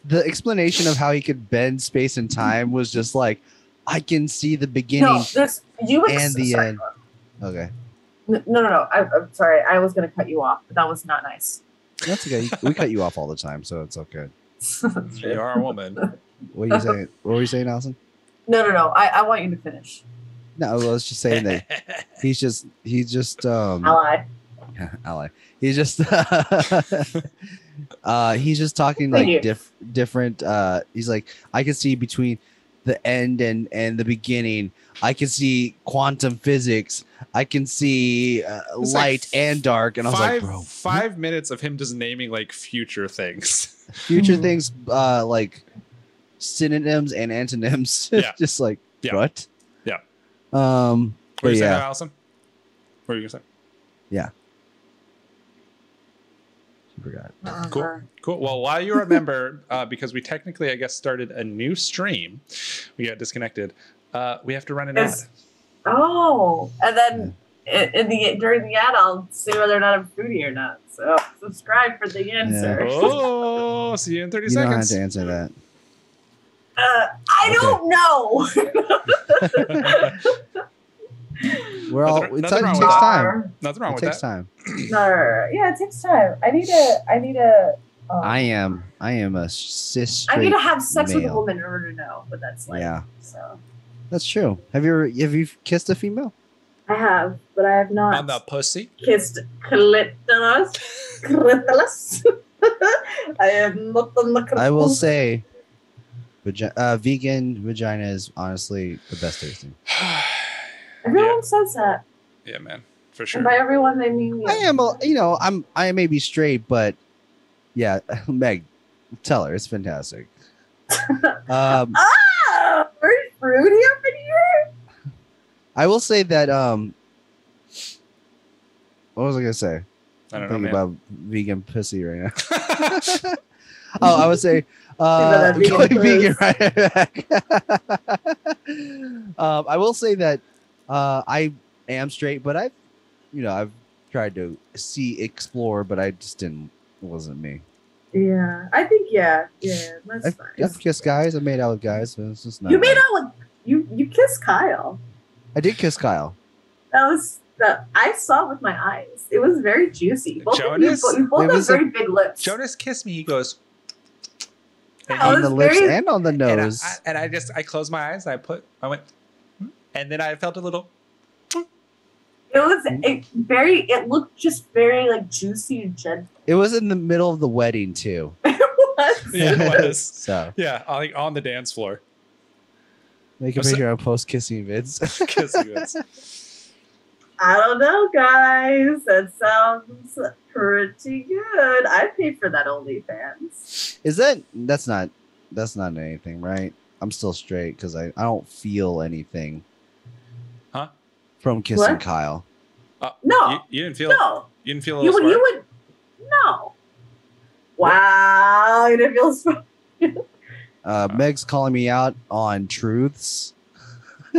[SPEAKER 3] the explanation of how he could bend space and time was just like, I can see the beginning.
[SPEAKER 2] No, this you
[SPEAKER 3] and the
[SPEAKER 2] sorry,
[SPEAKER 3] end. Okay,
[SPEAKER 2] N- No, no, no. I, I'm sorry. I was going to cut you off, but that was not nice.
[SPEAKER 3] that's okay. We cut you off all the time, so it's okay.
[SPEAKER 2] That's
[SPEAKER 1] You
[SPEAKER 2] true.
[SPEAKER 1] are a woman.
[SPEAKER 3] What are you saying? What were you saying, Allison?
[SPEAKER 2] No, no, no. I, I want you to finish.
[SPEAKER 3] No, I was just saying that he's just he's just um.
[SPEAKER 2] Ally.
[SPEAKER 3] ally. He's just uh he's just talking
[SPEAKER 2] Thank
[SPEAKER 3] like
[SPEAKER 2] you.
[SPEAKER 3] diff- different uh he's like I can see between the end and and the beginning. I can see quantum physics. I can see uh,
[SPEAKER 1] It's
[SPEAKER 3] light
[SPEAKER 1] like
[SPEAKER 3] and dark and I was
[SPEAKER 1] five
[SPEAKER 3] like bro
[SPEAKER 1] five minutes of him just naming like future things.
[SPEAKER 3] future things uh like synonyms and antonyms.
[SPEAKER 1] Yeah.
[SPEAKER 3] just like
[SPEAKER 1] Yeah.
[SPEAKER 3] what?
[SPEAKER 1] Yeah.
[SPEAKER 3] Um
[SPEAKER 1] What are you
[SPEAKER 3] But
[SPEAKER 1] saying,
[SPEAKER 3] yeah.
[SPEAKER 1] Allison? What are you gonna say?
[SPEAKER 3] I forgot.
[SPEAKER 1] Cool. Cool. Well, while you remember, uh, because we technically, I guess, started a new stream, we got disconnected. Uh, we have to run an ad.
[SPEAKER 2] Yes. Oh, and then i in the during the ad, I'll see whether or not I'm fruity or not. So subscribe for the answer.
[SPEAKER 1] Oh, see you in thirty
[SPEAKER 3] You don't have
[SPEAKER 1] seconds.
[SPEAKER 3] to answer that.
[SPEAKER 2] Uh, I
[SPEAKER 3] Okay.
[SPEAKER 2] don't know.
[SPEAKER 3] We're all
[SPEAKER 1] Nothing-
[SPEAKER 3] it
[SPEAKER 1] nothing
[SPEAKER 3] takes
[SPEAKER 1] wrong with
[SPEAKER 3] time.
[SPEAKER 1] Nothing wrong
[SPEAKER 3] It
[SPEAKER 1] with
[SPEAKER 3] takes
[SPEAKER 1] that.
[SPEAKER 3] time.
[SPEAKER 2] No, yeah, it takes time. I need a. I need a. Um,
[SPEAKER 3] I am. I am a cis.
[SPEAKER 2] I
[SPEAKER 3] Straight.
[SPEAKER 2] need to have sex with a
[SPEAKER 3] male.
[SPEAKER 2] woman in order to know what that's like.
[SPEAKER 3] Yeah,
[SPEAKER 2] So
[SPEAKER 3] that's true. Have you ever, have you kissed a female?
[SPEAKER 2] I have, but I have not.
[SPEAKER 1] On the pussy.
[SPEAKER 2] kissed clitoris. clitoris. I am not on the clitoris.
[SPEAKER 3] I will say, vagi- uh, vegan vagina is honestly the best tasting.
[SPEAKER 2] Everyone says that.
[SPEAKER 1] yeah, man, for
[SPEAKER 2] And by
[SPEAKER 1] sure.
[SPEAKER 2] everyone, they mean you.
[SPEAKER 3] I am. A, you know, I'm. I may be straight, but yeah, Meg, tell her it's fantastic. um,
[SPEAKER 2] Ah, we're fruity up in here.
[SPEAKER 3] I will say that. Um, what was I gonna say?
[SPEAKER 1] I don't know,
[SPEAKER 3] Thinking
[SPEAKER 1] man.
[SPEAKER 3] about vegan pussy right now. Oh, I would say uh,
[SPEAKER 2] Think about that
[SPEAKER 3] going vegan
[SPEAKER 2] vegan
[SPEAKER 3] right back. um, I will say that uh, I am straight, but I've you know I've tried to see explore, but I just didn't. It wasn't me.
[SPEAKER 2] Yeah, I think yeah, yeah, that's
[SPEAKER 3] I've,
[SPEAKER 2] fine.
[SPEAKER 3] I've kissed guys. I made out with guys. But it's just not.
[SPEAKER 2] You
[SPEAKER 3] me.
[SPEAKER 2] made out with you. You kissed Kyle.
[SPEAKER 3] I did kiss Kyle.
[SPEAKER 2] That was that I saw with my eyes. It was very juicy. Both
[SPEAKER 1] Jonas?
[SPEAKER 2] of you, bo- you both
[SPEAKER 3] It
[SPEAKER 2] have
[SPEAKER 3] was a-
[SPEAKER 2] very big lips.
[SPEAKER 1] Jonas kissed me. He goes,
[SPEAKER 2] Yeah, I
[SPEAKER 3] on
[SPEAKER 2] was
[SPEAKER 3] the lips
[SPEAKER 2] very-
[SPEAKER 3] and on the
[SPEAKER 1] and I,
[SPEAKER 3] nose.
[SPEAKER 1] I- and I just I closed my eyes and I put I went, "Hmm?" and then I felt a little.
[SPEAKER 2] It was it very. It looked just very like juicy and gentle.
[SPEAKER 3] it was in the middle of the wedding too.
[SPEAKER 1] Yeah, it was.
[SPEAKER 3] So
[SPEAKER 1] yeah, on- like on the dance floor.
[SPEAKER 3] make a
[SPEAKER 1] So-
[SPEAKER 3] picture of post kissing vids.
[SPEAKER 1] Kissing was-
[SPEAKER 2] I don't know, guys. That sounds pretty good. I paid for that OnlyFans.
[SPEAKER 3] Is that that's not that's not anything, right? I'm still straight because I, I don't feel anything.
[SPEAKER 1] Huh?
[SPEAKER 3] From kissing
[SPEAKER 2] What?
[SPEAKER 3] Kyle.
[SPEAKER 2] No,
[SPEAKER 1] you, you didn't feel.
[SPEAKER 2] no,
[SPEAKER 1] You didn't feel. A
[SPEAKER 2] you
[SPEAKER 1] little
[SPEAKER 2] would. You
[SPEAKER 1] spark?
[SPEAKER 2] would. No. Wow, you didn't feel smart.
[SPEAKER 3] Uh, Meg's calling me out on truths.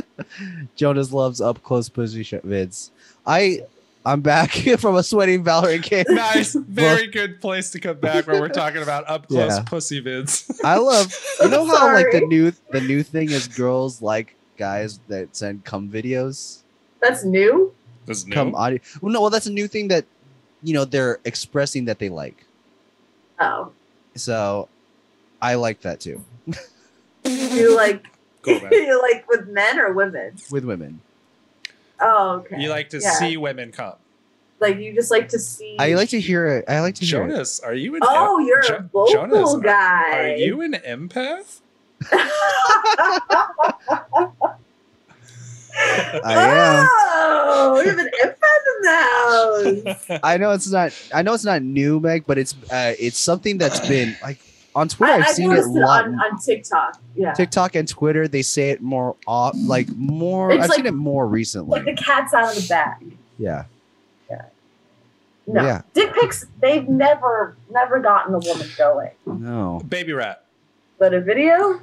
[SPEAKER 3] Jonas loves up close position vids. I I'm back from a sweating Valorant game.
[SPEAKER 1] Nice, very good place to come back where we're talking about up close
[SPEAKER 3] Yeah.
[SPEAKER 1] pussy vids.
[SPEAKER 3] I love you know how like the
[SPEAKER 2] Sorry.
[SPEAKER 3] new the new thing is girls like guys that send cum videos,
[SPEAKER 2] That's new.
[SPEAKER 1] That's new.
[SPEAKER 3] cum audio. Well, no, well that's a new thing that you know they're expressing that they like.
[SPEAKER 2] Oh,
[SPEAKER 3] So I like that too
[SPEAKER 2] you like
[SPEAKER 1] Cool, man.
[SPEAKER 2] you like with men or women?
[SPEAKER 3] with women.
[SPEAKER 2] Oh, okay.
[SPEAKER 1] You like to
[SPEAKER 2] Yeah.
[SPEAKER 1] see women come.
[SPEAKER 2] like you just like to see.
[SPEAKER 3] I like to hear it. I like to hear it.
[SPEAKER 1] Jonas, are you an
[SPEAKER 2] Oh, you're
[SPEAKER 1] Jo-
[SPEAKER 2] a vocal
[SPEAKER 1] Jonas, are-
[SPEAKER 2] guy.
[SPEAKER 1] em- are you an empath?
[SPEAKER 3] I am.
[SPEAKER 2] Oh, you have an empath in the house.
[SPEAKER 3] I know it's not. I know it's not new, Meg, but it's uh, it's something that's been like on Twitter.
[SPEAKER 2] I,
[SPEAKER 3] I've
[SPEAKER 2] I've
[SPEAKER 3] seen it a
[SPEAKER 2] noticed it
[SPEAKER 3] lot.
[SPEAKER 2] on, on TikTok. Yeah.
[SPEAKER 3] TikTok and Twitter, they say it more off, like more.
[SPEAKER 2] It's
[SPEAKER 3] I've
[SPEAKER 2] like-
[SPEAKER 3] seen it more
[SPEAKER 2] Like the
[SPEAKER 3] recently.
[SPEAKER 2] cat's out of the bag.
[SPEAKER 3] Yeah,
[SPEAKER 2] No.
[SPEAKER 3] Yeah.
[SPEAKER 2] Dick pics, they've never, never gotten a woman going.
[SPEAKER 3] no,
[SPEAKER 1] Baby rat.
[SPEAKER 2] But a video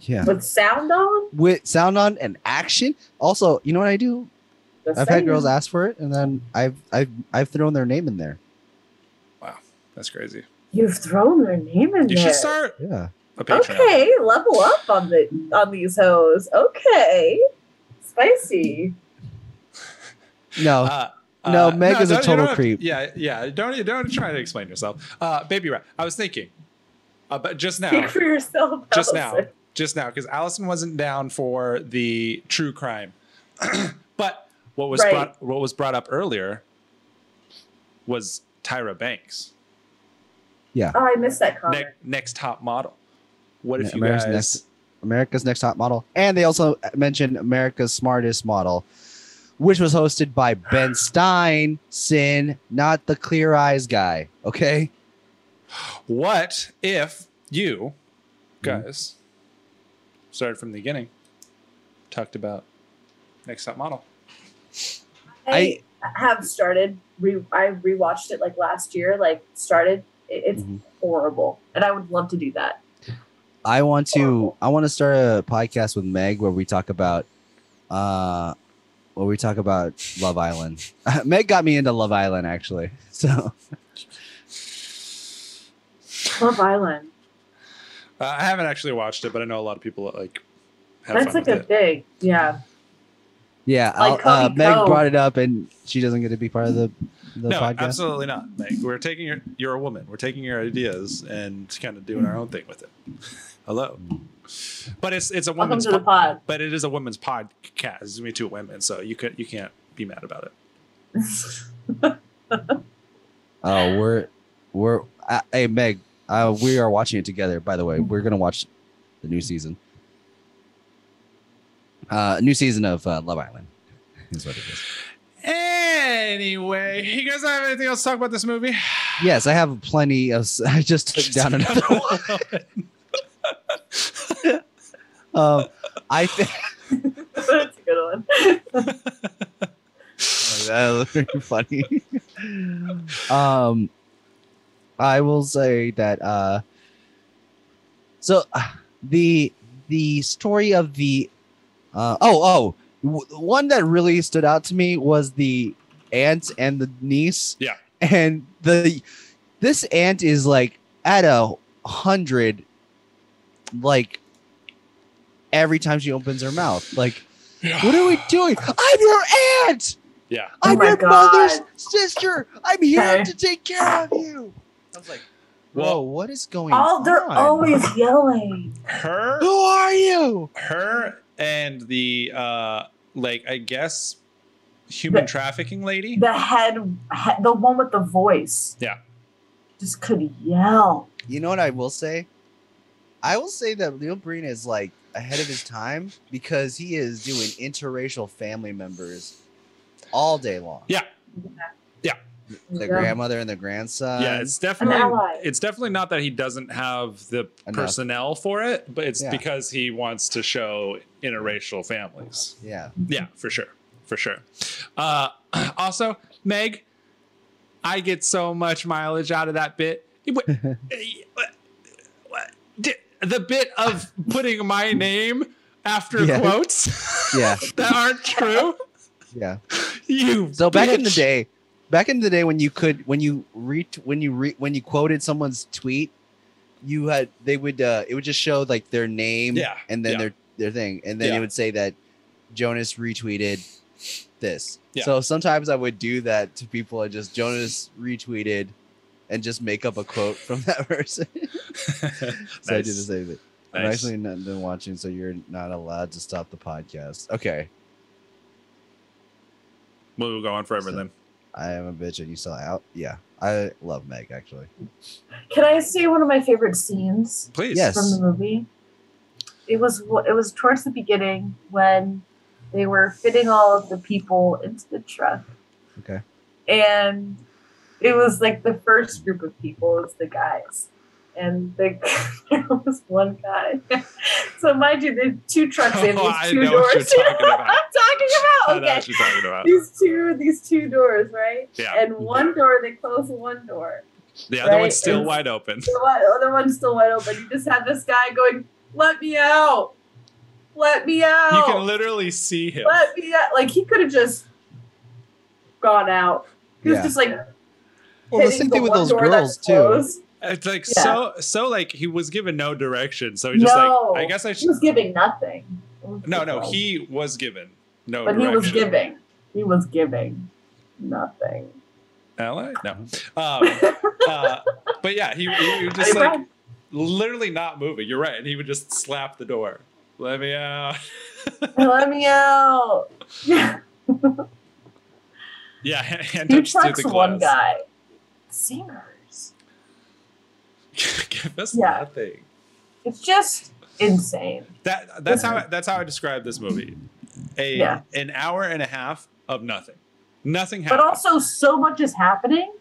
[SPEAKER 3] yeah.
[SPEAKER 2] with sound on?
[SPEAKER 3] With sound on and action. Also, you know what I do?
[SPEAKER 2] just
[SPEAKER 3] I've had
[SPEAKER 2] saying.
[SPEAKER 3] girls ask for it, and then I've I've I've thrown their name in there.
[SPEAKER 1] That's crazy.
[SPEAKER 2] You've thrown their name in
[SPEAKER 1] You
[SPEAKER 2] there.
[SPEAKER 1] should start
[SPEAKER 3] Yeah,
[SPEAKER 1] a Patreon.
[SPEAKER 2] Okay, level up on the on these hoes. Okay. Spicy.
[SPEAKER 3] no,
[SPEAKER 1] Uh,
[SPEAKER 3] No, Meg is a
[SPEAKER 1] don't- you
[SPEAKER 3] total
[SPEAKER 1] don't have-
[SPEAKER 3] creep.
[SPEAKER 1] Yeah, yeah. Don't don't try to explain yourself. Uh, baby rat. I was thinking, uh, but just now,
[SPEAKER 2] Speak for yourself.
[SPEAKER 1] just now,
[SPEAKER 2] Allison.
[SPEAKER 1] just now, because Allison wasn't down for the true crime. but what was
[SPEAKER 2] Right.
[SPEAKER 1] brought what was brought up earlier was Tyra Banks,
[SPEAKER 2] Oh, I missed that comment.
[SPEAKER 1] ne- next top model. What if
[SPEAKER 3] Yeah,
[SPEAKER 1] you
[SPEAKER 3] America's
[SPEAKER 1] guys?
[SPEAKER 3] Next- America's Next Top Model, and they also mentioned America's Smartest Model, which was hosted by Ben Stein, Sin, not the Clear Eyes guy. Okay,
[SPEAKER 1] What if you Hmm. guys started from the beginning, talked about next top model?
[SPEAKER 2] I have started. Re- I rewatched it like last year. Like started. It, it's
[SPEAKER 1] Mm-hmm.
[SPEAKER 3] Mhm.
[SPEAKER 2] horrible, and I would love to do that.
[SPEAKER 3] I want to I want to start a podcast with Meg where we talk about uh where we talk about Love Island. Meg got me into Love Island actually. So
[SPEAKER 2] Love Island.
[SPEAKER 1] Uh, I haven't actually watched it, but I know a lot of people that like have
[SPEAKER 2] That's
[SPEAKER 1] fun
[SPEAKER 2] like
[SPEAKER 1] with
[SPEAKER 2] a
[SPEAKER 1] it.
[SPEAKER 2] big. Yeah.
[SPEAKER 3] yeah, I'll-
[SPEAKER 2] Like
[SPEAKER 3] uh,
[SPEAKER 2] Cody
[SPEAKER 3] Meg
[SPEAKER 2] Ko.
[SPEAKER 3] brought it up and she doesn't get to be part of the the
[SPEAKER 1] No,
[SPEAKER 3] podcast.
[SPEAKER 1] absolutely not. Like we're taking your you're a woman. We're taking your ideas and kind of doing our own thing with it. Hello. But it's it's a
[SPEAKER 2] Welcome
[SPEAKER 1] woman's
[SPEAKER 2] to the
[SPEAKER 1] po-
[SPEAKER 2] pod.
[SPEAKER 1] but it is a women's podcast. It's me two women, so you could you can't be mad about it.
[SPEAKER 3] Oh, we're we're uh, hey Meg, uh, we are watching it together. By the way, we're gonna watch the new season, uh, new season of uh, Love Island. Is what it is.
[SPEAKER 1] Anyway, you guys have anything else to talk about this movie?
[SPEAKER 3] Yes, I have plenty of. s- I just took down another one. Um, I think
[SPEAKER 2] That's a good one.
[SPEAKER 3] that was pretty funny. um, I will say that uh, so uh, the the story of the uh, oh oh w- one that really stood out to me was the aunt and the niece.
[SPEAKER 1] Yeah.
[SPEAKER 3] and the this aunt is like at a hundred, like every time she opens her mouth, like. What are we doing? I'm your aunt.
[SPEAKER 1] Yeah.
[SPEAKER 2] Oh
[SPEAKER 3] I'm
[SPEAKER 2] my
[SPEAKER 3] your
[SPEAKER 2] God.
[SPEAKER 3] mother's sister. I'm here
[SPEAKER 2] Okay.
[SPEAKER 3] to take care of you. I was like, whoa,
[SPEAKER 1] Well,
[SPEAKER 3] what is going
[SPEAKER 2] All
[SPEAKER 3] on?
[SPEAKER 2] they're always yelling.
[SPEAKER 1] her
[SPEAKER 3] Who are you?
[SPEAKER 1] her and the uh like I guess human
[SPEAKER 2] The-
[SPEAKER 1] trafficking lady.
[SPEAKER 2] The head, he- the one with the voice.
[SPEAKER 1] Yeah.
[SPEAKER 2] Just could yell.
[SPEAKER 3] You know what I will say? I will say that Leo Breen is like ahead of his time because he is doing interracial family members all day long.
[SPEAKER 1] Yeah.
[SPEAKER 3] The
[SPEAKER 2] Yeah.
[SPEAKER 3] grandmother and the grandson.
[SPEAKER 1] yeah, it's definitely
[SPEAKER 2] ally.
[SPEAKER 1] it's definitely not that he doesn't have the
[SPEAKER 3] Enough.
[SPEAKER 1] personnel for it, but it's
[SPEAKER 3] Yeah.
[SPEAKER 1] because he wants to show interracial families.
[SPEAKER 3] Yeah.
[SPEAKER 1] Yeah, for sure. For sure. Uh, also, Meg, I get so much mileage out of that bit. It wa- eh, what- what- di- The bit of putting my name after
[SPEAKER 3] Yeah.
[SPEAKER 1] quotes
[SPEAKER 3] Yeah.
[SPEAKER 1] that aren't true.
[SPEAKER 3] Yeah.
[SPEAKER 1] You
[SPEAKER 3] So back in the
[SPEAKER 1] bitch.
[SPEAKER 3] day, back in the day when you could when you re when you re, when you quoted someone's tweet, you had they would uh it would just show like their name
[SPEAKER 1] Yeah,
[SPEAKER 3] and then
[SPEAKER 1] yeah.
[SPEAKER 3] their their thing and then
[SPEAKER 1] Yeah.
[SPEAKER 3] it would say that Jonas retweeted this.
[SPEAKER 1] Yeah.
[SPEAKER 3] So sometimes I would do that to people and just Jonas retweeted and just make up a quote from that person. so I did the
[SPEAKER 1] Nice.
[SPEAKER 3] same thing. I'm
[SPEAKER 1] Nice.
[SPEAKER 3] actually not done watching, so you're not allowed to stop the podcast. Okay.
[SPEAKER 1] We'll go on forever
[SPEAKER 3] So-
[SPEAKER 1] then.
[SPEAKER 3] I am a bitch and you sell out. Yeah. I love Meg actually.
[SPEAKER 2] Can I say one of my favorite scenes?
[SPEAKER 1] Please.
[SPEAKER 3] Yes.
[SPEAKER 2] from the movie. It was wh- it was towards the beginning when they were fitting all of the people into the truck.
[SPEAKER 3] Okay.
[SPEAKER 2] And it was like the first group of people was the guys, and the, there was one guy. so mind you, there's two trucks in
[SPEAKER 1] Oh,
[SPEAKER 2] these
[SPEAKER 1] I
[SPEAKER 2] two
[SPEAKER 1] know what
[SPEAKER 2] doors.
[SPEAKER 1] you're talking about.
[SPEAKER 2] I'm talking
[SPEAKER 1] I
[SPEAKER 2] about
[SPEAKER 1] know
[SPEAKER 2] okay.
[SPEAKER 1] what you're talking about.
[SPEAKER 2] These two, these two doors, right?
[SPEAKER 1] Yeah.
[SPEAKER 2] And one door they close one door,
[SPEAKER 1] The other
[SPEAKER 2] Right,
[SPEAKER 1] one's still
[SPEAKER 2] it's-
[SPEAKER 1] wide open.
[SPEAKER 2] the one- oh, the other one's still wide open. You just have this guy going, "Let me out! Let me out!
[SPEAKER 1] You can literally see him.
[SPEAKER 2] Let me out!" Like he could have just gone out. He was
[SPEAKER 3] Yeah.
[SPEAKER 2] just like
[SPEAKER 3] Well, the
[SPEAKER 2] hitting
[SPEAKER 3] same thing with
[SPEAKER 2] one
[SPEAKER 3] those
[SPEAKER 2] door
[SPEAKER 3] girls
[SPEAKER 2] that's
[SPEAKER 3] too.
[SPEAKER 2] closed.
[SPEAKER 1] It's like
[SPEAKER 2] Yeah.
[SPEAKER 1] so so like he was given no direction. So he's just
[SPEAKER 2] No.
[SPEAKER 1] like I guess I
[SPEAKER 2] He
[SPEAKER 1] should
[SPEAKER 2] was giving nothing. It was
[SPEAKER 1] No, no,
[SPEAKER 2] like-
[SPEAKER 1] he was given no
[SPEAKER 2] But he
[SPEAKER 1] direction.
[SPEAKER 2] was giving. He was giving nothing.
[SPEAKER 1] LA? No. Um, uh, but yeah, he, he, he was just
[SPEAKER 2] Hey,
[SPEAKER 1] like
[SPEAKER 2] Brad.
[SPEAKER 1] literally not moving. You're right. And he would just slap the door. Let me out.
[SPEAKER 2] Let me out! Yeah,
[SPEAKER 1] Yeah, hand hand
[SPEAKER 2] two
[SPEAKER 1] touch through
[SPEAKER 2] trucks,
[SPEAKER 1] the
[SPEAKER 2] one
[SPEAKER 1] gloves.
[SPEAKER 2] guy. Singers.
[SPEAKER 1] Give us
[SPEAKER 2] Yeah.
[SPEAKER 1] nothing.
[SPEAKER 2] It's just insane.
[SPEAKER 1] That that's how that's how I describe this movie. A
[SPEAKER 2] Yeah.
[SPEAKER 1] an hour and a half of nothing. Nothing
[SPEAKER 2] But
[SPEAKER 1] happened.
[SPEAKER 2] also, so much is happening,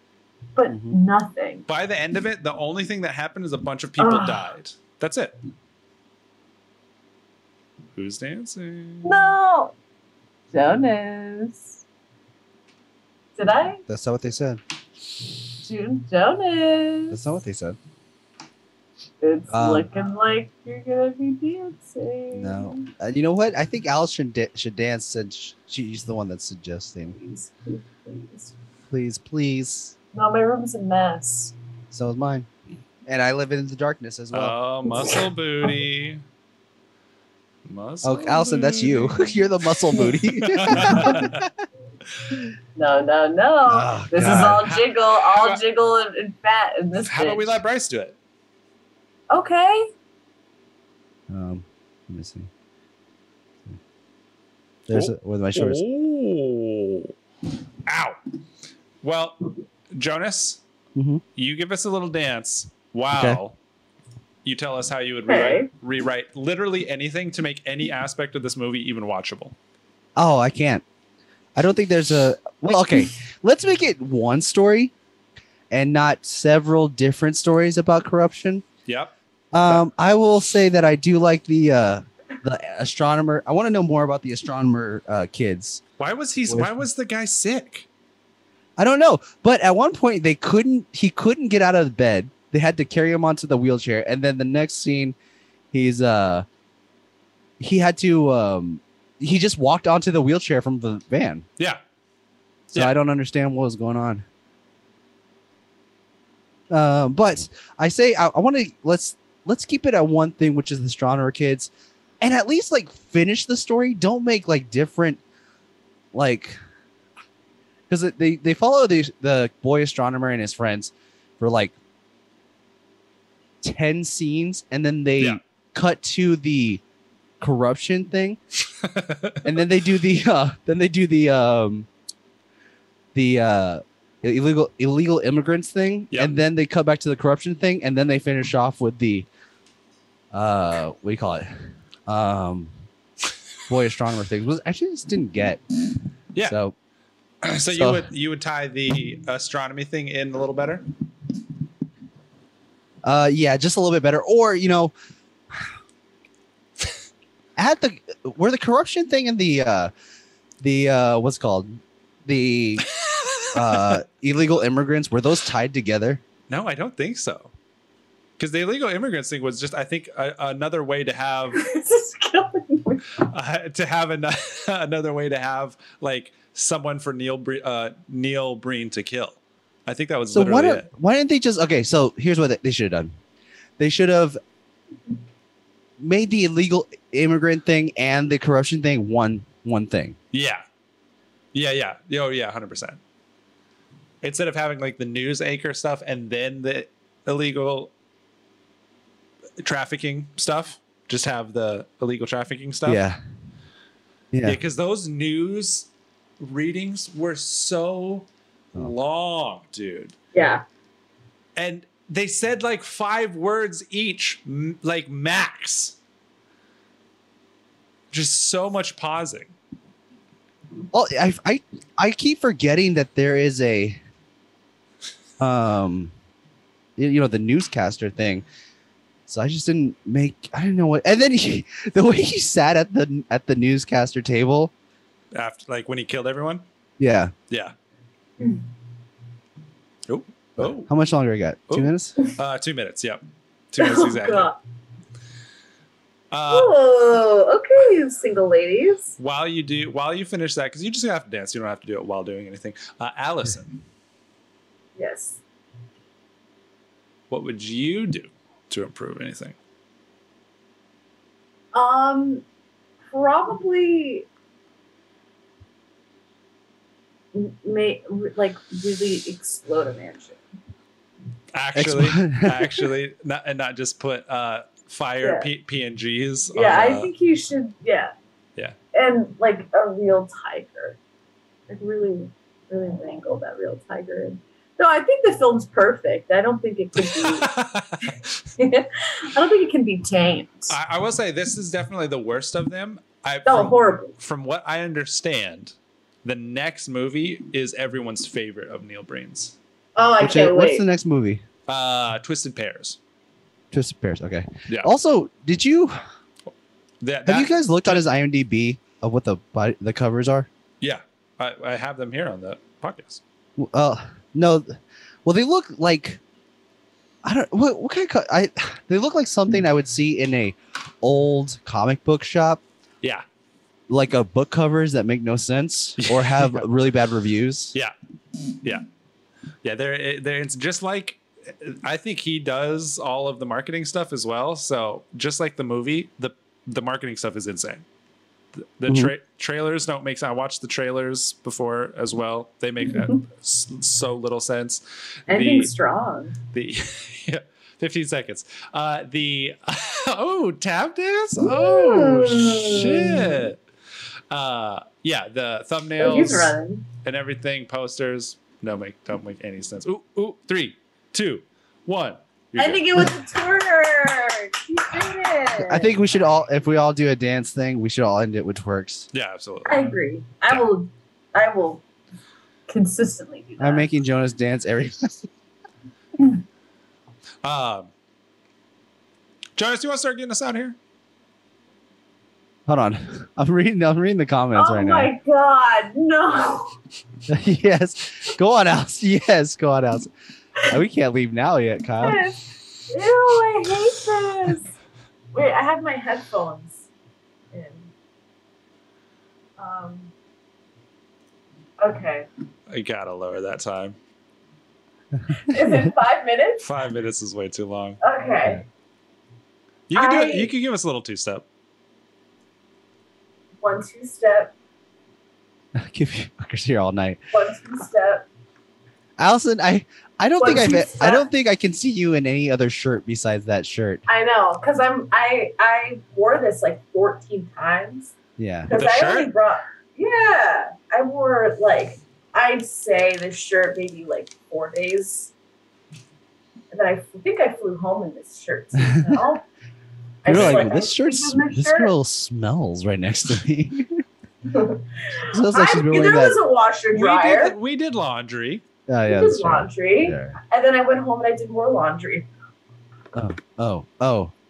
[SPEAKER 2] but
[SPEAKER 3] Mhm.
[SPEAKER 2] nothing.
[SPEAKER 1] By the end of it, the only thing that happened is a bunch of people
[SPEAKER 2] Ugh.
[SPEAKER 1] died. That's it. Who's dancing?
[SPEAKER 2] No. Jonas. Did I?
[SPEAKER 3] That's not what they said.
[SPEAKER 2] June Jonas.
[SPEAKER 3] That's not what they said.
[SPEAKER 2] It's
[SPEAKER 3] Um,
[SPEAKER 2] looking like you're going to be dancing.
[SPEAKER 3] No. Uh, you know what? I think Alice should, da- should dance since sh- she's the one that's suggesting.
[SPEAKER 2] Please, please, please.
[SPEAKER 3] Please, please.
[SPEAKER 2] No, my room's a mess.
[SPEAKER 3] So is mine. And I live in the darkness as well.
[SPEAKER 1] Oh, muscle booty. Muscle.
[SPEAKER 3] oh, Allison, that's you.
[SPEAKER 1] booty.
[SPEAKER 3] You're the muscle booty.
[SPEAKER 2] No, no, no.
[SPEAKER 3] Oh,
[SPEAKER 2] this is
[SPEAKER 3] God.
[SPEAKER 2] all jiggle, all
[SPEAKER 1] about-
[SPEAKER 2] jiggle and, and fat in this
[SPEAKER 1] How about we
[SPEAKER 2] bitch.
[SPEAKER 1] let Bryce do it?
[SPEAKER 2] Okay.
[SPEAKER 3] um, let me see. There's a, with my
[SPEAKER 1] Oh.
[SPEAKER 3] shorts.
[SPEAKER 1] Ooh. Ow. Well, Jonas,
[SPEAKER 2] Mm-hmm.
[SPEAKER 3] Mhm.
[SPEAKER 1] you give us a little dance while you tell us how you would rewrite,
[SPEAKER 2] Okay.
[SPEAKER 1] rewrite literally anything to make any aspect of this movie even watchable.
[SPEAKER 3] Oh, I can't. I don't think there's a. Well, okay. Let's make it one story and not several different stories about corruption.
[SPEAKER 1] Yep.
[SPEAKER 3] Um, I will say that I do like the uh, the astronomer. I want to know more about the astronomer uh, kids.
[SPEAKER 1] Why was he? Why was the guy sick?
[SPEAKER 3] I don't know, but at one point they couldn't. He couldn't get out of bed. They had to carry him onto the wheelchair, and then the next scene, he's uh, he had to um, he just walked onto the wheelchair from the van.
[SPEAKER 1] Yeah.
[SPEAKER 3] So
[SPEAKER 1] Yeah.
[SPEAKER 3] I don't understand what was going on. Uh, but I say I, I want to let's let's keep it at one thing, which is the astronomer kids, and at least like finish the story. Don't make like different, like because they they follow the the boy astronomer and his friends for like ten scenes, and then they
[SPEAKER 1] Yeah.
[SPEAKER 3] cut to the corruption thing, and then they do the uh, then they do the um the uh illegal illegal immigrants thing,
[SPEAKER 1] Yep.
[SPEAKER 3] and then they cut back to the corruption thing, and then they finish off with the uh what do you call it um boy astronomer thing was actually just didn't get
[SPEAKER 1] Yeah.
[SPEAKER 3] so
[SPEAKER 1] so you
[SPEAKER 3] So-
[SPEAKER 1] would you would tie the astronomy thing in a little better.
[SPEAKER 3] Uh, yeah, just a little bit better. Or you know, at the where the corruption thing and the uh, the uh, what's it called the uh, illegal immigrants were those tied together?
[SPEAKER 1] No, I don't think so. Because the illegal immigrants thing was just, I think, a, another way to have
[SPEAKER 2] This is killing me.
[SPEAKER 1] uh, to have an, another way to have like someone for Neil Bre- uh, Neil Breen to kill. I think that was
[SPEAKER 3] So why
[SPEAKER 1] literally
[SPEAKER 3] don't,
[SPEAKER 1] it.
[SPEAKER 3] why didn't they just okay? So here's what they- they should have done. They should have made the illegal immigrant thing and the corruption thing one one thing.
[SPEAKER 1] Yeah, yeah, yeah. Yeah, Oh, yeah, hundred percent. Instead of having like the news anchor stuff and then the illegal trafficking stuff, just have the illegal trafficking stuff.
[SPEAKER 3] Yeah.
[SPEAKER 1] Yeah,
[SPEAKER 3] Yeah.
[SPEAKER 1] because those news readings were so
[SPEAKER 3] Oh.
[SPEAKER 1] long, dude.
[SPEAKER 2] Yeah.
[SPEAKER 1] And they said like five words each, m- like max. Just so much pausing.
[SPEAKER 3] Oh, I, I I keep forgetting that there is a um you you know the newscaster thing. So I just didn't make I didn't know what and then he, the way he sat at the at the newscaster table.
[SPEAKER 1] After like when he killed everyone.
[SPEAKER 3] Yeah.
[SPEAKER 1] Yeah.
[SPEAKER 2] Mm.
[SPEAKER 1] Oh, oh,
[SPEAKER 3] How much longer I got?
[SPEAKER 1] Oh.
[SPEAKER 3] Two minutes?
[SPEAKER 1] uh, two minutes. Yep, two minutes
[SPEAKER 2] Oh,
[SPEAKER 1] exactly.
[SPEAKER 2] God.
[SPEAKER 1] Uh,
[SPEAKER 2] Oh, okay, you single ladies.
[SPEAKER 1] while you do, while you finish that, because you just have to dance. You don't have to do it while doing anything. Uh, Allison,
[SPEAKER 2] Yes.
[SPEAKER 1] what would you do to improve anything?
[SPEAKER 2] Um, probably. m- May like really explode a mansion.
[SPEAKER 1] Actually,
[SPEAKER 3] Expo-
[SPEAKER 1] actually, not, and not just put uh, fire
[SPEAKER 2] Yeah.
[SPEAKER 1] P- PNGs.
[SPEAKER 2] yeah,
[SPEAKER 1] on,
[SPEAKER 2] I
[SPEAKER 1] uh,
[SPEAKER 2] think you should. Yeah.
[SPEAKER 1] Yeah.
[SPEAKER 2] And like a real tiger, like really, really wrangle that real tiger in. No, I think the film's perfect. I don't think it could be.
[SPEAKER 1] uh,
[SPEAKER 2] I don't think it can be tamed.
[SPEAKER 1] I, I will say this is definitely the worst of them. I,
[SPEAKER 2] oh,
[SPEAKER 1] from-
[SPEAKER 2] horrible!
[SPEAKER 1] from what I understand, the next movie is everyone's favorite of Neil Breen's.
[SPEAKER 2] Oh, I
[SPEAKER 3] Which, uh,
[SPEAKER 2] can't
[SPEAKER 3] what's
[SPEAKER 2] wait.
[SPEAKER 3] the next movie?
[SPEAKER 1] Uh, Twisted Pairs.
[SPEAKER 3] Twisted Pairs. Okay.
[SPEAKER 1] Yeah.
[SPEAKER 3] Also, did you have
[SPEAKER 1] That,
[SPEAKER 3] you
[SPEAKER 1] that-
[SPEAKER 3] guys looked on his IMDb of what the body, the covers are?
[SPEAKER 1] yeah, I, I have them here on the podcast.
[SPEAKER 3] Uh, no. Well, they look like I don't what what kind of co- I they look like something I would see in a old comic book shop,
[SPEAKER 1] Yeah,
[SPEAKER 3] like a book covers that make no sense or have really bad reviews.
[SPEAKER 1] Yeah. yeah, they're they're it's just like I think he does all of the marketing stuff as well. So just like the movie, the the marketing stuff is insane. The, the
[SPEAKER 3] Mhm.
[SPEAKER 1] tra- trailers don't make sense. I watched the trailers before as well. They make uh, s- so little sense.
[SPEAKER 2] Anything
[SPEAKER 1] The-
[SPEAKER 2] strong.
[SPEAKER 1] the yeah, 15 seconds uh the oh tap dance oh
[SPEAKER 2] Ooh.
[SPEAKER 1] shit uh yeah the
[SPEAKER 2] Oh, he's
[SPEAKER 1] thumbnails
[SPEAKER 2] running.
[SPEAKER 1] and everything posters no make don't make any sense ooh ooh three two one You're
[SPEAKER 2] I
[SPEAKER 1] good.
[SPEAKER 2] think it was a twerk. He did it.
[SPEAKER 3] I think we should all if we all do a dance thing, we should all end it with twerks.
[SPEAKER 1] yeah absolutely
[SPEAKER 2] I agree. I will. I will consistently do that.
[SPEAKER 3] I'm making Jonas dance every
[SPEAKER 1] um Jonas, do you want to start getting us out here?
[SPEAKER 3] Hold on. I'm reading I'm reading the comments
[SPEAKER 2] Oh
[SPEAKER 3] right
[SPEAKER 2] my god, no!
[SPEAKER 3] now. yes. Go on Alice. Yes, go on Alice. Uh, We can't leave now yet, Kyle.
[SPEAKER 2] Ew, I hate this. Wait, I have my headphones in. Um. Okay.
[SPEAKER 1] I gotta lower that time.
[SPEAKER 2] Is it five minutes?
[SPEAKER 1] Five minutes is way too long.
[SPEAKER 2] Okay.
[SPEAKER 1] You can do
[SPEAKER 2] I-
[SPEAKER 1] it. You can give us a little two step.
[SPEAKER 2] One two step.
[SPEAKER 3] I'll keep you fuckers here all night.
[SPEAKER 2] One two step.
[SPEAKER 3] Allison, I I don't think
[SPEAKER 2] What
[SPEAKER 3] I
[SPEAKER 2] is
[SPEAKER 3] I
[SPEAKER 2] that?
[SPEAKER 3] don't think I can see you in any other shirt besides that shirt.
[SPEAKER 2] I know, because I'm I I wore this like 14 times.
[SPEAKER 3] Yeah.
[SPEAKER 2] Because
[SPEAKER 1] The
[SPEAKER 2] I only
[SPEAKER 1] shirt?
[SPEAKER 2] brought Yeah. I wore it, like I'd say this shirt maybe like four days. And then I f- think I flew home in this shirt. somehow. I
[SPEAKER 3] You're
[SPEAKER 2] was
[SPEAKER 3] like,
[SPEAKER 2] I
[SPEAKER 3] this
[SPEAKER 2] sleep
[SPEAKER 3] shirt,
[SPEAKER 2] in
[SPEAKER 3] this girl smells right next to me.
[SPEAKER 2] shirt.
[SPEAKER 3] Smells like she's
[SPEAKER 2] I-
[SPEAKER 3] been
[SPEAKER 2] there
[SPEAKER 3] wearing that.
[SPEAKER 2] was a washer
[SPEAKER 1] We did,
[SPEAKER 2] dryer.
[SPEAKER 1] we did laundry.
[SPEAKER 3] Oh yeah,
[SPEAKER 2] it was
[SPEAKER 3] that's right.
[SPEAKER 2] laundry.
[SPEAKER 3] Yeah.
[SPEAKER 2] And then I went home and I did more laundry.
[SPEAKER 3] Oh oh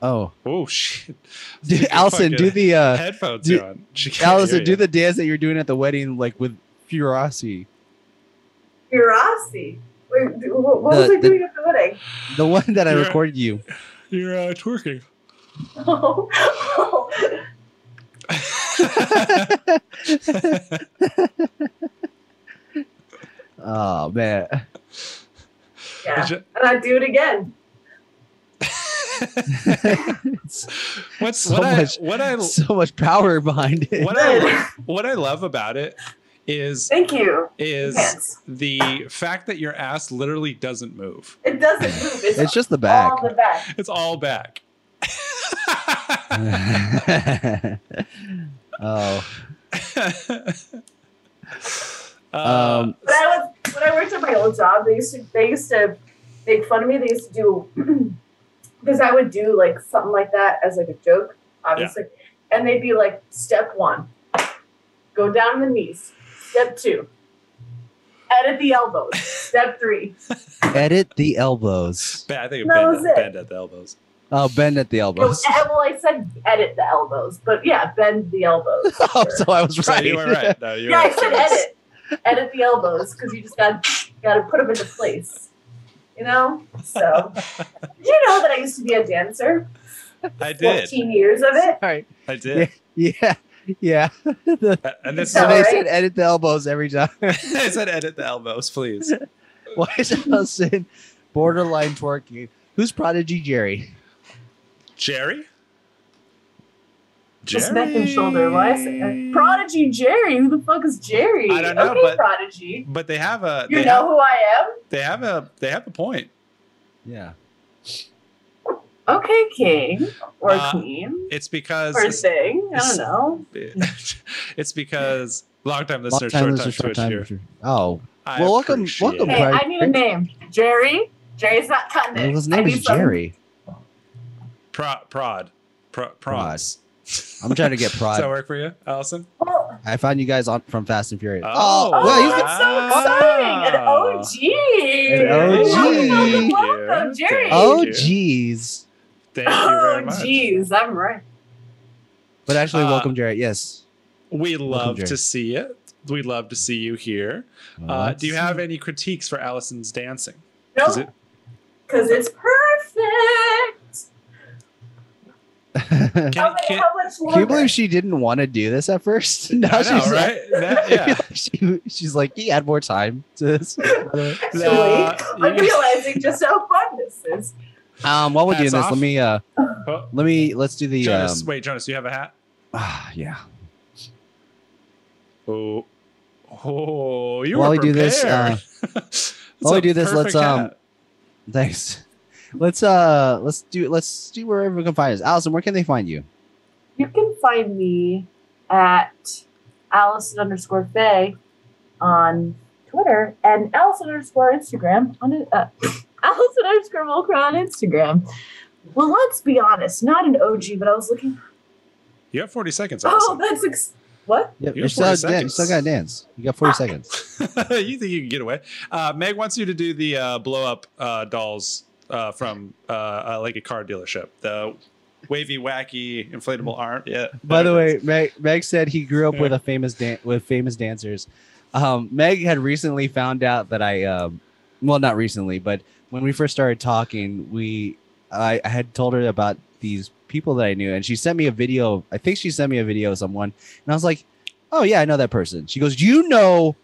[SPEAKER 3] oh.
[SPEAKER 1] Oh shit!
[SPEAKER 3] Dude, Allison,
[SPEAKER 1] Fucking
[SPEAKER 3] do the uh,
[SPEAKER 1] Headphones
[SPEAKER 3] do-
[SPEAKER 1] on. She can't
[SPEAKER 3] Allison,
[SPEAKER 1] hear
[SPEAKER 3] do
[SPEAKER 1] you.
[SPEAKER 3] the dance that you were doing at the wedding, like with Furossi.
[SPEAKER 2] Furossi. Wait, d- wh- what
[SPEAKER 3] The-
[SPEAKER 2] was I
[SPEAKER 3] the-
[SPEAKER 2] doing at the wedding?
[SPEAKER 3] The one that I
[SPEAKER 1] Yeah.
[SPEAKER 3] recorded you.
[SPEAKER 1] You're uh, twerking.
[SPEAKER 2] Oh,
[SPEAKER 3] Oh man.
[SPEAKER 2] yeah. And I do it again.
[SPEAKER 1] What's
[SPEAKER 3] So
[SPEAKER 1] what
[SPEAKER 3] much-
[SPEAKER 1] I what I
[SPEAKER 3] so much power behind it.
[SPEAKER 1] what I what I love about it is
[SPEAKER 2] Thank you.
[SPEAKER 1] is
[SPEAKER 2] Pants.
[SPEAKER 1] the fact that your ass literally doesn't move.
[SPEAKER 2] It doesn't move. It's,
[SPEAKER 3] It's just the
[SPEAKER 2] all
[SPEAKER 3] back.
[SPEAKER 2] the back.
[SPEAKER 1] It's all back.
[SPEAKER 3] oh.
[SPEAKER 1] Uh,
[SPEAKER 3] Um
[SPEAKER 2] When I was when I worked at my old job, they used to they used to make fun of me. They used to do because I would do like something like that as like a joke, obviously. And they'd be like, step one, go down on the knees. Step two, edit the elbows. Step three,
[SPEAKER 3] Um, edit the elbows.
[SPEAKER 1] I think it
[SPEAKER 2] That
[SPEAKER 1] bend,
[SPEAKER 2] was
[SPEAKER 1] at,
[SPEAKER 2] it.
[SPEAKER 1] bend at the elbows.
[SPEAKER 3] Oh, bend at the
[SPEAKER 2] No,
[SPEAKER 3] elbows.
[SPEAKER 2] eh, well, I said edit the elbows, but yeah, bend the elbows. for
[SPEAKER 3] Oh,
[SPEAKER 2] sure.
[SPEAKER 3] so I was
[SPEAKER 1] So
[SPEAKER 3] right.
[SPEAKER 1] you were right. No, you were
[SPEAKER 2] yeah, I
[SPEAKER 1] right.
[SPEAKER 2] said edit, edit the elbows because you just got got to put them into place. You know. So did you know that I used to be a dancer?
[SPEAKER 1] I did.
[SPEAKER 2] Fourteen years of it.
[SPEAKER 3] Sorry.
[SPEAKER 1] I did.
[SPEAKER 3] Yeah. Yeah.
[SPEAKER 1] Uh, And this
[SPEAKER 3] So
[SPEAKER 1] is,
[SPEAKER 2] Sorry.
[SPEAKER 3] they
[SPEAKER 2] Alright.
[SPEAKER 3] said edit the elbows every time.
[SPEAKER 1] I said edit the elbows, please.
[SPEAKER 3] Why is Allison borderline twerking? Who's Prodigy Jerry?
[SPEAKER 1] Jerry?
[SPEAKER 2] Just neck and shoulder. Why? is it- uh, Prodigy Jerry. Who the fuck is Jerry?
[SPEAKER 1] I don't know,
[SPEAKER 2] Okay,
[SPEAKER 1] but-
[SPEAKER 2] Prodigy.
[SPEAKER 1] But they have a
[SPEAKER 2] You
[SPEAKER 1] they,
[SPEAKER 2] know
[SPEAKER 1] have,
[SPEAKER 2] who I
[SPEAKER 1] they have a they have a point.
[SPEAKER 3] Yeah.
[SPEAKER 2] am? Okay, king or
[SPEAKER 1] Uh,
[SPEAKER 2] queen
[SPEAKER 1] It's because
[SPEAKER 2] or thing. I
[SPEAKER 1] it's-
[SPEAKER 2] don't know.
[SPEAKER 1] it's because long time
[SPEAKER 3] Long
[SPEAKER 1] listener,
[SPEAKER 3] time
[SPEAKER 1] short
[SPEAKER 3] listener,
[SPEAKER 1] time
[SPEAKER 3] short
[SPEAKER 1] Twitch
[SPEAKER 3] time
[SPEAKER 1] here.
[SPEAKER 3] listener. Oh,
[SPEAKER 1] I
[SPEAKER 3] Well, welcome-
[SPEAKER 1] appreciate
[SPEAKER 3] welcome
[SPEAKER 1] it.
[SPEAKER 2] Hey, I need a name. Jerry. Jerry's not cutting it.
[SPEAKER 3] well, his
[SPEAKER 2] I
[SPEAKER 3] name
[SPEAKER 2] need
[SPEAKER 3] is
[SPEAKER 2] some-
[SPEAKER 3] Jerry.
[SPEAKER 1] Pro, prod. Pro, prods.
[SPEAKER 3] I'm trying to get
[SPEAKER 1] Does that
[SPEAKER 3] Prod.
[SPEAKER 1] work for you, Allison?
[SPEAKER 2] Well,
[SPEAKER 3] I found you guys on from Fast and Furious.
[SPEAKER 2] Oh,
[SPEAKER 3] well, you-
[SPEAKER 2] that's so exciting! An OG.
[SPEAKER 3] An
[SPEAKER 1] OG.
[SPEAKER 2] Welcome, welcome, Jerry.
[SPEAKER 3] oh
[SPEAKER 1] Thank you.
[SPEAKER 3] geez.
[SPEAKER 1] Thank you very
[SPEAKER 2] Oh,
[SPEAKER 1] much.
[SPEAKER 2] jeez, I'm right.
[SPEAKER 3] But actually,
[SPEAKER 1] Uh,
[SPEAKER 3] welcome, Jared. Yes.
[SPEAKER 1] We love
[SPEAKER 3] Jerry.
[SPEAKER 1] to see it. We love to see you here. Uh, do you have any critiques for Allison's dancing? Is
[SPEAKER 2] No,
[SPEAKER 1] it-
[SPEAKER 2] because it's perfect.
[SPEAKER 3] can,
[SPEAKER 2] How,
[SPEAKER 1] Can,
[SPEAKER 2] many-
[SPEAKER 1] can,
[SPEAKER 2] how much longer?
[SPEAKER 3] you believe she didn't want to do this at first? Now
[SPEAKER 1] I know, right? That-
[SPEAKER 3] I
[SPEAKER 1] yeah.
[SPEAKER 3] feel like she, she's like, he had more time to this.
[SPEAKER 2] Actually,
[SPEAKER 1] Uh,
[SPEAKER 2] I'm
[SPEAKER 1] you-
[SPEAKER 2] realizing just how fun this is.
[SPEAKER 3] Um, while we're doing
[SPEAKER 1] Hats
[SPEAKER 3] this,
[SPEAKER 1] off.
[SPEAKER 3] let me uh,
[SPEAKER 1] Oh,
[SPEAKER 3] let me let's do the um,
[SPEAKER 1] Jonas, wait, Jonas, do you have a hat?
[SPEAKER 3] ah, yeah.
[SPEAKER 1] Oh, oh, you
[SPEAKER 3] While
[SPEAKER 1] were
[SPEAKER 3] we do this,
[SPEAKER 1] prepared.
[SPEAKER 3] uh,
[SPEAKER 1] That's
[SPEAKER 3] while
[SPEAKER 1] a
[SPEAKER 3] we do this, let's,
[SPEAKER 1] perfect
[SPEAKER 3] um,
[SPEAKER 1] hat.
[SPEAKER 3] Thanks. Let's uh let's do let's do wherever we can find us. Allison, where can they find you?
[SPEAKER 2] You can find me at Allison underscore Faye on Twitter and Allison underscore Instagram on uh, Allison underscore Volker on Instagram. Well, let's be honest, not an OG, but I was looking.
[SPEAKER 1] you have 40 seconds.
[SPEAKER 2] Oh,
[SPEAKER 1] Allison.
[SPEAKER 2] that's ex- what?
[SPEAKER 3] Yep,
[SPEAKER 1] You
[SPEAKER 3] you
[SPEAKER 1] got
[SPEAKER 3] still
[SPEAKER 1] 40
[SPEAKER 3] got to dance. You
[SPEAKER 1] seconds.
[SPEAKER 3] still got to dance. You got forty
[SPEAKER 2] Fuck.
[SPEAKER 3] seconds.
[SPEAKER 1] you think you can get away? Uh, Meg wants you to do the uh, blow up uh, dolls uh, from uh, uh, like a car dealership. The wavy, wacky, inflatable arm. Yeah.
[SPEAKER 3] By the
[SPEAKER 1] there it
[SPEAKER 3] way, Meg, Meg said he grew up
[SPEAKER 1] Yeah.
[SPEAKER 3] with a famous dan- with famous dancers. Um, Meg had recently found out that I, um, well, not recently, but when we first started talking, we I, I had told her about these people that I knew, and she sent me a video. I think she sent me a video of someone, and I was like, "Oh yeah, I know that person." She goes, "You know,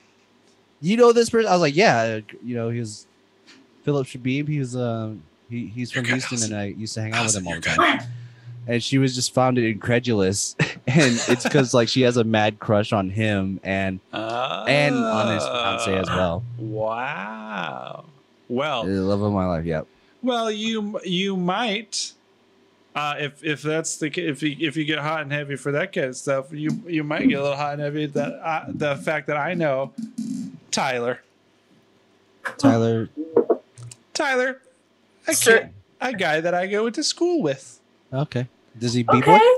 [SPEAKER 3] you know this person?" I was like, "Yeah, you know, he was Philip Shabib. He was um, he, he's from
[SPEAKER 1] You're good,
[SPEAKER 3] Houston, and I used to hang out with
[SPEAKER 1] Allison,
[SPEAKER 3] him all
[SPEAKER 1] you're
[SPEAKER 3] the time."
[SPEAKER 1] good.
[SPEAKER 3] and she was just found it incredulous, and it's because like she has a mad crush on him and and on his fiance
[SPEAKER 1] Uh.
[SPEAKER 3] as well.
[SPEAKER 1] Ah, Wow.
[SPEAKER 3] The
[SPEAKER 1] Well,
[SPEAKER 3] love of my life. Yep.
[SPEAKER 1] well, you you might, uh, if if that's the ca- if you, if you get hot and heavy for that kind of stuff, you you might get a little hot and heavy. That uh, the fact that I know Tyler,
[SPEAKER 3] Tyler.
[SPEAKER 1] Tyler, a,
[SPEAKER 2] Sir-
[SPEAKER 1] kid, a guy that I go to school with.
[SPEAKER 3] Okay. Does he b boy?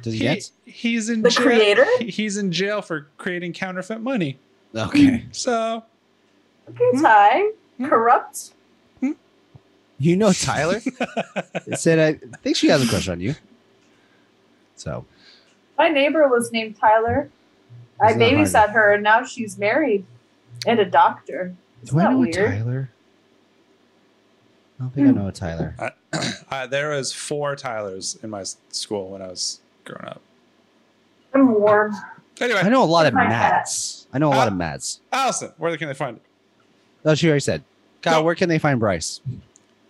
[SPEAKER 2] Okay,
[SPEAKER 3] Does he
[SPEAKER 1] He-
[SPEAKER 3] dance?
[SPEAKER 1] he's in
[SPEAKER 2] The
[SPEAKER 1] jail.
[SPEAKER 2] creator?
[SPEAKER 1] he- He's in jail for creating counterfeit money.
[SPEAKER 3] Okay.
[SPEAKER 1] So
[SPEAKER 3] Hmm?
[SPEAKER 2] okay, Ty. Corrupt.
[SPEAKER 3] You know Tyler? it said I think she has a crush on you. So
[SPEAKER 2] My neighbor was named Tyler. I
[SPEAKER 3] Isn't that
[SPEAKER 2] babysat her, and now she's married and a doctor. Isn't
[SPEAKER 3] do I
[SPEAKER 2] that
[SPEAKER 3] know a
[SPEAKER 2] weird? Hmm.
[SPEAKER 3] Tyler? I don't think I know a Tyler.
[SPEAKER 1] uh, there was four Tylers in my s- school when I was growing up.
[SPEAKER 2] I'm warm.
[SPEAKER 1] Anyway,
[SPEAKER 3] I know a lot of
[SPEAKER 2] My bad.
[SPEAKER 3] Matts. I know a lot of Matts.
[SPEAKER 1] Allison, where can they find it?
[SPEAKER 3] Oh, she already said. Kyle,
[SPEAKER 1] No.
[SPEAKER 3] where can they find Bryce?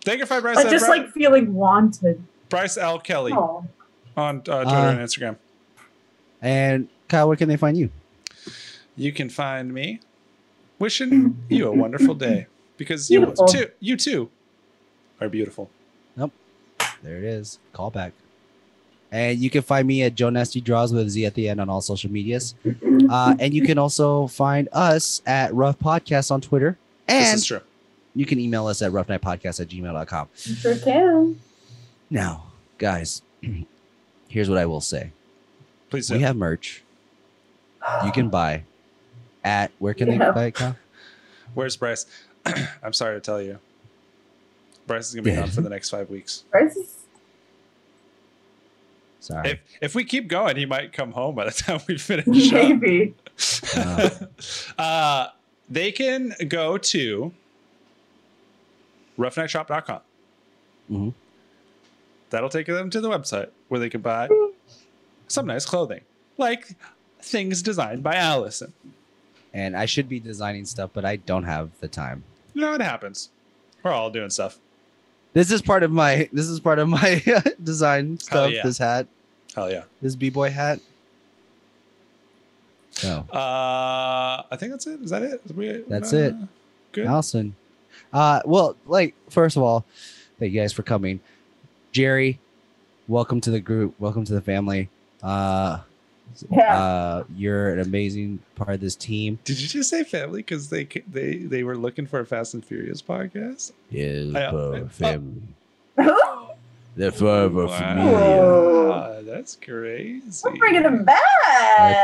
[SPEAKER 1] They can find Bryce.
[SPEAKER 2] But
[SPEAKER 1] at
[SPEAKER 2] just
[SPEAKER 1] Bry-
[SPEAKER 2] like feeling wanted.
[SPEAKER 1] Bryce L. Kelly
[SPEAKER 2] Oh,
[SPEAKER 1] on uh, Twitter
[SPEAKER 3] Uh,
[SPEAKER 1] and Instagram.
[SPEAKER 3] And Kyle, where can they find you?
[SPEAKER 1] You can find me. Wishing you a wonderful day because
[SPEAKER 2] Beautiful.
[SPEAKER 1] you too, you too, are beautiful.
[SPEAKER 3] There it is. Call back. And you can find me at Joe Nasty Draws with a Z at the end on all social medias. Uh, and you can also find us at Rough Podcast on Twitter.
[SPEAKER 1] This
[SPEAKER 3] And
[SPEAKER 1] is true.
[SPEAKER 3] you can email us at roughnightpodcast at gmail.com.
[SPEAKER 2] you sure can.
[SPEAKER 3] Now, guys, here's what I will say.
[SPEAKER 1] Please do.
[SPEAKER 3] We have merch. You can buy at where can they
[SPEAKER 2] Yeah.
[SPEAKER 3] buy it, Kyle?
[SPEAKER 1] Where's Bryce? I'm sorry to tell you. Bryce is gonna be
[SPEAKER 3] Yeah.
[SPEAKER 1] gone for the next five weeks.
[SPEAKER 2] Bryce is-
[SPEAKER 3] Sorry.
[SPEAKER 1] If if we keep going, he might come home by the time we finish. up.
[SPEAKER 2] Maybe.
[SPEAKER 1] uh, they can go to roughneckshop.com.
[SPEAKER 3] Mhm.
[SPEAKER 1] That'll take them to the website where they can buy some nice clothing, like things designed by Allison.
[SPEAKER 3] and I should be designing stuff, but I don't have the time.
[SPEAKER 1] You know, it happens. We're all doing stuff.
[SPEAKER 3] This is part of my this is part of my design stuff.
[SPEAKER 1] yeah.
[SPEAKER 3] This hat,
[SPEAKER 1] Hell yeah.
[SPEAKER 3] this b-boy hat. No.
[SPEAKER 1] Uh, I think that's it. Is that it? Is we-
[SPEAKER 3] That's
[SPEAKER 1] uh,
[SPEAKER 3] it.
[SPEAKER 1] Good.
[SPEAKER 3] Allison. Uh, well, like first of all, thank you guys for coming. Jerry, welcome to the group. Welcome to the family. Uh,
[SPEAKER 2] Yeah.
[SPEAKER 3] uh, you're an amazing part of this team.
[SPEAKER 1] Did you just say family? Because they ca- they they were looking for a Fast and Furious podcast.
[SPEAKER 3] Is
[SPEAKER 1] I- uh,
[SPEAKER 3] family. Uh,
[SPEAKER 2] We're
[SPEAKER 3] They're forever
[SPEAKER 2] familiar.
[SPEAKER 1] Wow, that's crazy.
[SPEAKER 2] bringing him
[SPEAKER 3] My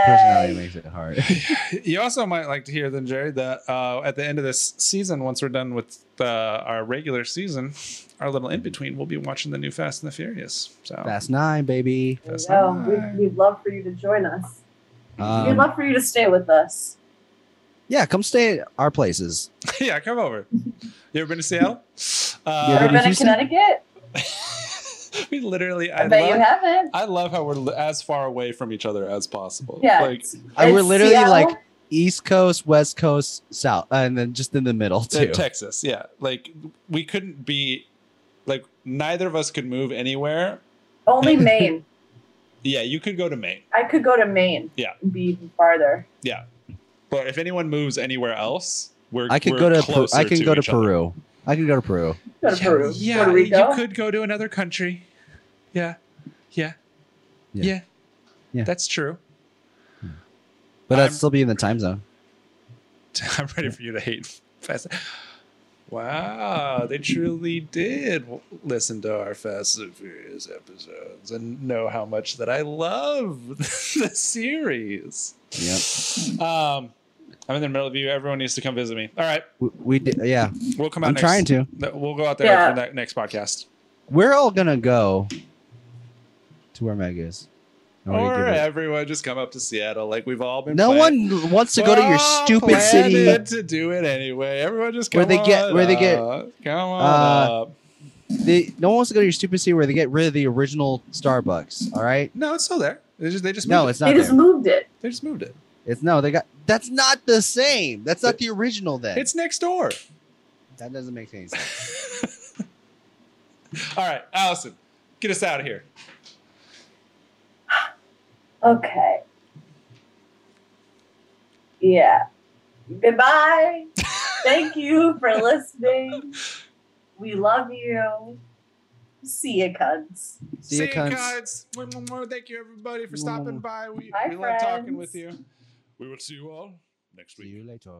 [SPEAKER 3] personality
[SPEAKER 2] back.
[SPEAKER 3] makes it hard.
[SPEAKER 1] you also might like to hear then jerry that uh, at the end of this season once we're done with uh, our regular season our little in between we'll be watching the new fast and the furious so
[SPEAKER 3] That's nine, baby.
[SPEAKER 2] There you
[SPEAKER 1] That's
[SPEAKER 2] go.
[SPEAKER 1] nice.
[SPEAKER 2] We'd, we'd love for you to join us. we'd
[SPEAKER 3] Um,
[SPEAKER 2] love for you to stay with us.
[SPEAKER 3] yeah, come stay at our places.
[SPEAKER 1] yeah come over you ever been to seattle
[SPEAKER 3] Yeah,
[SPEAKER 2] Ever
[SPEAKER 3] but
[SPEAKER 1] uh,
[SPEAKER 3] did
[SPEAKER 2] been
[SPEAKER 3] you
[SPEAKER 2] in
[SPEAKER 3] say-
[SPEAKER 2] Connecticut?
[SPEAKER 1] we literally
[SPEAKER 2] I,
[SPEAKER 1] I,
[SPEAKER 2] bet you
[SPEAKER 1] love,
[SPEAKER 2] haven't.
[SPEAKER 1] I love how we're li- as far away from each other as possible
[SPEAKER 2] Yeah.
[SPEAKER 1] like
[SPEAKER 3] I,
[SPEAKER 2] It's
[SPEAKER 3] we're literally
[SPEAKER 2] Seattle.
[SPEAKER 3] like East Coast, West Coast, South, and then just in the middle
[SPEAKER 1] to
[SPEAKER 3] too.
[SPEAKER 1] uh, texas yeah like we couldn't be like neither of us could move anywhere
[SPEAKER 2] Only Maine.
[SPEAKER 1] yeah you could go to maine
[SPEAKER 2] I could go to Maine.
[SPEAKER 1] Yeah.
[SPEAKER 2] And be even farther.
[SPEAKER 1] but if anyone moves anywhere else we're
[SPEAKER 3] I could
[SPEAKER 1] we're
[SPEAKER 3] go to Per-
[SPEAKER 1] closer
[SPEAKER 3] I can go to
[SPEAKER 1] each other.
[SPEAKER 3] Peru. I can go to Peru.
[SPEAKER 2] Go to
[SPEAKER 1] yeah,
[SPEAKER 2] Peru.
[SPEAKER 1] yeah,
[SPEAKER 2] Puerto Rico.
[SPEAKER 1] you could go to another country. Yeah, yeah,
[SPEAKER 3] Yeah.
[SPEAKER 1] yeah.
[SPEAKER 3] Yeah.
[SPEAKER 1] That's true.
[SPEAKER 3] But I'd
[SPEAKER 1] I'm-
[SPEAKER 3] still be in the time zone.
[SPEAKER 1] I'm ready for you to hate fast. Wow, they truly did w- listen to our Fast and Furious episodes and know how much that I love the series. Yep. Um, I'm in the middle of you. Everyone needs to come visit me. All right,
[SPEAKER 3] We, we did, yeah.
[SPEAKER 1] we'll Mm-hmm. come out.
[SPEAKER 3] I'm
[SPEAKER 1] next,
[SPEAKER 3] trying to.
[SPEAKER 1] no, We'll go out there
[SPEAKER 2] Yeah.
[SPEAKER 1] for that next podcast
[SPEAKER 3] We're all gonna go to where Meg is. And we're
[SPEAKER 1] or
[SPEAKER 3] gonna Oh, give it-
[SPEAKER 1] everyone just come up to Seattle like we've all been.
[SPEAKER 3] no
[SPEAKER 1] planning.
[SPEAKER 3] one wants to go to your
[SPEAKER 1] Well,
[SPEAKER 3] stupid
[SPEAKER 1] plan
[SPEAKER 3] city.
[SPEAKER 1] it to do it anyway. Everyone just come
[SPEAKER 3] Where they get-
[SPEAKER 1] on
[SPEAKER 3] where they get,
[SPEAKER 1] up. come
[SPEAKER 3] uh,
[SPEAKER 1] on. up.
[SPEAKER 3] They, no one wants to go to your stupid city where they get rid of the original Starbucks. All right.
[SPEAKER 1] No, it's still there. They just they just moved
[SPEAKER 3] No,
[SPEAKER 1] it.
[SPEAKER 3] it's
[SPEAKER 2] they
[SPEAKER 3] not.
[SPEAKER 2] just
[SPEAKER 3] There.
[SPEAKER 2] moved it.
[SPEAKER 1] they just moved it.
[SPEAKER 3] It's no. They got. That's not the same. That's not the original. Then
[SPEAKER 1] It's next door.
[SPEAKER 3] that doesn't make any sense.
[SPEAKER 1] All right, Allison, get us out of here.
[SPEAKER 2] Okay. Yeah. Goodbye. Thank you for listening. We love you. See you, cunts.
[SPEAKER 3] See ya, cunts.
[SPEAKER 1] guys. Thank you, everybody, for stopping by. We,
[SPEAKER 2] Bye,
[SPEAKER 1] we love talking
[SPEAKER 2] friends.
[SPEAKER 1] with you. We will see you all next
[SPEAKER 3] See you later.